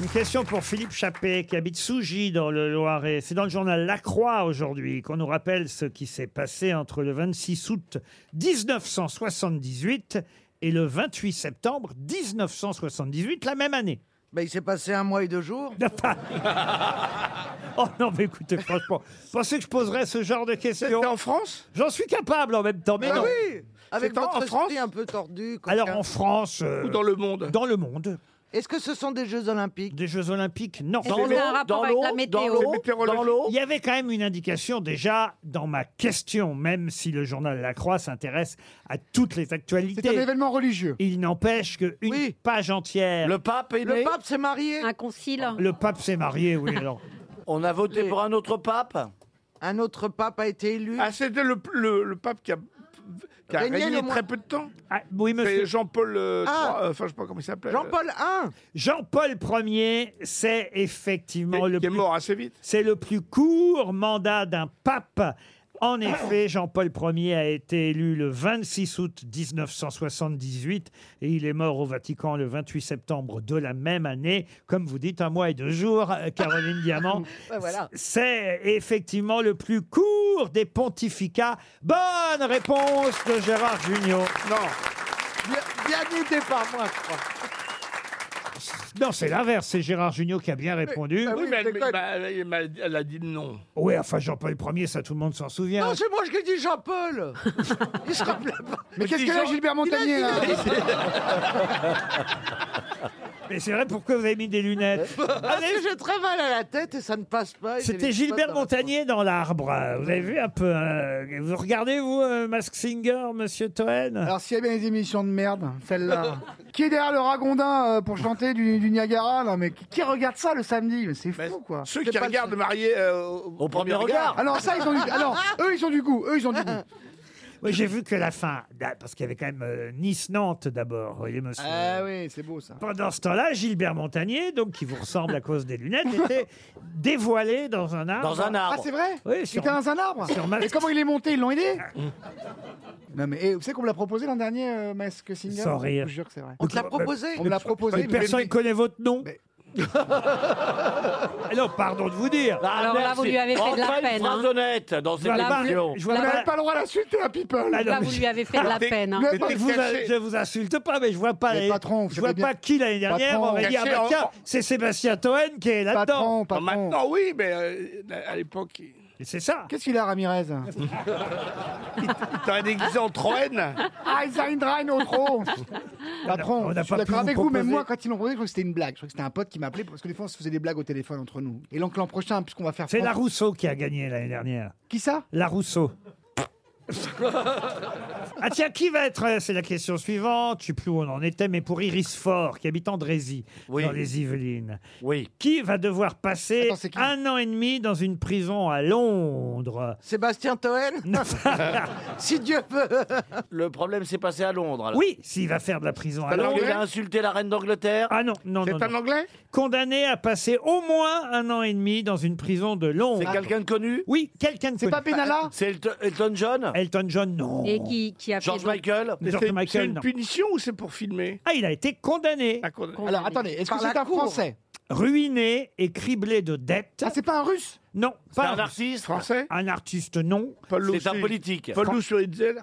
Speaker 2: Une question pour Philippe Chappé qui habite Sougy dans le Loiret. C'est dans le journal La Croix aujourd'hui qu'on nous rappelle ce qui s'est passé entre le 26 août 1978 et le 28 septembre 1978, la même année. il s'est passé un mois et deux jours. Oh non, mais écoutez, franchement, pensez que je poserais ce genre de questions. C'était en France J'en suis capable en même temps, mais
Speaker 7: Ah
Speaker 2: non.
Speaker 7: oui Avec
Speaker 2: C'est en-
Speaker 7: votre
Speaker 2: en France
Speaker 7: esprit un peu tordu.
Speaker 2: Alors
Speaker 7: coquin.
Speaker 2: en France. euh,
Speaker 4: Ou dans le monde
Speaker 2: Dans le monde.
Speaker 7: Est-ce que ce sont des Jeux Olympiques
Speaker 2: Des Jeux Olympiques, non.
Speaker 7: Est-ce Dans que ça a un l'eau, rapport dans avec la l'eau, météo dans l'eau, C'est météorologique. dans l'eau
Speaker 2: Il y avait quand même une indication déjà dans ma question, même si le journal La Croix s'intéresse à toutes les actualités.
Speaker 6: C'est un événement religieux.
Speaker 2: Il n'empêche qu'une page entière. Le pape est
Speaker 7: Le pape s'est marié.
Speaker 5: Un concile.
Speaker 2: Le pape s'est marié, oui. Alors.
Speaker 3: On a voté pour un autre pape
Speaker 7: Un autre pape a été élu.
Speaker 4: Ah, c'était le, le- le pape qui a, qui a
Speaker 7: Régnait
Speaker 4: régné
Speaker 7: le moins-
Speaker 4: très peu de temps
Speaker 7: Ah.
Speaker 2: Oui, monsieur.
Speaker 4: C'est Jean-Paul euh,
Speaker 2: Ah.
Speaker 4: III, euh, enfin, je sais pas comment il s'appelle.
Speaker 2: I Jean-Paul Ier, c'est effectivement le plus,
Speaker 4: mort assez vite.
Speaker 2: C'est le plus court mandat d'un pape. En effet, Jean-Paul Ier a été élu le 26 août 1978 et il est mort au Vatican le 28 septembre de la même année. Comme vous dites, un mois et deux jours, euh, Caroline Diamant.
Speaker 7: Ouais, voilà.
Speaker 2: C'est effectivement le plus court des pontificats. Bonne réponse de Gérard Junior.
Speaker 7: Non. Bien, bien aidé par moi, je crois.
Speaker 2: Non, c'est l'inverse. C'est Gérard Junior qui a bien répondu.
Speaker 4: Oui, mais elle, mais- bah, elle m'a- elle a dit non.
Speaker 2: Oui, enfin Jean-Paul Ier, ça tout le monde s'en souvient.
Speaker 7: Non, c'est moi qui ai dit Jean-Paul. Il se rappelait pas.
Speaker 6: Mais qu'est-ce qu'elle a, Gilbert
Speaker 7: Il a dit-
Speaker 6: Montagnier, là
Speaker 2: Mais c'est vrai, pourquoi vous avez mis des lunettes
Speaker 7: Parce que ah, j'ai très mal à la tête et ça ne passe pas. et j'ai
Speaker 2: C'était
Speaker 7: les
Speaker 2: Gilbert
Speaker 7: spots dans la-
Speaker 2: Montagnier dans l'arbre. Vous avez vu un peu. euh, vous regardez, vous, euh, Mask Singer, monsieur Toen
Speaker 6: Alors s'il y a bien des émissions de merde, celle-là. qui est derrière le ragondin euh, pour chanter du, du Niagara là Mais qui, qui regarde ça le samedi Mais c'est fou quoi.
Speaker 4: Ceux
Speaker 6: C'est
Speaker 4: qui
Speaker 6: pas-
Speaker 4: regardent mariés au, au premier regard.
Speaker 6: Ah non, ça ils ont du. Alors eux ils ont du goût. Eux ils ont du goût.
Speaker 2: Ah, Oui, j'ai vu que la fin. là, Parce qu'il y avait quand même euh, Nice-Nantes d'abord, vous voyez, monsieur.
Speaker 6: Ah oui, c'est beau ça.
Speaker 2: Pendant ce temps-là, Gilbert Montagnier, donc qui vous ressemble à cause des lunettes, était dévoilé dans un arbre.
Speaker 6: Ah c'est vrai
Speaker 2: Oui,
Speaker 6: Il
Speaker 2: sur-
Speaker 6: était dans un arbre.
Speaker 2: sur Mask-
Speaker 6: Et comment il est monté Ils l'ont aidé Non mais eh, vous savez qu'on me l'a proposé l'an dernier, euh, Mask Singer
Speaker 2: Sans rire.
Speaker 6: Je vous jure que c'est vrai.
Speaker 2: On te l'a proposé
Speaker 6: On me l'a proposé.
Speaker 2: Mais personne ne connaît votre nom. Alors, pardon de vous dire.
Speaker 5: Alors là, vous lui avez fait de la
Speaker 3: Enfin, une
Speaker 5: peine,
Speaker 3: phrase
Speaker 5: hein.
Speaker 3: honnête dans cette
Speaker 2: Voilà, vous-
Speaker 3: émission.
Speaker 2: je vois Là, pas- vous-
Speaker 6: Pas le droit d'insulter la people.
Speaker 2: Ah non,
Speaker 5: Là,
Speaker 2: mais
Speaker 5: vous
Speaker 2: je-
Speaker 5: lui avez fait de la
Speaker 2: Mais-
Speaker 5: peine. hein.
Speaker 2: mais vous- je vous insulte pas, mais je vois pas,
Speaker 6: Mais
Speaker 2: les-
Speaker 6: patron, vous
Speaker 2: je vois
Speaker 6: savez bien-
Speaker 2: pas qui l'année dernière
Speaker 6: Patron. hein.
Speaker 2: aurait dit ah
Speaker 4: Caché
Speaker 2: bah
Speaker 4: en-
Speaker 2: tiens, c'est Sébastien Toen qui est là-dedans. oh,
Speaker 4: Ah, Maintenant, oui, mais euh, à l'époque, il
Speaker 2: Et C'est ça.
Speaker 6: Qu'est-ce qu'il a Ramirez
Speaker 4: il t'aurait déguisé en Troène.
Speaker 6: Ah, Zaindrein au trop Patron,
Speaker 2: on
Speaker 6: on
Speaker 2: n'a
Speaker 6: je suis
Speaker 2: pas pu
Speaker 6: d'accord
Speaker 2: vous
Speaker 6: avec vous, mais
Speaker 2: proposer.
Speaker 6: moi, quand ils l'ont proposé, je crois que c'était une blague. Je crois que c'était un pote qui m'appelait, parce que des fois, on se faisait des blagues au téléphone entre nous. Et donc, l'an prochain, puisqu'on va faire...
Speaker 2: C'est la
Speaker 6: France-
Speaker 2: Rousseau qui a gagné l'année dernière.
Speaker 6: Qui ça
Speaker 2: La Rousseau. ah tiens, qui va être euh, C'est la question suivante. Je sais plus où on en était, mais pour Iris Fort, qui habite Andrézy, dans les Yvelines.
Speaker 3: Oui.
Speaker 2: Qui va devoir passer un an et demi dans une prison à Londres
Speaker 7: Sébastien Toen
Speaker 3: si Dieu veut. Le problème s'est passé à Londres. alors.
Speaker 2: Oui, s'il va faire de la prison à
Speaker 3: Alors
Speaker 2: Londres.
Speaker 3: il a insulté la reine d'Angleterre.
Speaker 2: Ah non, non, non. non. Condamné à passer au moins un an et demi dans une prison de Londres.
Speaker 3: C'est quelqu'un de connu Ah,
Speaker 2: Oui, quelqu'un de connu.
Speaker 3: C'est Elton, Elton John
Speaker 2: Elton John, non.
Speaker 5: Et qui, qui a fait
Speaker 3: George
Speaker 5: donc-
Speaker 3: Michael
Speaker 2: Mais George
Speaker 4: C'est-
Speaker 2: Michael,
Speaker 4: C'est une
Speaker 2: non.
Speaker 4: punition ou c'est pour filmer
Speaker 2: Ah, il a été condamné.
Speaker 6: Alors, attendez, est-ce que
Speaker 7: Par
Speaker 6: c'est
Speaker 7: la
Speaker 6: un
Speaker 7: cour.
Speaker 6: Français
Speaker 2: Ruiné et criblé de dettes.
Speaker 6: Ah, c'est pas un Russe
Speaker 2: Non,
Speaker 3: C'est
Speaker 2: pas
Speaker 3: un artiste
Speaker 4: Français
Speaker 2: Un artiste, non.
Speaker 3: C'est un politique.
Speaker 4: Paul Schulitzer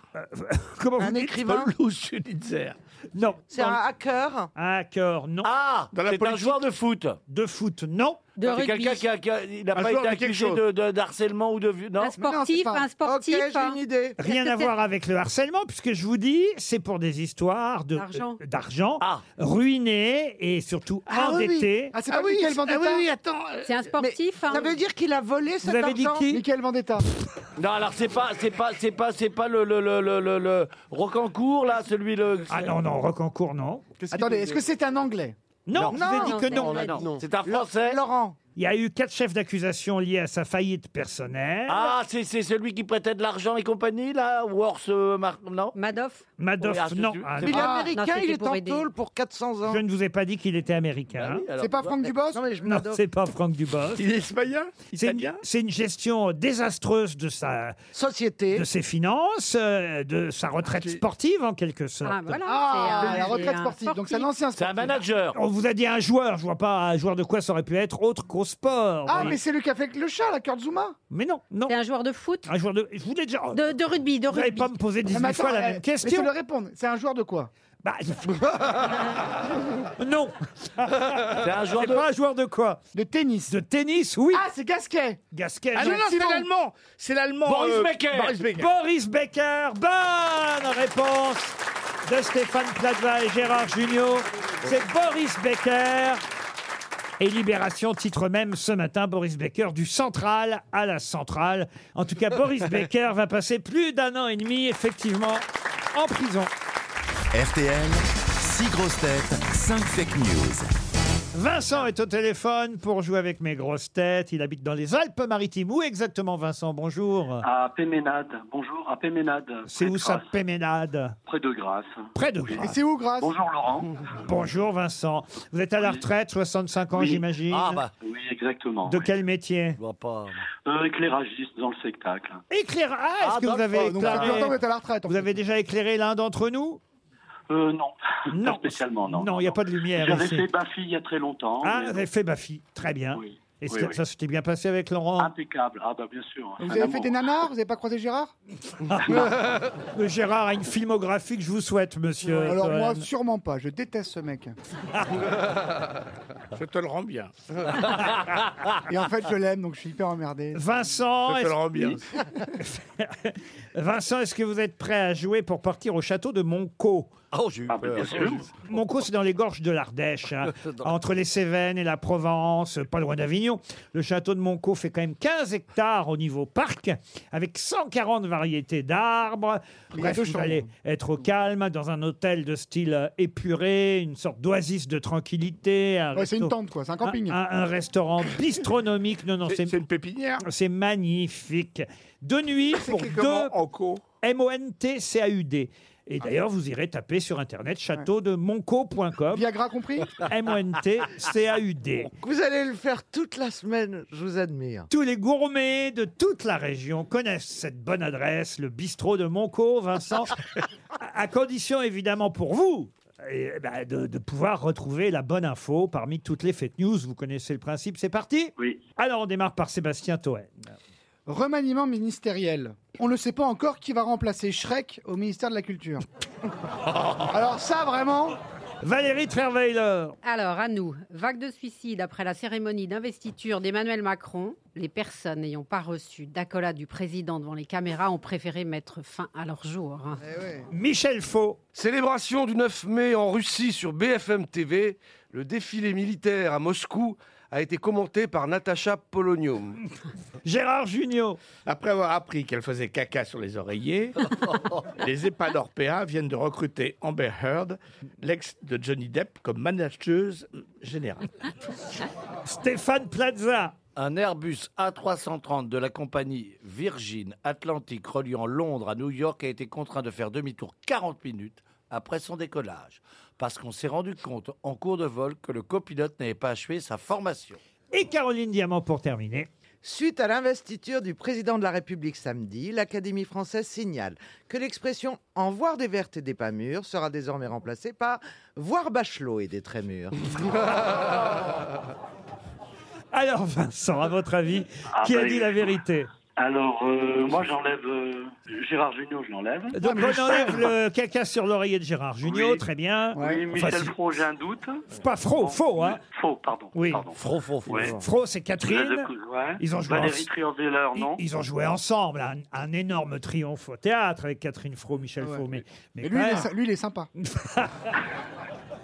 Speaker 2: Comment vous
Speaker 7: Un
Speaker 2: dites
Speaker 7: écrivain
Speaker 4: Paul Schulitzer.
Speaker 2: Non.
Speaker 7: C'est un hacker
Speaker 2: Un hacker, non.
Speaker 3: Ah
Speaker 4: Dans la
Speaker 3: C'est un
Speaker 4: politique.
Speaker 3: joueur de foot.
Speaker 2: De foot, non.
Speaker 5: De
Speaker 3: C'est
Speaker 5: rugby.
Speaker 3: quelqu'un qui a- qui a- il n'a
Speaker 4: Un
Speaker 3: pas
Speaker 4: joueur
Speaker 3: été
Speaker 4: de quelque
Speaker 3: accusé
Speaker 4: chose.
Speaker 3: de- de- d'harcèlement ou de vi-
Speaker 6: Ah,
Speaker 3: non.
Speaker 5: Un sportif,
Speaker 6: pas-
Speaker 5: un sportif.
Speaker 7: Ok, j'ai une idée.
Speaker 2: Rien
Speaker 5: que
Speaker 2: à
Speaker 5: c'est-
Speaker 2: voir avec le harcèlement, puisque je vous dis, c'est pour des histoires de-
Speaker 5: D'argent.
Speaker 2: euh, d'argent,
Speaker 3: Ah.
Speaker 2: ruiné et surtout
Speaker 6: Ah oui,
Speaker 2: endetté.
Speaker 6: oui. Ah, c'est
Speaker 7: Ah
Speaker 6: pas
Speaker 7: oui,
Speaker 6: Michael
Speaker 7: ah
Speaker 6: Vendetta
Speaker 7: oui, oui, attends. euh,
Speaker 5: C'est un sportif. hein.
Speaker 7: Ça veut dire qu'il a volé cet
Speaker 2: Vous avez dit
Speaker 7: argent
Speaker 2: qui
Speaker 6: Michael Vendetta.
Speaker 3: Non, alors c'est pas, c'est pas, c'est pas, c'est pas le le le le le, le Rocancourt là, celui le.
Speaker 2: Ah non, non, Rocancourt, non.
Speaker 6: Attendez, est-ce que c'est un Anglais
Speaker 2: Non, je vous ai dit que non.
Speaker 3: Ah non, C'est un Français.
Speaker 7: Laurent.
Speaker 2: Il y a eu quatre chefs d'accusation liés à sa faillite personnelle.
Speaker 3: Ah, c'est c'est celui qui prêtait de l'argent et compagnie là, Worth, euh, Mar- non.
Speaker 5: Madoff.
Speaker 2: Madoff,
Speaker 3: Oui, ah, c'est-
Speaker 2: non.
Speaker 3: c'est-
Speaker 2: Ah,
Speaker 7: Il est
Speaker 2: non.
Speaker 5: Ah, non,
Speaker 7: américain,
Speaker 5: c'était
Speaker 7: il est
Speaker 5: pour
Speaker 7: en
Speaker 5: aider.
Speaker 7: tôle pour 400 ans.
Speaker 2: Je ne vous ai pas dit qu'il était américain.
Speaker 3: Ah
Speaker 2: hein.
Speaker 3: Oui, alors,
Speaker 6: C'est pas Franck Dubos
Speaker 7: Non, mais je
Speaker 2: Non,
Speaker 7: m'adore.
Speaker 2: c'est pas Franck Dubos.
Speaker 4: Il est espagnol
Speaker 2: C'est une,
Speaker 4: Italien
Speaker 2: c'est une gestion désastreuse de, sa,
Speaker 7: Société.
Speaker 2: de ses finances, euh, de
Speaker 3: Ah,
Speaker 2: sa retraite sportive en quelque sorte.
Speaker 5: Ah, voilà,
Speaker 6: Ah,
Speaker 5: c'est un-
Speaker 6: la retraite
Speaker 5: c'est un
Speaker 6: sportive. Donc c'est un
Speaker 5: sportif.
Speaker 6: ancien
Speaker 3: C'est un
Speaker 6: sportif.
Speaker 3: manager.
Speaker 2: On vous a dit un joueur, je vois pas un joueur de quoi ça aurait pu être autre qu'au sport.
Speaker 6: Ah,
Speaker 2: Oui.
Speaker 6: mais c'est lui qui a fait le chat, la Kurt Zuma
Speaker 2: Mais non, non.
Speaker 5: C'est un joueur de foot.
Speaker 2: Un joueur de. Je voulais déjà.
Speaker 5: De, de rugby, de
Speaker 2: vous n'allez
Speaker 5: rugby.
Speaker 2: pas me poser
Speaker 6: Ah,
Speaker 2: 19
Speaker 6: mais
Speaker 2: fois la
Speaker 6: attends, eh,
Speaker 2: même
Speaker 6: Mais je
Speaker 2: question.
Speaker 6: le répondre. C'est un joueur de quoi
Speaker 2: Bah,
Speaker 13: Oh.
Speaker 2: non.
Speaker 3: C'est un joueur
Speaker 2: C'est
Speaker 3: de.
Speaker 2: pas un joueur de quoi
Speaker 6: De tennis.
Speaker 2: De tennis, oui.
Speaker 6: Ah, c'est Gasquet
Speaker 2: Gasquet.
Speaker 4: Ah non, non, c'est
Speaker 6: Simon.
Speaker 4: l'allemand C'est l'allemand euh,
Speaker 3: Boris Becker.
Speaker 4: Boris Becker.
Speaker 2: Boris Becker, bonne réponse de Stéphane Plaza et Gérard Junior. C'est Boris Becker. Et Libération titre même ce matin Boris Becker du central à la centrale. En tout cas, Boris Becker va passer plus d'un an et demi effectivement en prison.
Speaker 1: RTL, 6 grosses têtes, 5 fake news.
Speaker 2: Vincent est au téléphone pour jouer avec mes grosses têtes. Il habite dans les Alpes-Maritimes. Où exactement, Vincent Bonjour.
Speaker 6: Ah,
Speaker 12: À Péménade, bonjour, à Péménade.
Speaker 2: C'est
Speaker 12: près
Speaker 2: où
Speaker 12: de
Speaker 2: ça,
Speaker 12: Grasse.
Speaker 2: Péménade
Speaker 12: Près de Grasse.
Speaker 2: Près de
Speaker 6: Et
Speaker 2: Grasse.
Speaker 6: c'est où, Grâce
Speaker 12: Bonjour
Speaker 2: Mmh.
Speaker 12: Laurent.
Speaker 2: Bonjour Vincent. Vous êtes à la retraite, 65 ans
Speaker 12: Oui.
Speaker 2: j'imagine.
Speaker 3: Ah bah.
Speaker 12: Oui, exactement.
Speaker 2: De
Speaker 12: oui.
Speaker 2: quel métier
Speaker 3: Je vois pas.
Speaker 12: Euh, éclairagiste dans le spectacle.
Speaker 2: Éclair. Ah, est-ce
Speaker 3: Ah,
Speaker 2: que vous
Speaker 3: d'accord,
Speaker 2: avez
Speaker 6: Donc ça fait
Speaker 2: éclairé
Speaker 6: longtemps que t'es à la retraite. en
Speaker 2: Vous
Speaker 6: fait.
Speaker 2: avez déjà éclairé l'un d'entre nous
Speaker 12: Euh, non,
Speaker 2: Non.
Speaker 12: pas spécialement, non.
Speaker 2: Non, il n'y a pas de lumière
Speaker 12: J'avais
Speaker 2: ici.
Speaker 12: fait Bafi il y a très longtemps.
Speaker 2: Ah,
Speaker 12: mais-
Speaker 2: vous avez fait Bafi. Très bien.
Speaker 12: Oui,
Speaker 2: Et
Speaker 12: oui,
Speaker 2: ça-
Speaker 12: oui.
Speaker 2: ça s'était bien passé avec Laurent.
Speaker 12: Impeccable, ah bah bien sûr.
Speaker 6: Vous
Speaker 12: un
Speaker 6: avez
Speaker 12: amour.
Speaker 6: fait des nanars Vous n'avez pas croisé Gérard
Speaker 2: Le Euh, Gérard a une filmographie que je vous souhaite, monsieur.
Speaker 6: Alors
Speaker 2: Toen.
Speaker 6: moi, sûrement pas. Je déteste ce mec.
Speaker 4: Je te le rends bien.
Speaker 6: Et en fait, je l'aime, donc je suis hyper emmerdé.
Speaker 2: Ah. Vincent,
Speaker 6: Oh,
Speaker 4: Je te
Speaker 2: est-ce-
Speaker 4: le rends bien.
Speaker 2: Vincent, est-ce que vous êtes prêt à jouer pour partir au château de Monco
Speaker 3: Oh, j'ai eu
Speaker 12: Ah, mais bien
Speaker 3: peur.
Speaker 12: sûr.
Speaker 2: Mon cours, c'est dans les gorges de l'Ardèche, hein, entre les Cévennes et la Provence, pas loin d'Avignon. Le château de Monco fait quand même 15 hectares au niveau parc, avec 140 variétés d'arbres.
Speaker 6: Il y a
Speaker 2: Bref,
Speaker 6: deux
Speaker 2: vous
Speaker 6: chambres.
Speaker 2: allez être au calme, dans un hôtel de style euh, épuré, une sorte d'oasis de tranquillité. un
Speaker 6: Ouais, c'est une
Speaker 2: resto-
Speaker 6: tente, quoi, c'est un camping.
Speaker 2: Un, un restaurant bistronomique. Non, non, c'est une pépinière. C'est magnifique. De nuit pour deux. M-O-N-T-C-A-U-D.
Speaker 6: Ah.
Speaker 2: Et d'ailleurs, vous irez taper sur internet château de monco.com. Viagra compris M-O-N-T-C-A-U-D.
Speaker 7: Vous allez le faire toute la semaine, je vous admire.
Speaker 2: Tous les gourmets de toute la région connaissent cette bonne adresse, le bistrot de Monco, Vincent, à à condition évidemment pour vous. eh ben, de, de pouvoir retrouver la bonne info parmi toutes les fake news. Vous connaissez le principe, c'est parti
Speaker 12: Oui.
Speaker 2: Alors on démarre par Sébastien Toen.
Speaker 6: Remaniement ministériel. On ne sait pas encore qui va remplacer Shrek au ministère de la Culture. Bah, Alors ça, vraiment
Speaker 2: Valérie Trierweiler.
Speaker 5: Alors, à nous. Vague de suicide après la cérémonie d'investiture d'Emmanuel Macron. Les personnes n'ayant pas reçu d'accolade du président devant les caméras ont préféré mettre fin à leur jour. hein.
Speaker 2: Michel Faux.
Speaker 8: Célébration du 9 mai en Russie sur BFM TV. Le défilé militaire à Moscou a été commenté par Natacha Polonium.
Speaker 2: Gérard Junior.
Speaker 4: Après avoir appris qu'elle faisait caca sur les oreillers, les Épanorpéens viennent de recruter Amber Heard, l'ex de Johnny Depp, comme manageuse générale.
Speaker 2: Stéphane Plaza.
Speaker 3: Un Airbus A330 de la compagnie Virgin Atlantic reliant Londres à New York a été contraint de faire demi-tour 40 minutes après son décollage, parce qu'on s'est rendu compte en cours de vol que le copilote n'avait pas achevé sa formation.
Speaker 2: Et Caroline Diamant pour terminer.
Speaker 7: Suite à l'investiture du président de la République samedi, l'Académie française signale que l'expression en voir des vertes et des pas mûres sera désormais remplacée par voir bachelot et des très mûrs.
Speaker 2: Alors Oh, Vincent, à votre avis,
Speaker 12: Ah,
Speaker 2: qui a
Speaker 12: bah,
Speaker 2: dit
Speaker 12: il-
Speaker 2: la vérité
Speaker 12: Alors, euh, moi, j'enlève euh, Gérard Junior, Ah, je l'enlève.
Speaker 2: Euh, Donc on enlève le caca sur l'oreiller de Gérard Junior,
Speaker 12: Oui.
Speaker 2: très bien.
Speaker 12: Oui,
Speaker 2: Enfin,
Speaker 12: Michel
Speaker 2: si-
Speaker 12: Fro, j'ai un doute.
Speaker 2: Pas Fro, faux, hein
Speaker 12: Faux, pardon.
Speaker 2: Oui.
Speaker 12: pardon.
Speaker 3: Fro, faux,
Speaker 12: faux. Ouais.
Speaker 2: Fro, c'est Catherine.
Speaker 12: Joseph Cousin,
Speaker 2: Ils ont joué
Speaker 12: Valérie
Speaker 2: en-
Speaker 12: Trierweiler, non
Speaker 2: Ils ont joué ensemble, un, un énorme triomphe au théâtre avec Catherine Fro, Michel Fro. Mais, mais
Speaker 6: Et
Speaker 2: quand
Speaker 6: lui, il est,
Speaker 2: même-
Speaker 6: sy- lui, il est sympa.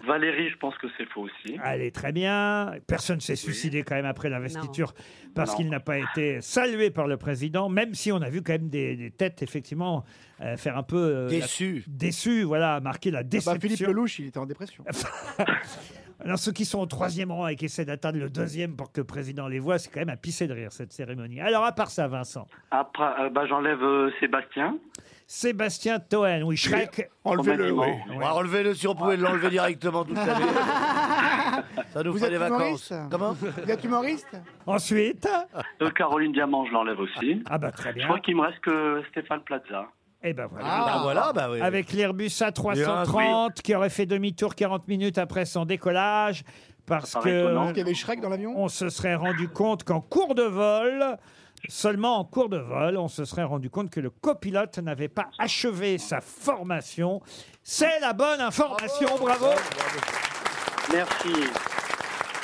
Speaker 12: Valérie, je pense que c'est faux aussi.
Speaker 2: Allez, très bien. Personne s'est suicidé quand même après l'investiture parce
Speaker 12: Non.
Speaker 2: qu'il n'a pas été salué par le président, même si on a vu quand même des, des têtes, effectivement, euh, faire un peu... euh,
Speaker 3: Déçu.
Speaker 2: la- Déçu, voilà, marquer la
Speaker 6: Ah
Speaker 2: déception.
Speaker 6: bah, Philippe Lelouch, il était en dépression.
Speaker 2: Alors, ceux qui sont au troisième rang et qui essaient d'atteindre le deuxième pour que le président les voit, c'est quand même à pisser de rire, cette cérémonie. Alors, à part ça, Vincent,
Speaker 12: Après, euh, bah, j'enlève euh, Sébastien.
Speaker 2: Sébastien Toen, oui, Shrek.
Speaker 12: Enlevez-le, oui.
Speaker 3: On va enlever le si on pouvait l'enlever directement toute l'année. Ça nous
Speaker 6: Vous
Speaker 3: fait
Speaker 6: êtes
Speaker 3: des vacances.
Speaker 6: humoriste
Speaker 3: Comment
Speaker 6: Vous êtes humoriste
Speaker 2: Ensuite,
Speaker 12: Euh, Caroline Diamant, je l'enlève aussi.
Speaker 2: Ah bah très
Speaker 12: Je
Speaker 2: bien.
Speaker 12: crois qu'il me reste que Stéphane Plaza.
Speaker 2: Et ben voilà.
Speaker 3: Ah, bah voilà, bah oui.
Speaker 2: Avec l'Airbus A330 qui aurait fait demi-tour 40 minutes après son décollage parce
Speaker 6: Ça paraît étonnant.
Speaker 2: que
Speaker 6: Parce qu'il y avait Shrek dans l'avion
Speaker 2: on se serait rendu compte qu'en cours de vol, seulement en cours de vol, on se serait rendu compte que le copilote n'avait pas achevé sa formation. C'est la bonne information, bravo.
Speaker 12: Merci.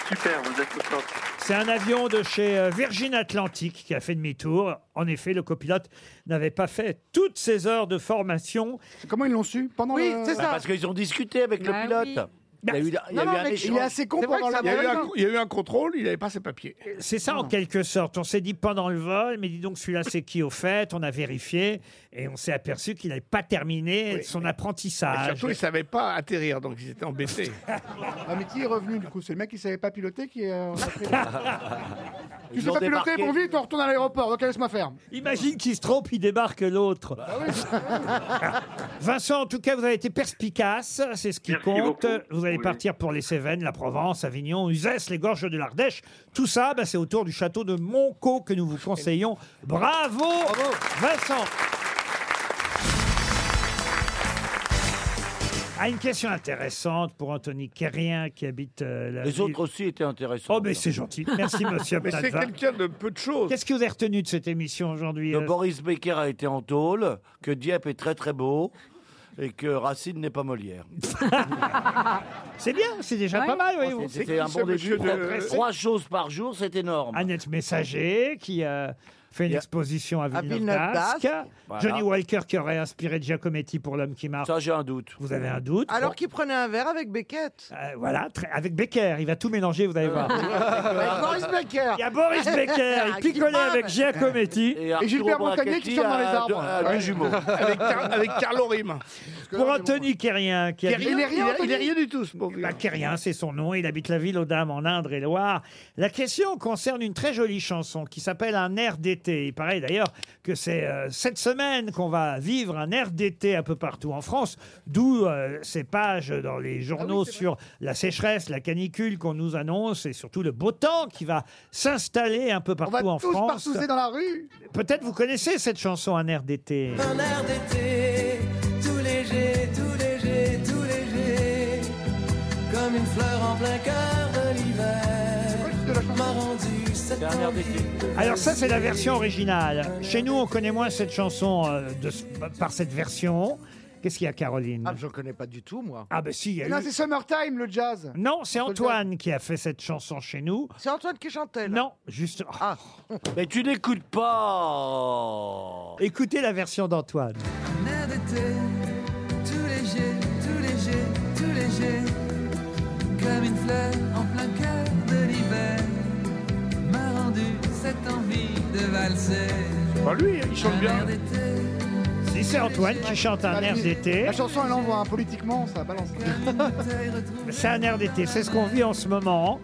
Speaker 12: Super, vous êtes au top.
Speaker 2: C'est un avion de chez euh, Virgin Atlantic qui a fait demi-tour. En effet, le copilote n'avait pas fait toutes ses heures de formation.
Speaker 6: Comment ils l'ont su Pendant
Speaker 7: Oui,
Speaker 6: le-
Speaker 7: c'est ça. Bah
Speaker 3: Bah, parce qu'ils ont discuté avec
Speaker 5: Ah
Speaker 3: le pilote. Il y a eu, il y a
Speaker 7: Non,
Speaker 3: eu
Speaker 7: non,
Speaker 3: un
Speaker 7: mais
Speaker 3: échange.
Speaker 6: Il est assez con
Speaker 7: C'est vrai
Speaker 6: pendant
Speaker 7: que
Speaker 4: Il
Speaker 6: la
Speaker 7: ça
Speaker 4: y a eu un,
Speaker 7: D'accord.
Speaker 4: il y a eu un contrôle, il n'avait pas ses papiers.
Speaker 2: C'est ça en quelque sorte. On s'est dit pendant le vol, mais dis donc celui-là c'est qui au fait On a vérifié et on s'est aperçu qu'il n'avait pas terminé
Speaker 4: Oui.
Speaker 2: son
Speaker 4: Et
Speaker 2: apprentissage.
Speaker 4: surtout, ils ne savaient pas atterrir, donc ils étaient embêtés.
Speaker 6: Ah, mais qui est revenu du coup C'est le mec qui savait pas piloter qui est. euh, repris. tu
Speaker 3: Ils
Speaker 6: sais
Speaker 3: l'ont
Speaker 6: pas piloter,
Speaker 3: débarqué.
Speaker 6: bon vite, on retourne à l'aéroport, ok laisse-moi faire.
Speaker 2: Imagine qu'il se trompe, il débarque
Speaker 3: Bah,
Speaker 2: l'autre. Vincent, en tout cas, vous avez été perspicace, c'est ce qui
Speaker 12: Merci
Speaker 2: compte.
Speaker 12: beaucoup.
Speaker 2: Vous allez
Speaker 12: Oui.
Speaker 2: partir pour les Cévennes, la Provence, Avignon, Uzès, les gorges de l'Ardèche. Tout ça, bah, c'est autour du château de Monco que nous vous conseillons. Bravo Vincent Ah, une question intéressante pour Anthony Kerrien qui habite euh, la
Speaker 3: Les
Speaker 2: ville-
Speaker 3: autres aussi étaient intéressants.
Speaker 2: Oh, mais c'est gentil. Merci, monsieur
Speaker 4: Mais c'est
Speaker 2: Plaza.
Speaker 4: quelqu'un de peu de choses.
Speaker 2: Qu'est-ce que vous avez retenu de cette émission aujourd'hui
Speaker 3: Que
Speaker 2: euh,
Speaker 3: Boris Becker a été en tôle, que Dieppe est très très beau et que Racine n'est pas Molière.
Speaker 2: C'est bien, c'est déjà pas mal, voyez-vous.
Speaker 3: Oh, C'était un
Speaker 4: qui ce
Speaker 3: bon début. euh,
Speaker 4: monsieur de-
Speaker 3: Trois- Trois choses par jour, c'est énorme.
Speaker 2: Annette Messager qui euh, fait une exposition à
Speaker 7: À
Speaker 2: Villeneuve-d'Ascq.
Speaker 7: Villeneuve-d'Ascq. Voilà.
Speaker 2: Johnny Walker qui aurait inspiré Giacometti pour L'homme qui marche. Ça,
Speaker 3: j'ai un doute.
Speaker 2: Vous avez un doute
Speaker 7: Alors
Speaker 2: Bon,
Speaker 7: qu'il prenait un verre avec Beckett.
Speaker 2: Euh, Voilà, très- avec Becker, il va tout mélanger, vous allez voir.
Speaker 7: Avec Boris Becker.
Speaker 2: Il y a Boris Becker, il picolait avec Giacometti.
Speaker 7: Et Gilbert Montagnier qui
Speaker 2: sont
Speaker 7: chante dans les arbres. Ouais.
Speaker 4: Avec, Car- avec Carlo Rime.
Speaker 2: Pour Anthony Kérien, qui
Speaker 4: Kérien, Il est rien, il est- Anthony il est rien du tout, ce pauvre gars.
Speaker 2: Bah, Kérien, c'est son nom. Il habite la ville aux Dames, en Indre-et-Loire. La question concerne une très jolie chanson qui s'appelle Un air d'été. Il paraît d'ailleurs que c'est euh, cette semaine qu'on va vivre un air d'été un peu partout en France, d'où euh, ces pages dans les
Speaker 4: Ah
Speaker 2: journaux sur la sécheresse, la canicule qu'on nous annonce et surtout le beau temps qui va s'installer un peu partout en
Speaker 6: Tous
Speaker 2: France.
Speaker 6: partousés dans la rue.
Speaker 2: Peut-être vous connaissez cette chanson Un air d'été.
Speaker 13: Un air d'été, tout léger, tout léger, tout léger, comme une fleur en plein cœur de l'hiver, m'a rendu cette envie.
Speaker 2: Alors ça c'est la version originale. Chez nous on connaît moins cette chanson euh, de- par cette version. Qu'est-ce qu'il y a Caroline
Speaker 7: Ah, j'en connais pas du tout, moi.
Speaker 2: Ah ben si, il y a
Speaker 6: Non,
Speaker 2: eu-
Speaker 6: c'est Summertime, le jazz.
Speaker 2: Non, c'est Antoine qui a fait cette chanson chez nous.
Speaker 7: C'est Antoine Ah. qui chantait.
Speaker 2: Non, juste.
Speaker 3: Mais tu n'écoutes pas
Speaker 2: Écoutez la version d'Antoine.
Speaker 13: Un air d'été, tout léger, tout léger, tout léger, comme une fleur en plein cœur de l'hiver, m'a rendu cette envie de valser.
Speaker 4: Bah lui, il chante bien.
Speaker 2: Si c'est Antoine qui chante un air d'été.
Speaker 6: La chanson, elle envoie hein, politiquement, ça balance.
Speaker 2: C'est un air d'été, c'est ce qu'on vit en ce moment.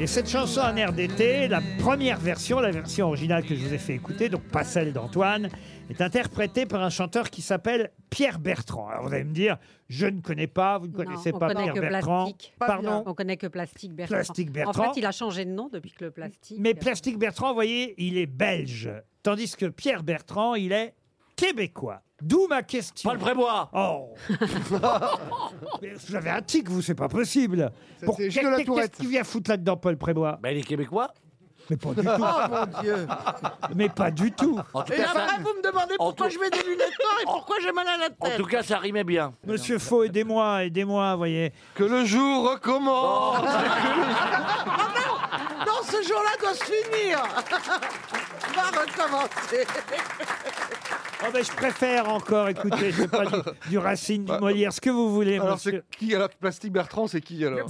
Speaker 2: Et cette chanson, un air d'été, la première version, la version originale que je vous ai fait écouter, donc pas celle d'Antoine, est interprétée par un chanteur qui s'appelle Pierre Bertrand. Alors vous allez me dire, je ne connais pas, vous ne connaissez
Speaker 5: on
Speaker 2: pas
Speaker 5: connaît
Speaker 2: Pierre
Speaker 5: que
Speaker 2: Bertrand.
Speaker 5: Plastique.
Speaker 2: Pardon.
Speaker 5: On connaît que Plastique Bertrand.
Speaker 2: Plastique Bertrand.
Speaker 5: En fait, il a changé de nom depuis que le plastique.
Speaker 2: Mais Plastique Bertrand, vous voyez, il est belge. Tandis que Pierre Bertrand, il est québécois. D'où ma question. Paul
Speaker 3: Prébois.
Speaker 2: Oh Mais Vous avez un tic, vous, c'est pas possible.
Speaker 3: Ça,
Speaker 2: Pour-
Speaker 3: c'est juste de la
Speaker 2: qu'est-
Speaker 3: tourette.
Speaker 2: Qu'est-ce qu'il vient foutre là-dedans, Paul Prébois
Speaker 3: Ben, il est québécois.
Speaker 2: Mais pas du tout.
Speaker 8: Oh,
Speaker 7: mon Dieu.
Speaker 2: Mais pas du tout.
Speaker 3: En tout
Speaker 7: Et
Speaker 3: cas, ça-
Speaker 7: après, vous me demandez pourquoi
Speaker 3: tout-
Speaker 7: je mets des lunettes noires et pourquoi j'ai mal à la tête.
Speaker 3: en tout cas, ça rimait bien.
Speaker 2: Monsieur Faux, aidez-moi, aidez-moi, vous voyez.
Speaker 8: Que le jour recommence.
Speaker 7: Non, ce jour-là doit se finir. On va recommencer.
Speaker 2: Oh, mais je préfère encore écouter, je sais pas, du, du Racine, du Molière, ce que vous voulez,
Speaker 8: Bah, Alors
Speaker 2: monsieur.
Speaker 8: c'est qui alors Plastique Bertrand, c'est qui alors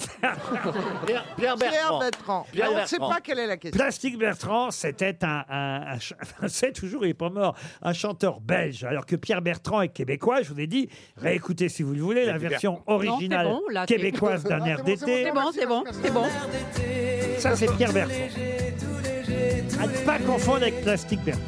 Speaker 3: Pierre,
Speaker 7: Pierre Bertrand.
Speaker 8: Pierre
Speaker 7: Alors, on ne sait
Speaker 8: Bertrand.
Speaker 7: pas quelle est la question.
Speaker 2: Plastique Bertrand, c'était un, un- un ch- enfin, c'est toujours, il est pas mort, un chanteur belge. Alors que Pierre Bertrand est québécois, je vous ai dit, réécoutez si vous le voulez la version originale
Speaker 5: Non, c'est bon, là, c'est-
Speaker 2: québécoise d'un air d'été.
Speaker 5: C'est bon, c'est bon, c'est bon.
Speaker 2: Ça, c'est Pierre Bertrand. À ne pas confondre avec Plastique Bertrand.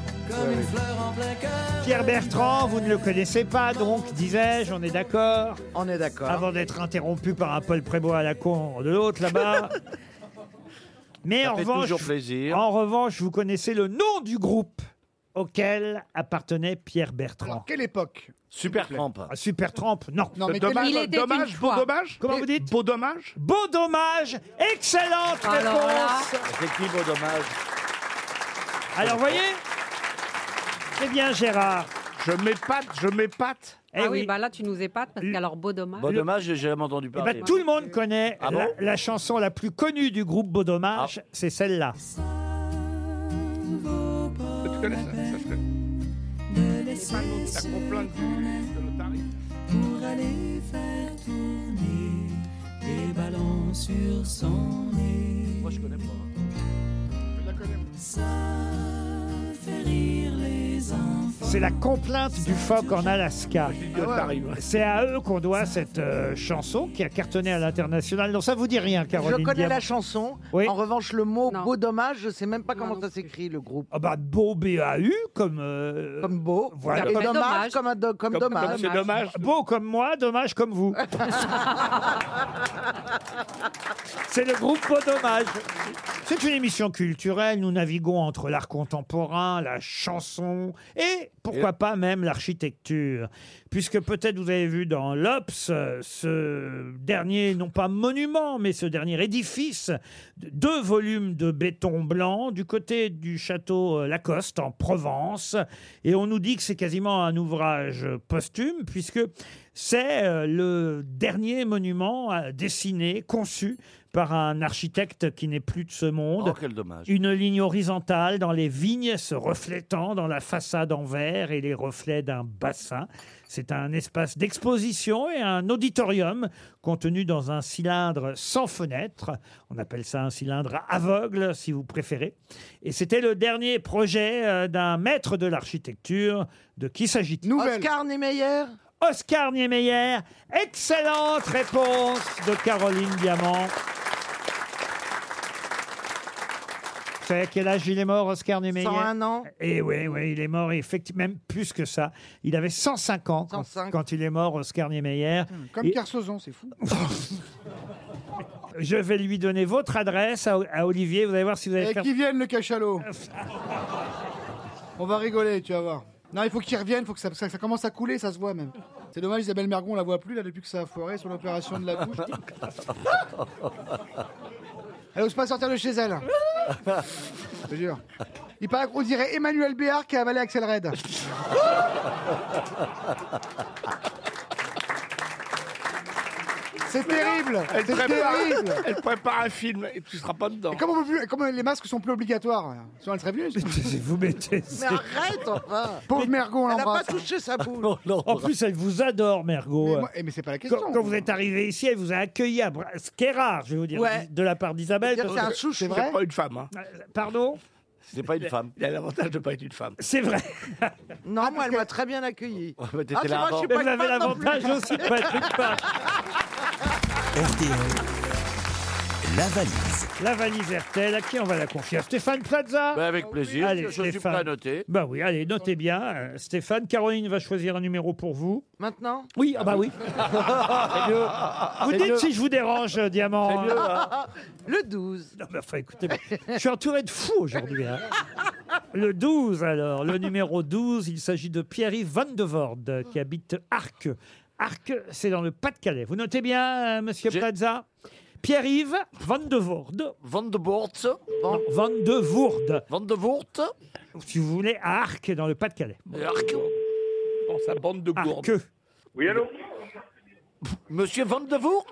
Speaker 2: Pierre Bertrand, vous ne le connaissez pas, donc, disais-je, on est d'accord
Speaker 7: On est d'accord.
Speaker 2: Avant d'être interrompu par un Paul Prébois à la con de l'autre là-bas. Mais
Speaker 3: Ça
Speaker 2: en
Speaker 3: fait
Speaker 2: revanche,
Speaker 3: toujours plaisir.
Speaker 2: en revanche, vous connaissez le nom du groupe auquel appartenait Pierre Bertrand.
Speaker 6: Quelle époque
Speaker 3: Super Trump.
Speaker 2: Ah, Super Trump, non.
Speaker 6: Non, mais
Speaker 4: Dommage,
Speaker 6: quelle-
Speaker 4: dommage, beau dommage.
Speaker 2: Comment vous dites
Speaker 4: Beau dommage.
Speaker 2: Beau dommage, excellente
Speaker 3: Alors là.
Speaker 2: réponse.
Speaker 3: C'est qui, beau dommage
Speaker 2: Alors voyez, c'est bien Gérard.
Speaker 4: Je m'épate, je m'épate.
Speaker 2: Eh
Speaker 5: ah
Speaker 2: oui.
Speaker 5: oui, bah là, tu nous épates parce qu'alors, beau dommage.
Speaker 3: Beau dommage, j'ai jamais entendu
Speaker 2: Eh
Speaker 3: parler.
Speaker 2: ben, tout le monde connaît
Speaker 3: Ah
Speaker 2: la,
Speaker 3: bon
Speaker 2: la chanson la plus connue du groupe Beau Dommage,
Speaker 4: Ah.
Speaker 2: c'est celle-là.
Speaker 4: Tu connais ça, ça je connais.
Speaker 13: Me
Speaker 4: C'est pas l'autre, la complainte du- de l'otariste.
Speaker 13: pour aller faire tourner des ballons sur son nez.
Speaker 3: Moi, je connais pas. hein.
Speaker 13: Ça fait rire les enfants.
Speaker 2: C'est la complainte du phoque en Alaska.
Speaker 4: Ah ouais. t'arrives.
Speaker 2: C'est à eux qu'on doit cette euh, chanson qui a cartonné à l'international. Non, ça vous dit rien, Caroline.
Speaker 7: je connais
Speaker 2: Diamant.
Speaker 7: la chanson.
Speaker 2: Oui.
Speaker 7: En revanche, le mot beau dommage, je sais même pas comment ça s'écrit le groupe.
Speaker 2: Ah bah, beau BAU comme. euh,
Speaker 7: Comme beau.
Speaker 2: Voilà.
Speaker 7: Et
Speaker 2: Comme-
Speaker 7: dommage,
Speaker 5: dommage.
Speaker 7: comme, un do- comme, dommage.
Speaker 4: c'est dommage.
Speaker 2: Beau comme moi, dommage comme vous. C'est le groupe Beau Dommage. C'est une émission culturelle. Nous naviguons entre l'art contemporain, la chanson et pourquoi pas même l'architecture. Puisque peut-être vous avez vu dans l'Obs euh, ce dernier, non pas monument, mais ce dernier édifice, de- deux volumes de béton blanc du côté du château euh, Lacoste en Provence. Et on nous dit que c'est quasiment un ouvrage posthume puisque c'est euh, le dernier monument euh, dessiné, conçu par un architecte qui n'est plus de ce monde.
Speaker 3: Oh, quel dommage.
Speaker 2: Une ligne horizontale dans les vignes se reflétant dans la façade en verre et les reflets d'un bassin. C'est un espace d'exposition et un auditorium contenu dans un cylindre sans fenêtre. On appelle ça un cylindre aveugle si vous préférez. Et c'était le dernier projet euh, d'un maître de l'architecture. De qui s'agit-il
Speaker 7: Oscar Niemeyer
Speaker 2: Oscar Niemeyer. Excellente réponse de Caroline Diamant. Vous savez à quel âge il est mort, Oscar Niemeyer
Speaker 7: 101 ans.
Speaker 2: Et oui, oui, il est mort, effectivement, même plus que ça. Il avait 105 ans quand,
Speaker 6: 105.
Speaker 2: quand il est mort, Oscar Niemeyer.
Speaker 6: Hmm, Comme
Speaker 2: Et
Speaker 6: Carsozon, c'est fou.
Speaker 2: je vais lui donner votre adresse à, à Olivier. Vous allez voir si vous allez
Speaker 6: Et
Speaker 2: faire...
Speaker 6: qui viennent le cachalot. On va rigoler, tu vas voir. Non, il faut qu'ils reviennent, il faut que ça, que ça commence à couler, ça se voit même. C'est dommage, Isabelle Mergon, on la voit plus là depuis que ça a foiré sur l'opération de la bouche. Elle n'ose pas sortir de chez elle. Je te jure. Il paraît qu'on dirait Emmanuel Béard qui a avalé Axel Red. C'est terrible.
Speaker 4: Elle
Speaker 6: C'est
Speaker 4: prépare,
Speaker 6: terrible.
Speaker 4: elle prépare un film et tu seras pas dedans.
Speaker 6: Et comment, on peut plus- comment les masques sont plus obligatoires Sinon, elle serait venue.
Speaker 2: Vous mettez.
Speaker 7: Mais arrête enfin
Speaker 6: Pauvre Mergon, on
Speaker 7: Elle n'a pas
Speaker 6: l'embrasse. hein. Ah,
Speaker 7: touché sa boule.
Speaker 2: En plus, elle vous adore, Mergot.
Speaker 6: Mais, eh, c'est pas la
Speaker 2: question. Quand, quand vous êtes arrivé ici, elle vous a accueilli à bras, ce qui est rare, je vais vous dire,
Speaker 4: Ouais.
Speaker 2: de la part d'Isabelle. parce
Speaker 4: C'est-à-dire c'est un
Speaker 2: que- Euh,
Speaker 4: chouchou. C'est vrai pas une femme, hein.
Speaker 2: Pardon
Speaker 3: C'est pas une femme.
Speaker 4: Il a l'avantage de pas être une femme.
Speaker 2: C'est vrai.
Speaker 7: Non, moi, elle m'a très bien accueilli.
Speaker 3: Ah, mais t'étais
Speaker 7: c'est
Speaker 3: là
Speaker 7: moi, je
Speaker 3: avant.
Speaker 7: suis pas
Speaker 3: Mais
Speaker 7: une
Speaker 3: vous avez
Speaker 7: femme non plus.
Speaker 3: l'avantage aussi de pas être une femme.
Speaker 1: La valise.
Speaker 2: La valise RTL, à qui on va la confier À Stéphane Plaza Ah
Speaker 3: Ben, avec plaisir,
Speaker 2: Allez,
Speaker 3: je suis
Speaker 2: Stéphane.
Speaker 3: prêt à noter.
Speaker 2: Ben oui, allez, notez bien. euh, Stéphane, Caroline va choisir un numéro pour vous.
Speaker 7: Maintenant
Speaker 2: Oui, ah bah oui.
Speaker 7: C'est mieux.
Speaker 2: Vous
Speaker 7: C'est
Speaker 2: dites
Speaker 7: mieux.
Speaker 2: si je vous dérange, euh, Diamant. hein.
Speaker 7: Le 12.
Speaker 2: Non, mais enfin, écoutez, je suis entouré de fous aujourd'hui. hein. Le 12, alors, le numéro 12, il s'agit de Pierre-Yves Van de Voorde, qui habite Arc. Arc, c'est dans le Pas-de-Calais. Vous notez bien, euh, monsieur Plaza Pierre-Yves Van de Voorde.
Speaker 3: Van de Boort.
Speaker 2: Van, de Voorde.
Speaker 3: Van de Voort.
Speaker 2: Si vous voulez, à Arc, dans le Pas-de-Calais.
Speaker 3: Arc.
Speaker 4: Dans Oh, sa bande de gourdes.
Speaker 2: Arqueux.
Speaker 12: Oui, allô
Speaker 3: Monsieur Van de Voort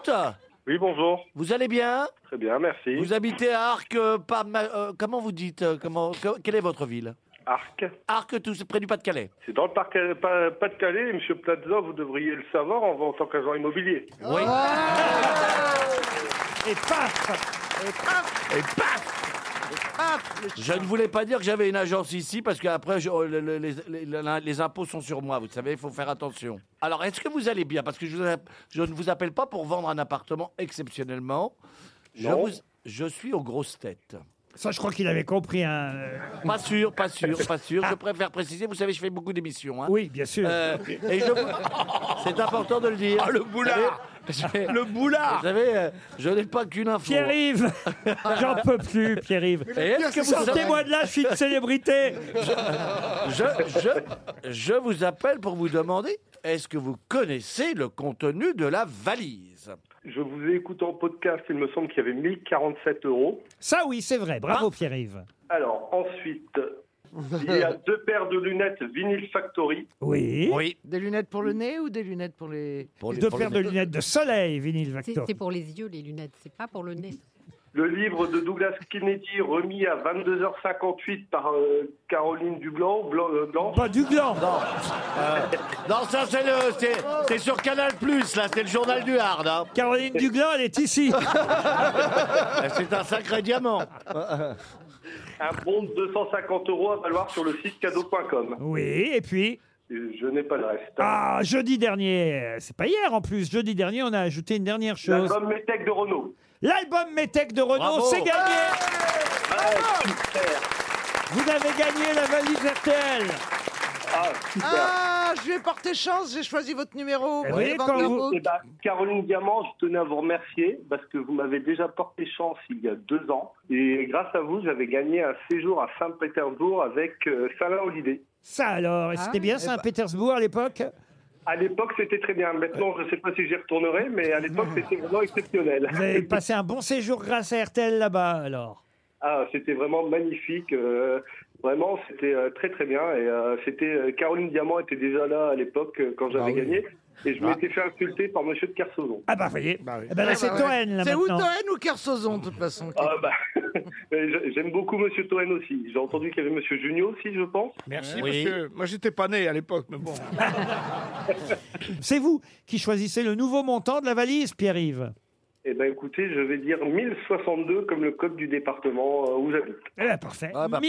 Speaker 12: Oui, bonjour.
Speaker 3: Vous allez bien
Speaker 12: Très bien, merci.
Speaker 3: Vous habitez à Arc, euh, par ma- euh, comment vous dites euh, comment, que- Quelle est votre ville
Speaker 12: Arc.
Speaker 3: Arc, tout près du Pas-de-Calais.
Speaker 12: C'est dans le parc- pas- Pas-de-Calais, Monsieur Plaza, vous devriez le savoir en, en tant qu'agent immobilier.
Speaker 3: Oui.
Speaker 2: Oh. Et paf
Speaker 7: Et paf
Speaker 3: Et paf Je ne voulais pas dire que j'avais une agence ici parce qu'après, je- euh, le- le- les, les- la- les impôts sont sur moi, vous savez, il faut faire attention. Alors, est-ce que vous allez bien Parce que je, vous app- je ne vous appelle pas pour vendre un appartement exceptionnellement. Je,
Speaker 2: Non.
Speaker 3: vous- je suis aux grosses têtes.
Speaker 2: Ça, je crois qu'il avait compris. hein, euh,
Speaker 3: Pas sûr, pas sûr, pas sûr. Je préfère préciser, vous savez, je fais beaucoup d'émissions. hein.
Speaker 2: Oui, bien sûr.
Speaker 3: Euh, et je vous- C'est important de le dire.
Speaker 2: Ah, le
Speaker 4: boulard
Speaker 3: Le boulard Vous savez, euh, je n'ai pas qu'une info.
Speaker 2: Pierre-Yves J'en peux plus, Pierre-Yves.
Speaker 3: Et est-ce que vous
Speaker 2: Sortez-moi
Speaker 3: savez-
Speaker 2: de là, je suis une célébrité
Speaker 3: je, je, je vous appelle pour vous demander est-ce que vous connaissez le contenu de la valise
Speaker 12: Je vous ai écouté en podcast, il me semble qu'il y avait 1047 euros.
Speaker 2: Ça, oui, c'est vrai. Bravo, Pierre-Yves.
Speaker 12: Alors, ensuite, il y a deux paires de lunettes Vinyl Factory.
Speaker 2: Oui.
Speaker 7: Des lunettes pour le nez ou des lunettes pour les.
Speaker 2: Deux paires de lunettes de soleil, Vinyl
Speaker 5: C'est
Speaker 2: Vactor.
Speaker 5: c'est pour les yeux, les lunettes, c'est pas pour le nez.
Speaker 12: Le livre de Douglas Kennedy remis à 22h58 par euh, Caroline Dublanc. Blanc, euh, Blanc.
Speaker 2: Pas Dublanc Ah,
Speaker 3: Non, Euh, non ça c'est le, c'est, c'est sur Canal Plus là, c'est le journal du Hard. hein.
Speaker 2: Caroline Duglan, elle est ici.
Speaker 3: c'est un sacré diamant.
Speaker 12: Un bon de 250 euros à valoir sur le site cadeau.com.
Speaker 2: Oui, et puis,
Speaker 12: Euh, Je n'ai pas le reste.
Speaker 2: ah, jeudi dernier, euh, c'est pas hier en plus, jeudi dernier, on a ajouté une dernière chose.
Speaker 12: L'album Métèque de Renault. Ah,
Speaker 2: L'album Métèque de Renault,
Speaker 12: Bravo.
Speaker 2: c'est gagné
Speaker 12: Ah
Speaker 2: Vous avez gagné la valise RTL
Speaker 7: Ah, je lui ai porté chance, j'ai choisi votre numéro.
Speaker 12: Eh
Speaker 7: Vous
Speaker 12: oui,
Speaker 7: avez vendu
Speaker 12: quand
Speaker 7: un
Speaker 12: vous-
Speaker 7: book.
Speaker 12: Eh ben, Caroline Diamant, je tenais à vous remercier parce que vous m'avez déjà porté chance il y a deux ans. Et grâce à vous, j'avais gagné un séjour à Saint-Pétersbourg avec euh, Salah Holiday.
Speaker 2: Ça alors, et c'était
Speaker 12: Ah,
Speaker 2: bien
Speaker 12: eh bah.
Speaker 2: Saint-Pétersbourg à l'époque
Speaker 12: À l'époque, c'était très bien. Maintenant, je ne sais pas si j'y retournerai, mais à l'époque, c'était vraiment exceptionnel.
Speaker 2: Ah. Vous avez passé un bon séjour grâce à RTL là-bas alors
Speaker 12: Ah, c'était vraiment magnifique. euh, vraiment, c'était euh, très très bien. Et euh, c'était euh, Caroline Diamant était déjà là à l'époque euh, quand j'avais
Speaker 2: oui.
Speaker 12: gagné. Et je m'étais fait insulter par monsieur de Kersauzon.
Speaker 2: Ah bah, voyez. Eh ben,
Speaker 12: Ah
Speaker 2: là,
Speaker 12: bah,
Speaker 2: c'est
Speaker 12: ouais.
Speaker 2: Toen, là,
Speaker 12: C'est où
Speaker 2: maintenant.
Speaker 12: Toen
Speaker 7: ou Kersozon, de toute façon
Speaker 12: Ah bah, je- j'aime beaucoup monsieur Toen aussi. J'ai entendu qu'il y avait monsieur Junio aussi, je pense.
Speaker 4: Merci, monsieur. Moi, j'étais pas né à l'époque, mais bon.
Speaker 2: C'est vous qui choisissez le nouveau montant de la valise, Pierre-Yves.
Speaker 12: Eh ben écoutez, je vais dire 1062 comme le code du département euh, où j'habite.
Speaker 2: Eh bien, parfait.
Speaker 6: Ah, bah,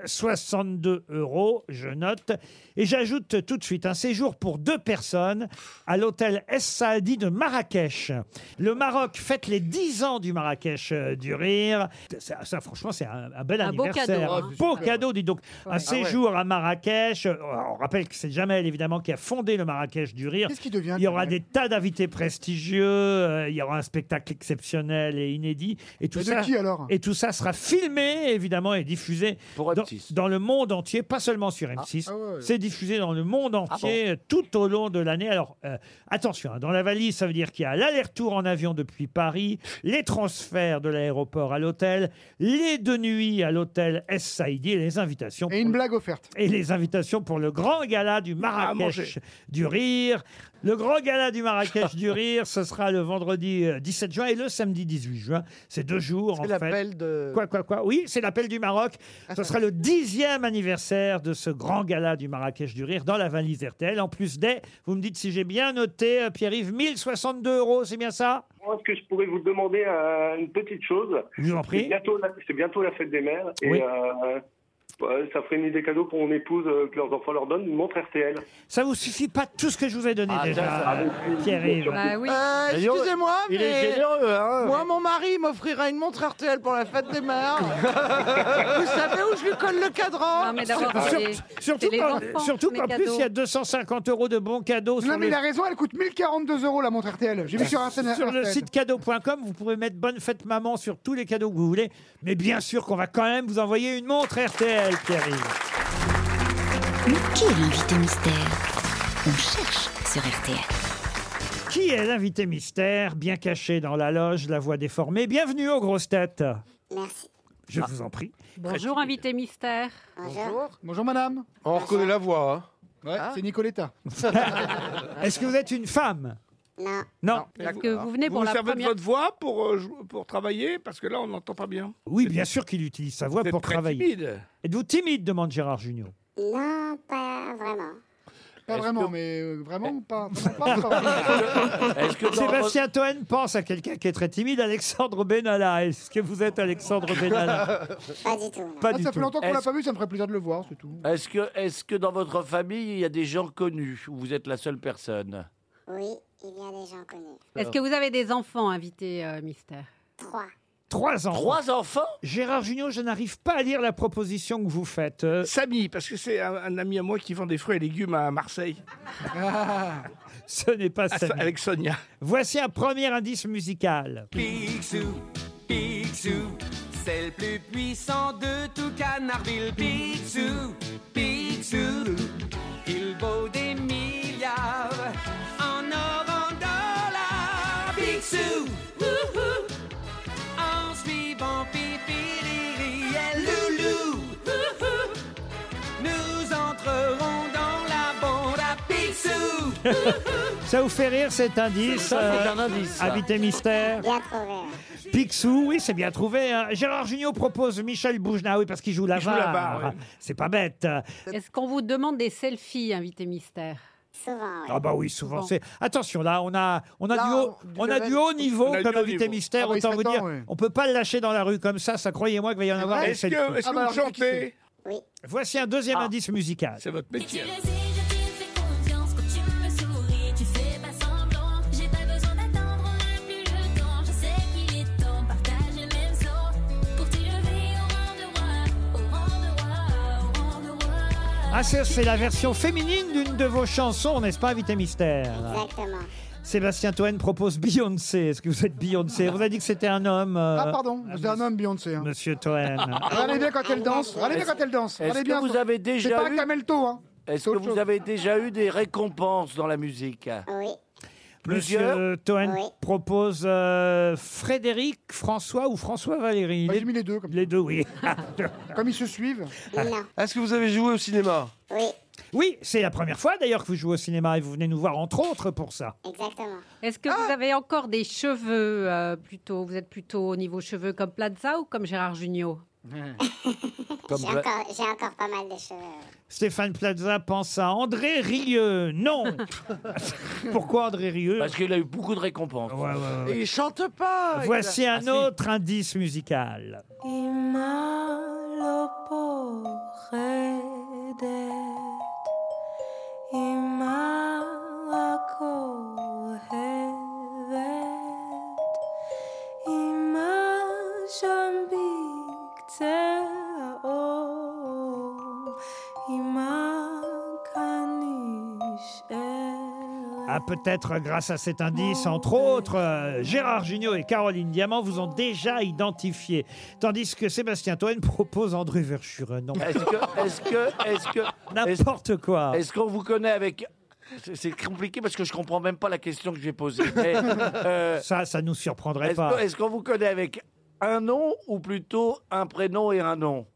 Speaker 2: 1062 euros, je note. Et j'ajoute tout de suite un séjour pour deux personnes à l'hôtel Es Saadi de Marrakech. Le Maroc fête les 10 ans du Marrakech euh, du Rire. Ça, ça, franchement, c'est un, un bel
Speaker 16: Un beau
Speaker 2: anniversaire.
Speaker 16: cadeau, hein.
Speaker 2: Un beau cadeau, dis donc.
Speaker 16: Ouais.
Speaker 6: Ah
Speaker 2: Un séjour à Marrakech. Euh, On rappelle que c'est Jamel, évidemment, qui a fondé le Marrakech du Rire.
Speaker 6: Qu'est-ce qui devient
Speaker 2: Il y aura des tas d'invités prestigieux. euh, Il y aura un spectacle exceptionnel et inédit. Et tout
Speaker 6: Mais de
Speaker 2: ça,
Speaker 6: qui, alors
Speaker 2: et tout ça sera filmé, évidemment, et diffusé dans, dans le monde entier, pas seulement sur M6.
Speaker 6: Ah ouais.
Speaker 2: C'est diffusé dans le monde entier euh, tout au long de l'année. Alors, euh, attention, hein, dans la valise, ça veut dire qu'il y a l'aller-retour en avion depuis Paris, les transferts de l'aéroport à l'hôtel, les deux nuits à l'hôtel Es Saïdi, et les invitations. Et une blague offerte. Et les invitations pour le grand gala du
Speaker 4: manger.
Speaker 2: Marrakech du Rire. Le grand gala du Marrakech du Rire, ce sera le vendredi euh, 17 juin et le samedi 18 juin. C'est deux jours. en
Speaker 7: C'est
Speaker 2: fait.
Speaker 7: l'appel de.
Speaker 2: Quoi, quoi, quoi Oui, c'est l'appel du Maroc. Ce sera le dixième anniversaire de ce grand gala du Marrakech du Rire dans la valise RTL. En plus des, vous me dites si j'ai bien noté, euh, Pierre-Yves, 1062 euros, c'est bien ça
Speaker 12: Moi, est-ce que je pourrais vous demander euh, une petite chose
Speaker 2: Je vous en prie.
Speaker 12: C'est bientôt la, c'est bientôt la fête des mères. Et
Speaker 2: Oui.
Speaker 12: euh, euh, ça ferait une idée cadeau pour mon épouse euh, que leurs enfants leur donnent une montre RTL.
Speaker 2: Ça vous suffit pas tout ce que je vous ai donné déjà, euh, Pierre-Yves
Speaker 7: Euh, Excusez-moi, mais.
Speaker 2: Il est généreux, hein.
Speaker 7: Moi, mon mari m'offrira une montre RTL pour la fête des mères. Vous savez où je lui colle le cadran
Speaker 5: Non, mais d'abord,
Speaker 2: Sur-
Speaker 5: c'est les-
Speaker 2: Surtout
Speaker 5: c'est les
Speaker 2: qu'en
Speaker 5: enfants,
Speaker 2: surtout
Speaker 5: les
Speaker 2: qu'en plus,
Speaker 5: cadeaux.
Speaker 2: il y a 250 euros de bons cadeaux. sur
Speaker 6: Non, mais
Speaker 2: le-
Speaker 6: il a raison, elle coûte 1042 euros la montre RTL. J'ai vu sur Internet.
Speaker 2: Sur le
Speaker 6: RTL.
Speaker 2: site cadeau.com, vous pouvez mettre bonne fête maman sur tous les cadeaux que vous voulez. Mais bien sûr qu'on va quand même vous envoyer une montre RTL, Pierre-Yves.
Speaker 10: Mais qui est l'invité mystère On cherche sur RTL.
Speaker 2: Qui est l'invité mystère, bien caché dans la loge, la voix déformée Bienvenue aux grosses têtes.
Speaker 5: Merci.
Speaker 2: Je vous en prie.
Speaker 5: Bonjour, invité mystère.
Speaker 6: Bonjour. Bonjour, madame.
Speaker 8: On reconnaît la voix. hein.
Speaker 6: Ouais,
Speaker 2: Ah.
Speaker 6: c'est Nicoletta.
Speaker 2: Est-ce que vous êtes une femme
Speaker 6: Non.
Speaker 2: Non.
Speaker 5: Parce que vous venez
Speaker 4: vous
Speaker 5: pour
Speaker 4: vous
Speaker 5: la
Speaker 4: servez
Speaker 5: première-
Speaker 4: de votre voix pour, euh, jou- pour travailler Parce que là, on n'entend pas bien.
Speaker 2: Oui, bien sûr qu'il utilise sa voix
Speaker 4: Vous êtes
Speaker 2: pour
Speaker 4: très
Speaker 2: travailler.
Speaker 4: timide.
Speaker 2: Êtes-vous timide demande Gérard Junior.
Speaker 17: Non, pas vraiment.
Speaker 6: Pas vraiment, mais euh, vraiment
Speaker 2: Eh.
Speaker 6: ou pas Vraiment pas, pas vraiment.
Speaker 2: Sébastien Toen pense à quelqu'un qui est très timide, Alexandre Benalla. Est-ce que vous êtes Alexandre Benalla
Speaker 17: Pas du tout.
Speaker 2: Pas
Speaker 6: Ah,
Speaker 2: du
Speaker 6: ça fait
Speaker 2: tout.
Speaker 6: longtemps qu'on l'a
Speaker 3: Est-ce-
Speaker 6: pas vu, ça me ferait plaisir de le voir, c'est tout.
Speaker 3: Est-ce que, est que dans votre famille, il y a des gens connus ou vous êtes la seule personne
Speaker 17: Oui, il y a des gens connus.
Speaker 5: Est-ce que vous avez des enfants, invité euh, mystère
Speaker 17: Trois.
Speaker 2: Trois enfants.
Speaker 3: Trois enfants
Speaker 2: Gérard Junior, je n'arrive pas à lire la proposition que vous faites. Euh,
Speaker 4: Samy, parce que c'est un, un ami à moi qui vend des fruits et légumes à Marseille.
Speaker 2: Ah. ce n'est pas
Speaker 4: Ah, ça,
Speaker 2: Samy.
Speaker 4: avec Sonia.
Speaker 2: Voici un premier indice musical.
Speaker 13: Picsou, Picsou, c'est le plus puissant de tout Canardville. Picsou, Picsou, il vaut des milliards en or, en dollars. Picsou, wouhou, en suivant Pipiriri et Loulou, wouhou, nous entrerons dans la bande à Picsou.
Speaker 2: Ça vous fait rire cet indice euh,
Speaker 13: Ça, c'est un indice, ça.
Speaker 2: Habité mystère.
Speaker 17: Bien trouvé. hein.
Speaker 2: Picsou, oui, c'est bien trouvé. hein. Gérard Junior propose Michel Boujna, oui, parce qu'il joue la
Speaker 4: joue l'avare,
Speaker 2: C'est pas bête.
Speaker 5: Est-ce qu'on vous demande des selfies, invité mystère
Speaker 17: Souvent,
Speaker 2: Ah bah oui, souvent
Speaker 5: Souvent.
Speaker 2: c'est. Attention là, on a on a
Speaker 5: Là,
Speaker 2: du haut,
Speaker 5: on-
Speaker 2: on a
Speaker 5: du
Speaker 2: du haut niveau
Speaker 4: On a du
Speaker 2: comme
Speaker 4: haut
Speaker 2: invité
Speaker 4: niveau.
Speaker 2: mystère.
Speaker 4: Ah bah, il
Speaker 2: autant vous
Speaker 4: s'attend,
Speaker 2: dire,
Speaker 4: ouais.
Speaker 2: on peut pas le lâcher dans la rue comme ça. Ça croyez-moi qu'il va y en avoir. des
Speaker 4: Est-ce
Speaker 2: selfies.
Speaker 4: que, est-ce que vous chantez
Speaker 17: Oui.
Speaker 2: Voici un deuxième indice musical.
Speaker 4: C'est votre métier.
Speaker 18: confiance quand tu me souris, tu fais pas semblant. J'ai pas besoin d'attendre, on n'a plus le temps. Je sais qu'il est temps, partage le même sang. Pour t'élever au rang de roi, au rang de roi, au rang de roi.
Speaker 2: Ah, c'est c'est la version féminine d'une de vos chansons, n'est-ce pas, Invité Mystère
Speaker 17: exactement.
Speaker 2: Sébastien Toen propose Beyoncé. Est-ce que vous êtes Beyoncé On vous a dit que c'était un homme. euh,
Speaker 6: Ah, pardon, c'est un homme Beyoncé. hein.
Speaker 2: Monsieur Toen.
Speaker 6: Regardez bien quand elle danse. Regardez bien quand elle danse.
Speaker 3: Est-ce
Speaker 6: Regardez
Speaker 3: que
Speaker 6: bien.
Speaker 3: vous
Speaker 6: son-
Speaker 3: avez déjà
Speaker 6: C'est pas
Speaker 3: eu-
Speaker 6: un camelto, hein.
Speaker 3: Est-ce que vous avez déjà eu des récompenses dans la musique
Speaker 17: Oui.
Speaker 2: Monsieur Toen propose euh, Frédéric, François ou François Valérie. les...
Speaker 6: Bah, mis les deux. Comme
Speaker 2: les deux, oui.
Speaker 6: Comme ils se suivent.
Speaker 17: Non.
Speaker 8: Est-ce que vous avez joué au cinéma
Speaker 17: Oui.
Speaker 2: Oui, c'est la première fois d'ailleurs que vous jouez au cinéma et vous venez nous voir entre autres pour ça.
Speaker 17: Exactement.
Speaker 5: Est-ce que vous avez encore des cheveux euh, plutôt Vous êtes plutôt au niveau cheveux comme Plaza ou comme Gérard Jugnot
Speaker 17: Euh, J'ai encore, j'ai encore pas mal de cheveux. ouais.
Speaker 2: Stéphane Plaza pense à André Rieu. Non Pourquoi André Rieu Parce
Speaker 3: qu'il a eu beaucoup de récompenses.
Speaker 7: Ah. Et il chante Ah, pas. il
Speaker 2: Voici
Speaker 7: a-
Speaker 2: un autre indice musical.
Speaker 18: Il maloporedet, imalakohevet, imajambikteom, imakanishel.
Speaker 2: Ah, peut-être grâce à cet indice, entre autres, euh, Gérard Jugnot et Caroline Diamant vous ont déjà identifié. Tandis que Sébastien Toen propose André Verschuren. Non.
Speaker 3: Est-ce que, est-ce que, est-ce que,
Speaker 2: N'importe quoi.
Speaker 3: est-ce qu'on vous connaît avec C'est- C'est compliqué parce que je comprends même pas la question que j'ai posée. Mais, euh,
Speaker 2: ça, ça nous surprendrait
Speaker 3: est-ce
Speaker 2: pas.
Speaker 3: que- est-ce qu'on vous connaît avec un nom ou plutôt un prénom et un nom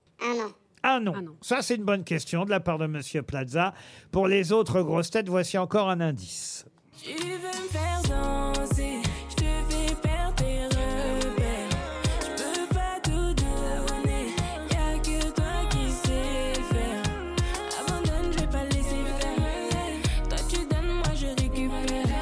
Speaker 2: Ah non. Ça, c'est une bonne question de la part de Monsieur Plaza. Pour les autres grosses têtes, voici encore un indice.
Speaker 18: Tu veux me faire danser, je te fais perdre tes repères. Je peux pas tout donner, y'a que toi qui sais faire. Abandonne, je vais pas laisser faire. Toi tu donnes, moi je récupère.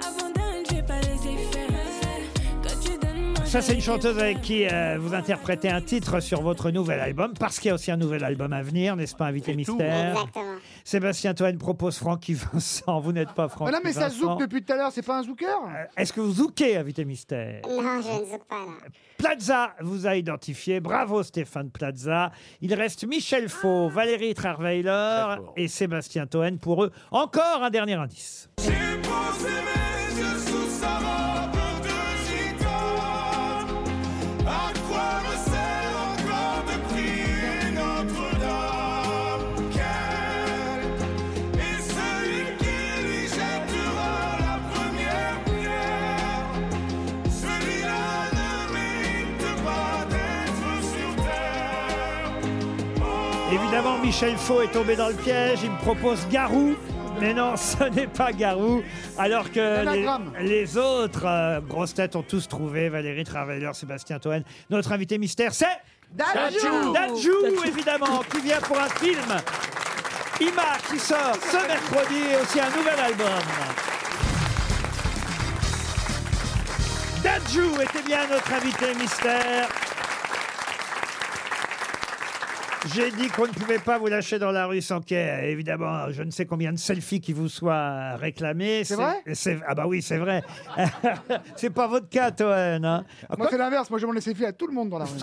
Speaker 18: Abandonne, je vais pas laisser faire. Toi tu donnes, moi
Speaker 2: Ça, c'est une chanteuse avec qui euh, vous interprétez un titre sur votre nouvel album, parce qu'il y a aussi un nouvel album à venir, n'est-ce pas, Invité Mystère
Speaker 17: Exactement.
Speaker 2: Sébastien Toine propose Francky Vincent. Vous n'êtes pas Francky
Speaker 6: Ah non, mais ça
Speaker 2: Vincent.
Speaker 6: zouk depuis tout à l'heure, c'est pas un zooker
Speaker 2: Est-ce que vous zoukez, Invité Mystère
Speaker 17: Non, je ne zouk pas là.
Speaker 2: Plaza vous a identifié. Bravo Stéphane Plaza. Il reste Michel Faux, Valérie Trarweiler et Sébastien Toen. Pour eux, encore un dernier indice.
Speaker 18: J'ai posé mes yeux sous sa robe de gitane. À quoi me sert encore de prier Notre-Dame Quel est celui qui lui jettera la première pierre Celui-là ne mérite pas d'être sur terre.
Speaker 2: Évidemment, Michel Faux est tombé dans le piège. Il me propose Garou. Mais non, ce n'est pas Garou. Alors
Speaker 6: L'anagramme.
Speaker 2: que les, les autres euh, grosses têtes ont tous trouvé. Valérie Trarweiler, Sébastien Toen. Notre invité mystère, c'est...
Speaker 18: Dadju.
Speaker 2: Dadju, évidemment, qui vient pour un film. Ima qui sort ce mercredi et aussi un nouvel album. Dadju était bien notre invité mystère. J'ai dit qu'on ne pouvait pas vous lâcher dans la rue sans qu'il y ait, évidemment, je ne sais combien de selfies qui vous soient réclamés.
Speaker 6: C'est vrai
Speaker 2: c'est- Ah bah oui, c'est vrai. c'est pas votre cas, Toen. hein.
Speaker 6: Moi, c'est l'inverse. Moi, je demande les selfies à tout le monde dans la rue.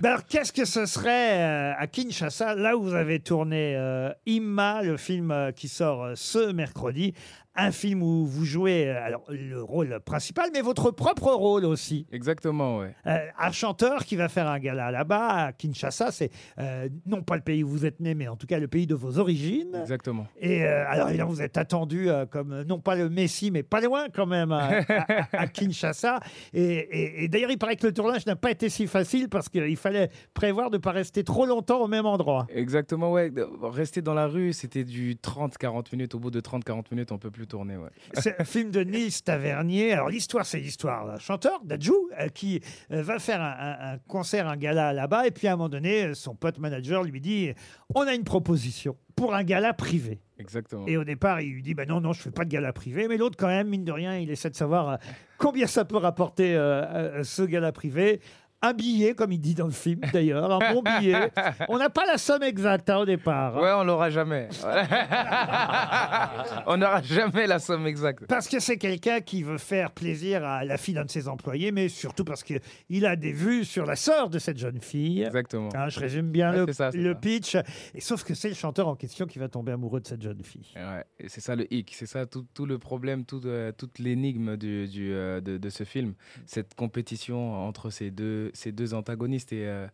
Speaker 2: Ben alors, qu'est-ce que ce serait euh, à Kinshasa, là où vous avez tourné euh, Imma, le film euh, qui sort euh, ce mercredi un film où vous jouez euh, alors, le rôle principal, mais votre propre rôle aussi.
Speaker 16: Exactement, ouais.
Speaker 2: Euh, un chanteur qui va faire un gala là-bas, à Kinshasa, c'est euh, non pas le pays où vous êtes né, mais en tout cas le pays de vos origines.
Speaker 16: Exactement.
Speaker 2: Et euh, alors, évidemment, vous êtes attendu euh, comme, euh, non pas le Messi, mais pas loin quand même, à, à- à Kinshasa. Et, et- et d'ailleurs, il paraît que le tournage n'a pas été si facile parce qu'il fallait prévoir de ne pas rester trop longtemps au même endroit.
Speaker 16: Exactement, ouais. De- Rester dans la rue, c'était du 30-40 minutes. Au bout de 30-40 minutes, on peut plus tourner, ouais.
Speaker 2: C'est un film de Nils Tavernier. Alors, l'histoire, c'est l'histoire d'un chanteur, Dadju, euh, qui euh, va faire un, un- un concert, un gala là-bas. Et puis, à un moment donné, euh, son pote manager lui dit On a une proposition pour un gala privé.
Speaker 16: Exactement.
Speaker 2: Et au départ, il lui dit bah Non, non, je fais pas de gala privé. Mais l'autre, quand même, mine de rien, il essaie de savoir euh, combien ça peut rapporter euh, euh, ce gala privé. Un billet, comme il dit dans le film d'ailleurs, un bon billet. On n'a pas la somme exacte hein, au départ.
Speaker 16: Ouais, on l'aura jamais. on n'aura jamais la somme exacte.
Speaker 2: Parce que c'est quelqu'un qui veut faire plaisir à la fille d'un de ses employés, mais surtout parce qu'il a des vues sur la sœur de cette jeune fille.
Speaker 16: Exactement.
Speaker 2: Hein, je résume bien
Speaker 16: Ouais,
Speaker 2: le,
Speaker 16: c'est ça, c'est
Speaker 2: le
Speaker 16: ça.
Speaker 2: pitch. Et sauf que c'est le chanteur en question qui va tomber amoureux de cette jeune fille.
Speaker 16: Ouais, et c'est ça le hic, c'est ça tout, tout le problème, tout, euh, toute l'énigme du, du, euh, de, de ce film, cette compétition entre ces deux, ces deux antagonistes et, euh,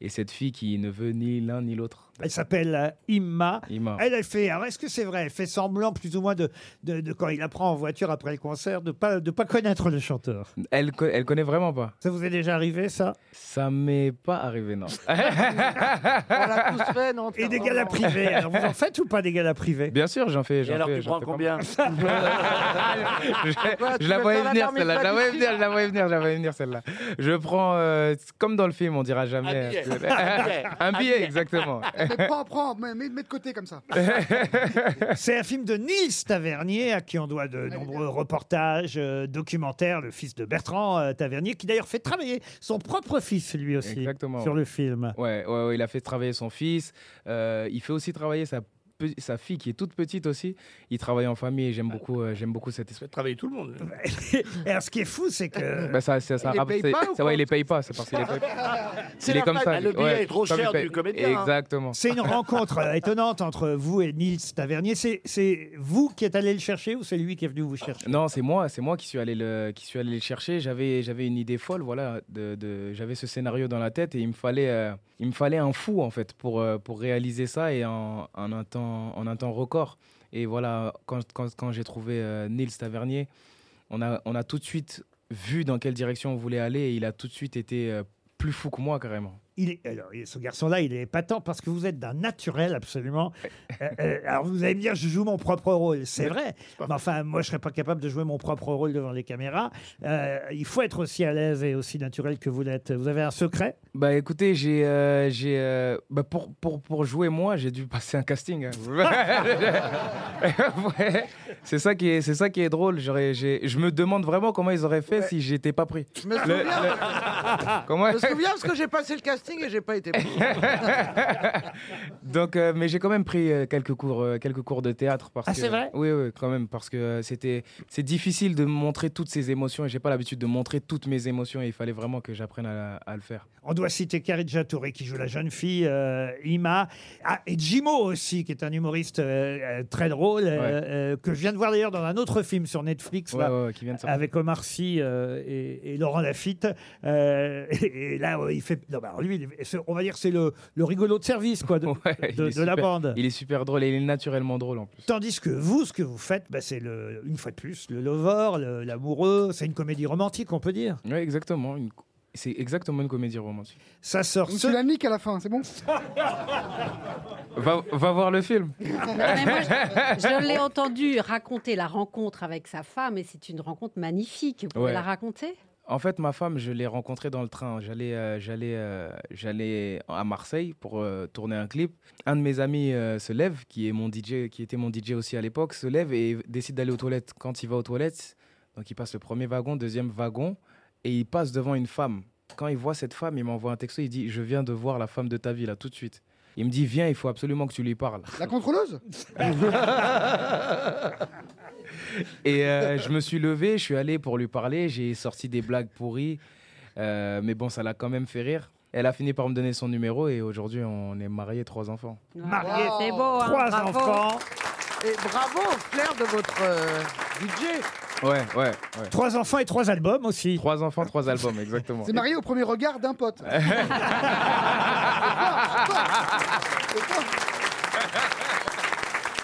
Speaker 16: et cette fille qui ne veut ni l'un ni l'autre.
Speaker 2: Elle s'appelle euh, Imma.
Speaker 16: Ah.
Speaker 2: Elle, elle fait. Alors, est-ce que c'est vrai Elle fait semblant, plus ou moins, de, de- de- quand il apprend en voiture après le concert, de pas de pas connaître le chanteur.
Speaker 16: Elle, co- elle connaît vraiment pas.
Speaker 2: Ça vous est déjà arrivé, ça
Speaker 16: Ça m'est pas arrivé, non.
Speaker 2: Et des galas privés. Alors, vous en faites ou pas des galas privés
Speaker 16: Bien sûr, j'en fais. j'en
Speaker 2: alors,
Speaker 16: fais,
Speaker 2: tu prends
Speaker 16: j'en fais pas
Speaker 2: combien
Speaker 16: je,
Speaker 2: tu
Speaker 16: je la
Speaker 2: veux
Speaker 16: voyais
Speaker 2: faire la
Speaker 16: venir
Speaker 2: norme
Speaker 16: celle-là, je la voyais
Speaker 2: éducative.
Speaker 16: venir, je la voyais venir, je la voyais venir celle-là. Je prends, euh, comme dans le film, on dira jamais.
Speaker 6: billet.
Speaker 16: parce que-
Speaker 6: Un billet.
Speaker 16: Un
Speaker 6: Un
Speaker 16: billet,
Speaker 6: billet.
Speaker 16: exactement.
Speaker 6: Ah, Mais prends, prends, mets, mets- mets de côté comme ça.
Speaker 2: C'est un film de Nils Tavernier, à qui on doit de nombreux reportages, euh, documentaires, le fils de Bertrand euh, Tavernier, qui d'ailleurs fait travailler son propre fils, lui aussi,
Speaker 16: Exactement.
Speaker 2: sur le film.
Speaker 16: Ouais, ouais, ouais, il a fait travailler son fils. Euh, il fait aussi travailler sa, pe- sa fille qui est toute petite aussi. Il travaille en famille et j'aime beaucoup, euh, j'aime beaucoup cette espèce.
Speaker 4: Travailler tout le monde.
Speaker 2: Et alors, ce qui est fou, c'est que.
Speaker 16: Bah, ça, ça, ça,
Speaker 2: Il les
Speaker 16: rapp-
Speaker 2: paye
Speaker 16: c'est-
Speaker 2: pas ou
Speaker 16: c'est-
Speaker 2: quoi
Speaker 16: ouais, il les paye pas, c'est parce qu'il les paye pas. Il est comme ça. lui. Ouais, comme il paye-
Speaker 2: hein.
Speaker 16: Exactement.
Speaker 2: C'est une rencontre euh, étonnante entre vous et Nils Tavernier. C'est- C'est vous qui êtes allé le chercher ou c'est lui qui est venu vous chercher
Speaker 16: Non, c'est moi, c'est moi qui suis allé le, qui suis allé le chercher. J'avais, j'avais une idée folle, voilà, de, de- j'avais ce scénario dans la tête et il me fallait, euh, il me fallait un fou en fait pour euh, pour réaliser ça et en, en un temps, en un temps record. Et voilà, quand quand, quand j'ai trouvé euh, Nils Tavernier, on a on a tout de suite vu dans quelle direction on voulait aller et il a tout de suite été euh, plus fou que moi carrément.
Speaker 2: Il est, alors, il- ce garçon-là, il est épatant parce que vous êtes d'un naturel absolument. Euh, euh, alors, vous allez me dire, je joue mon propre rôle. C'est vrai. Mais enfin, moi, je serais pas capable de jouer mon propre rôle devant les caméras. Euh, il faut être aussi à l'aise et aussi naturel que vous l'êtes. Vous avez un secret
Speaker 16: Bah écoutez, j'ai. euh, j'ai euh, bah, pour, pour, pour jouer moi, j'ai dû passer un casting. hein. Ouais. C'est ça, qui est- c'est ça qui est drôle. J'aurais- j'ai- Je me demande vraiment comment ils auraient fait si j'étais pas pris.
Speaker 7: Je me souviens,
Speaker 16: Le- Comment-
Speaker 7: je me souviens parce que j'ai passé le casting et j'ai pas été pris.
Speaker 16: Donc, euh, mais j'ai quand même pris euh, quelques cours, euh, quelques cours de théâtre parce
Speaker 7: Ah,
Speaker 16: que
Speaker 7: c'est vrai
Speaker 16: oui, oui, quand même parce que euh, c'était, c'est difficile de montrer toutes ces émotions et j'ai pas l'habitude de montrer toutes mes émotions et il fallait vraiment que j'apprenne à- à le faire.
Speaker 2: On doit citer Karidja Touré qui joue la jeune fille, euh, Ima, Ah, et Jimo aussi, qui est un humoriste euh, euh, très drôle, euh,
Speaker 16: Ouais.
Speaker 2: euh, que je viens de voir d'ailleurs dans un autre film sur Netflix,
Speaker 16: Ouais,
Speaker 2: là,
Speaker 16: ouais, ouais, qui vient de sortir.
Speaker 2: avec Omar Sy euh, et, et Laurent Lafitte. Euh, et, et là, ouais, il fait. non, bah, alors lui, il est- c'est- on va dire que c'est le, le rigolo de service quoi, de,
Speaker 16: Il
Speaker 2: de-
Speaker 16: est
Speaker 2: de la
Speaker 16: super-
Speaker 2: bande.
Speaker 16: Il est super drôle et il est naturellement drôle en plus.
Speaker 2: Tandis que vous, ce que vous faites, bah, c'est le- une fois de plus le lover, le- l'amoureux, c'est une comédie romantique, on peut dire.
Speaker 16: Oui, exactement. Une co- C'est exactement une comédie romantique.
Speaker 2: Ça sort
Speaker 6: Donc tu la niques à la fin, c'est bon
Speaker 16: Va, va voir le film.
Speaker 5: Je l'ai entendu raconter la rencontre avec sa femme et c'est une rencontre magnifique. Vous pouvez
Speaker 16: Ouais.
Speaker 5: la raconter
Speaker 16: En fait, ma femme, je l'ai rencontrée dans le train. J'allais, euh, j'allais, euh, j'allais à Marseille pour euh, tourner un clip. Un de mes amis euh, se lève, qui est mon DJ, qui était mon DJ aussi à l'époque, se lève et décide d'aller aux toilettes. Quand il va aux toilettes, donc il passe le premier wagon, deuxième wagon, et il passe devant une femme. Quand il voit cette femme, il m'envoie un texto. Il dit "Je viens de voir la femme de ta vie là tout de suite." Il me dit "Viens, il faut absolument que tu lui parles."
Speaker 6: La contrôleuse
Speaker 16: Et euh, je me suis levé, je suis allé pour lui parler, j'ai sorti des blagues pourries, Euh, mais bon, ça l'a quand même fait rire. Elle a fini par me donner son numéro et aujourd'hui, on est mariés, trois enfants.
Speaker 2: Marié,
Speaker 7: C'est beau, hein,
Speaker 2: trois
Speaker 7: bravo.
Speaker 2: enfants.
Speaker 7: Et bravo au flair de votre euh, budget.
Speaker 16: Ouais, ouais, ouais.
Speaker 2: Trois enfants et trois albums aussi.
Speaker 16: Trois enfants, trois albums, exactement.
Speaker 6: C'est marié au premier regard d'un pote.
Speaker 2: Ah.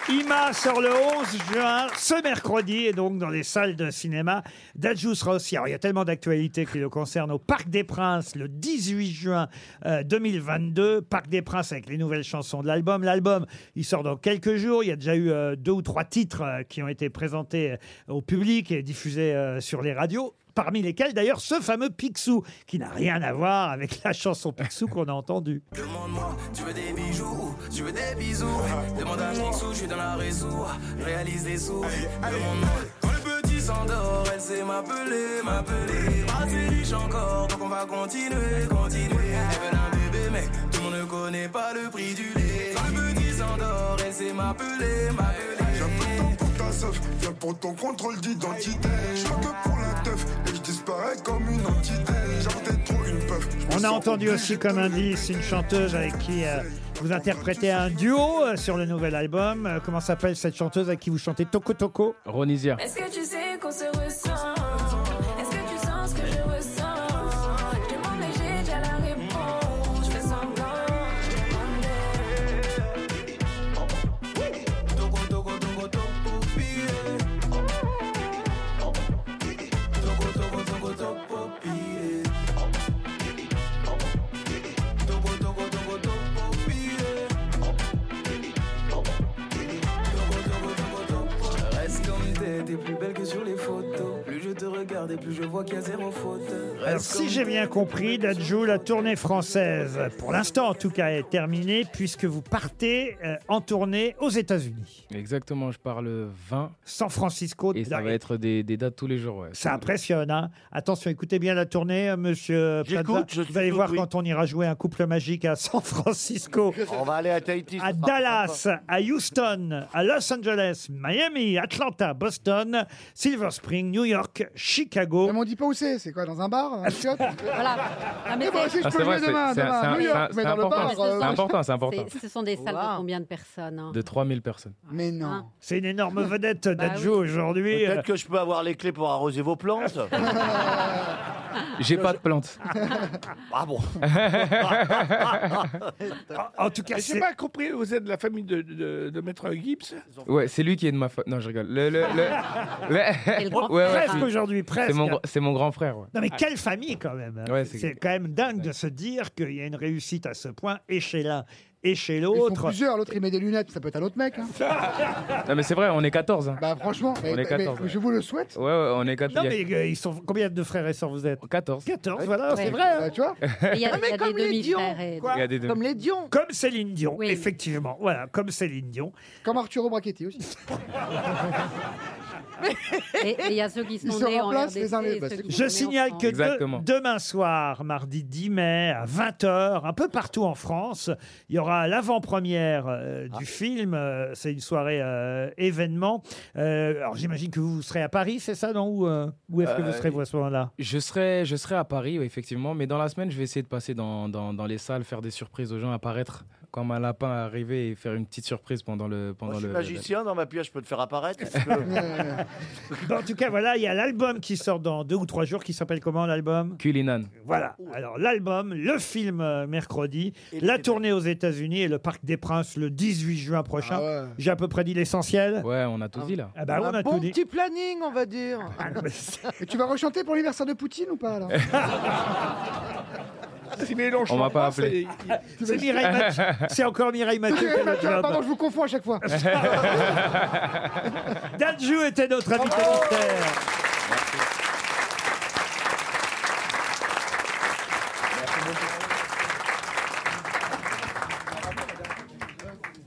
Speaker 2: Ima sort le 11 juin, ce mercredi, et donc dans les salles de cinéma. Dajou sera aussi. Alors, il y a tellement d'actualités qui le concernent au Parc des Princes le 18 juin euh, 2022. Parc des Princes avec les nouvelles chansons de l'album. L'album, il sort dans quelques jours. Il y a déjà eu euh, deux ou trois titres euh, qui ont été présentés euh, au public et diffusés euh, sur les radios. Parmi lesquels, d'ailleurs, ce fameux Picsou, qui n'a rien à voir avec la chanson Picsou qu'on a entendue.
Speaker 19: Demande-moi, tu veux des bijoux, tu veux des bisous. Demande à Nixou, je suis dans la réseau, réalise des sous. Demande-moi, quand le petit s'endort, elle sait m'appeler, m'appeler. Moi, c'est riche encore, donc on va continuer, continuer. Elle veut un bébé, mais tout le monde ne connaît pas le prix du lait. Quand le petit s'endort, elle sait m'appeler, m'appeler.
Speaker 20: J'appelle ton pour ta sauf, viens pour ton contrôle d'identité. Je vois que pour la teuf, et je disparais comme une entité. Genre t'es trop une peuf.
Speaker 2: On a entendu aussi comme indice une chanteuse avec qui euh, vous interprétez un duo euh, sur le nouvel album. Euh, comment s'appelle cette chanteuse avec qui vous chantez Toco Toco
Speaker 16: Ronisia.
Speaker 18: Est-ce que tu sais qu'on se ressent Est-ce que tu sens ce que je ressens Je demande mais j'ai
Speaker 19: regarde et plus je vois qu'il y a zéro faute.
Speaker 2: Alors, si j'ai bien compris, Dadjou, la tournée française, pour l'instant en tout cas, est terminée puisque vous partez euh, en tournée aux États-Unis.
Speaker 16: Exactement, je parle 20.
Speaker 2: San Francisco.
Speaker 16: Et ça va être des, des dates tous les jours, ouais.
Speaker 2: Ça impressionne. hein. Attention, écoutez bien la tournée, euh, monsieur Plaza.
Speaker 3: J'écoute, je suis
Speaker 2: Vous allez
Speaker 3: tout
Speaker 2: voir
Speaker 3: oui.
Speaker 2: quand on ira jouer un couple magique à San Francisco.
Speaker 3: On va aller à Tahiti.
Speaker 2: à Dallas, à Houston, à Los Angeles, Miami, Atlanta, Boston, Silver Spring, New York, Chicago. Mais on dit pas où c'est, c'est quoi dans un bar,
Speaker 5: Voilà. Ah, mais
Speaker 6: Eh ben,
Speaker 5: c'est-
Speaker 6: si je
Speaker 16: Ah,
Speaker 6: peux
Speaker 16: c'est
Speaker 6: jouer
Speaker 16: vrai, c'est-
Speaker 6: demain,
Speaker 16: c'est un-
Speaker 6: demain,
Speaker 16: c'est un-
Speaker 6: New York,
Speaker 16: c'est
Speaker 6: mais
Speaker 16: un-
Speaker 6: dans le
Speaker 16: c'est
Speaker 6: bar.
Speaker 16: important.
Speaker 6: euh,
Speaker 16: C'est important, c'est important.
Speaker 5: C'est- Ce sont des salles de combien de personnes hein
Speaker 16: De 3000 personnes.
Speaker 6: Mais non.
Speaker 2: C'est une énorme vedette
Speaker 5: Bah
Speaker 2: d'Adjo
Speaker 5: oui.
Speaker 2: aujourd'hui.
Speaker 3: Peut-être que je peux avoir les clés pour arroser vos plantes.
Speaker 16: J'ai pas de plantes.
Speaker 3: ah bon
Speaker 2: En tout cas,
Speaker 4: j'ai pas compris. Vous êtes de la famille de, de, de Maître Gibbs.
Speaker 16: Ouais, c'est lui qui est de ma fa... Non, je rigole. Le, le, le-
Speaker 2: C'est le grand frère. Presque aujourd'hui,
Speaker 16: C'est
Speaker 2: presque.
Speaker 16: mon gr- C'est mon, grand frère, ouais.
Speaker 2: Non mais quelle famille quand même
Speaker 16: Ouais, c'est-
Speaker 2: C'est quand même dingue de se dire qu'il y a une réussite à ce point, et chez l'un, et chez
Speaker 6: Ils font
Speaker 2: l'autre.
Speaker 6: plusieurs, l'autre il met des lunettes, ça peut être un autre mec. hein.
Speaker 16: Non, mais c'est vrai, on est 14. hein.
Speaker 6: Bah franchement, mais-
Speaker 16: On est
Speaker 6: mais-
Speaker 16: 14,
Speaker 6: mais
Speaker 16: ouais.
Speaker 6: je vous le souhaite.
Speaker 16: Ouais, ouais, on est 14.
Speaker 2: Non mais euh, ils sont combien de frères et sœurs vous êtes
Speaker 16: 14.
Speaker 2: 14, voilà, c'est
Speaker 6: Ouais.
Speaker 2: vrai. hein.
Speaker 6: Bah, tu vois
Speaker 5: Il y a,
Speaker 7: Ah,
Speaker 5: il y a
Speaker 7: mais
Speaker 5: des
Speaker 7: comme les
Speaker 5: demi-frères et-
Speaker 16: Il y a des deux.
Speaker 7: Comme les Dion.
Speaker 2: Comme Céline Dion, effectivement. Voilà, comme Céline Dion.
Speaker 6: Comme Arturo Brachetti aussi.
Speaker 5: Et et il y a ceux qui
Speaker 6: Ils
Speaker 5: sont
Speaker 6: se
Speaker 5: nés en
Speaker 6: remplacent les uns les-
Speaker 5: RDC,
Speaker 6: bah,
Speaker 5: ceux
Speaker 6: c'est
Speaker 5: qui
Speaker 6: cool.
Speaker 5: sont
Speaker 2: Je
Speaker 5: nés en
Speaker 2: signale
Speaker 5: France.
Speaker 2: que de-
Speaker 16: Exactement.
Speaker 2: demain soir, mardi 10 mai, à 20h, un peu partout en France, il y aura l'avant-première euh,
Speaker 6: Ah.
Speaker 2: du film. Euh, c'est une soirée euh, événement. Euh, alors j'imagine que vous, vous serez à Paris, c'est ça, non Ou, euh, où est-ce que vous
Speaker 16: Euh,
Speaker 2: serez vous à ce moment-là
Speaker 16: Je serai, je serai à Paris, ouais, effectivement, mais dans la semaine, je vais essayer de passer dans, dans, dans les salles, faire des surprises aux gens, apparaître comme un lapin arrivé et faire une petite surprise pendant le. Pendant
Speaker 3: Je suis
Speaker 16: le
Speaker 3: magicien dans ma pièce, je peux te faire apparaître. si tu veux.
Speaker 2: Bon, En tout cas, voilà, il y a l'album qui sort dans deux ou trois jours, qui s'appelle comment l'album
Speaker 16: Culinan.
Speaker 2: Voilà. Alors l'album, le film euh, mercredi, la tournée aux États-Unis et le Parc des Princes le 18 juin prochain.
Speaker 6: Ah ouais.
Speaker 2: J'ai à peu près dit l'essentiel.
Speaker 16: Ouais, on a tout dit là.
Speaker 2: Ah bah, on
Speaker 7: un
Speaker 2: a
Speaker 7: bon
Speaker 2: tout dit. Ah,
Speaker 7: petit planning, on va dire.
Speaker 6: Et tu vas rechanter pour l'anniversaire de Poutine ou pas alors
Speaker 4: Si Mélenchon
Speaker 16: On m'a pas
Speaker 6: Ah,
Speaker 4: pense,
Speaker 16: appelé.
Speaker 4: il-
Speaker 2: C'est Mireille Mathieu. C'est encore Mireille Mathieu. qui
Speaker 6: Eh,
Speaker 2: est
Speaker 6: Mathieu,
Speaker 2: là-dedans.
Speaker 6: Pardon, je vous confonds à chaque fois.
Speaker 2: Dadju était notre invité mystère.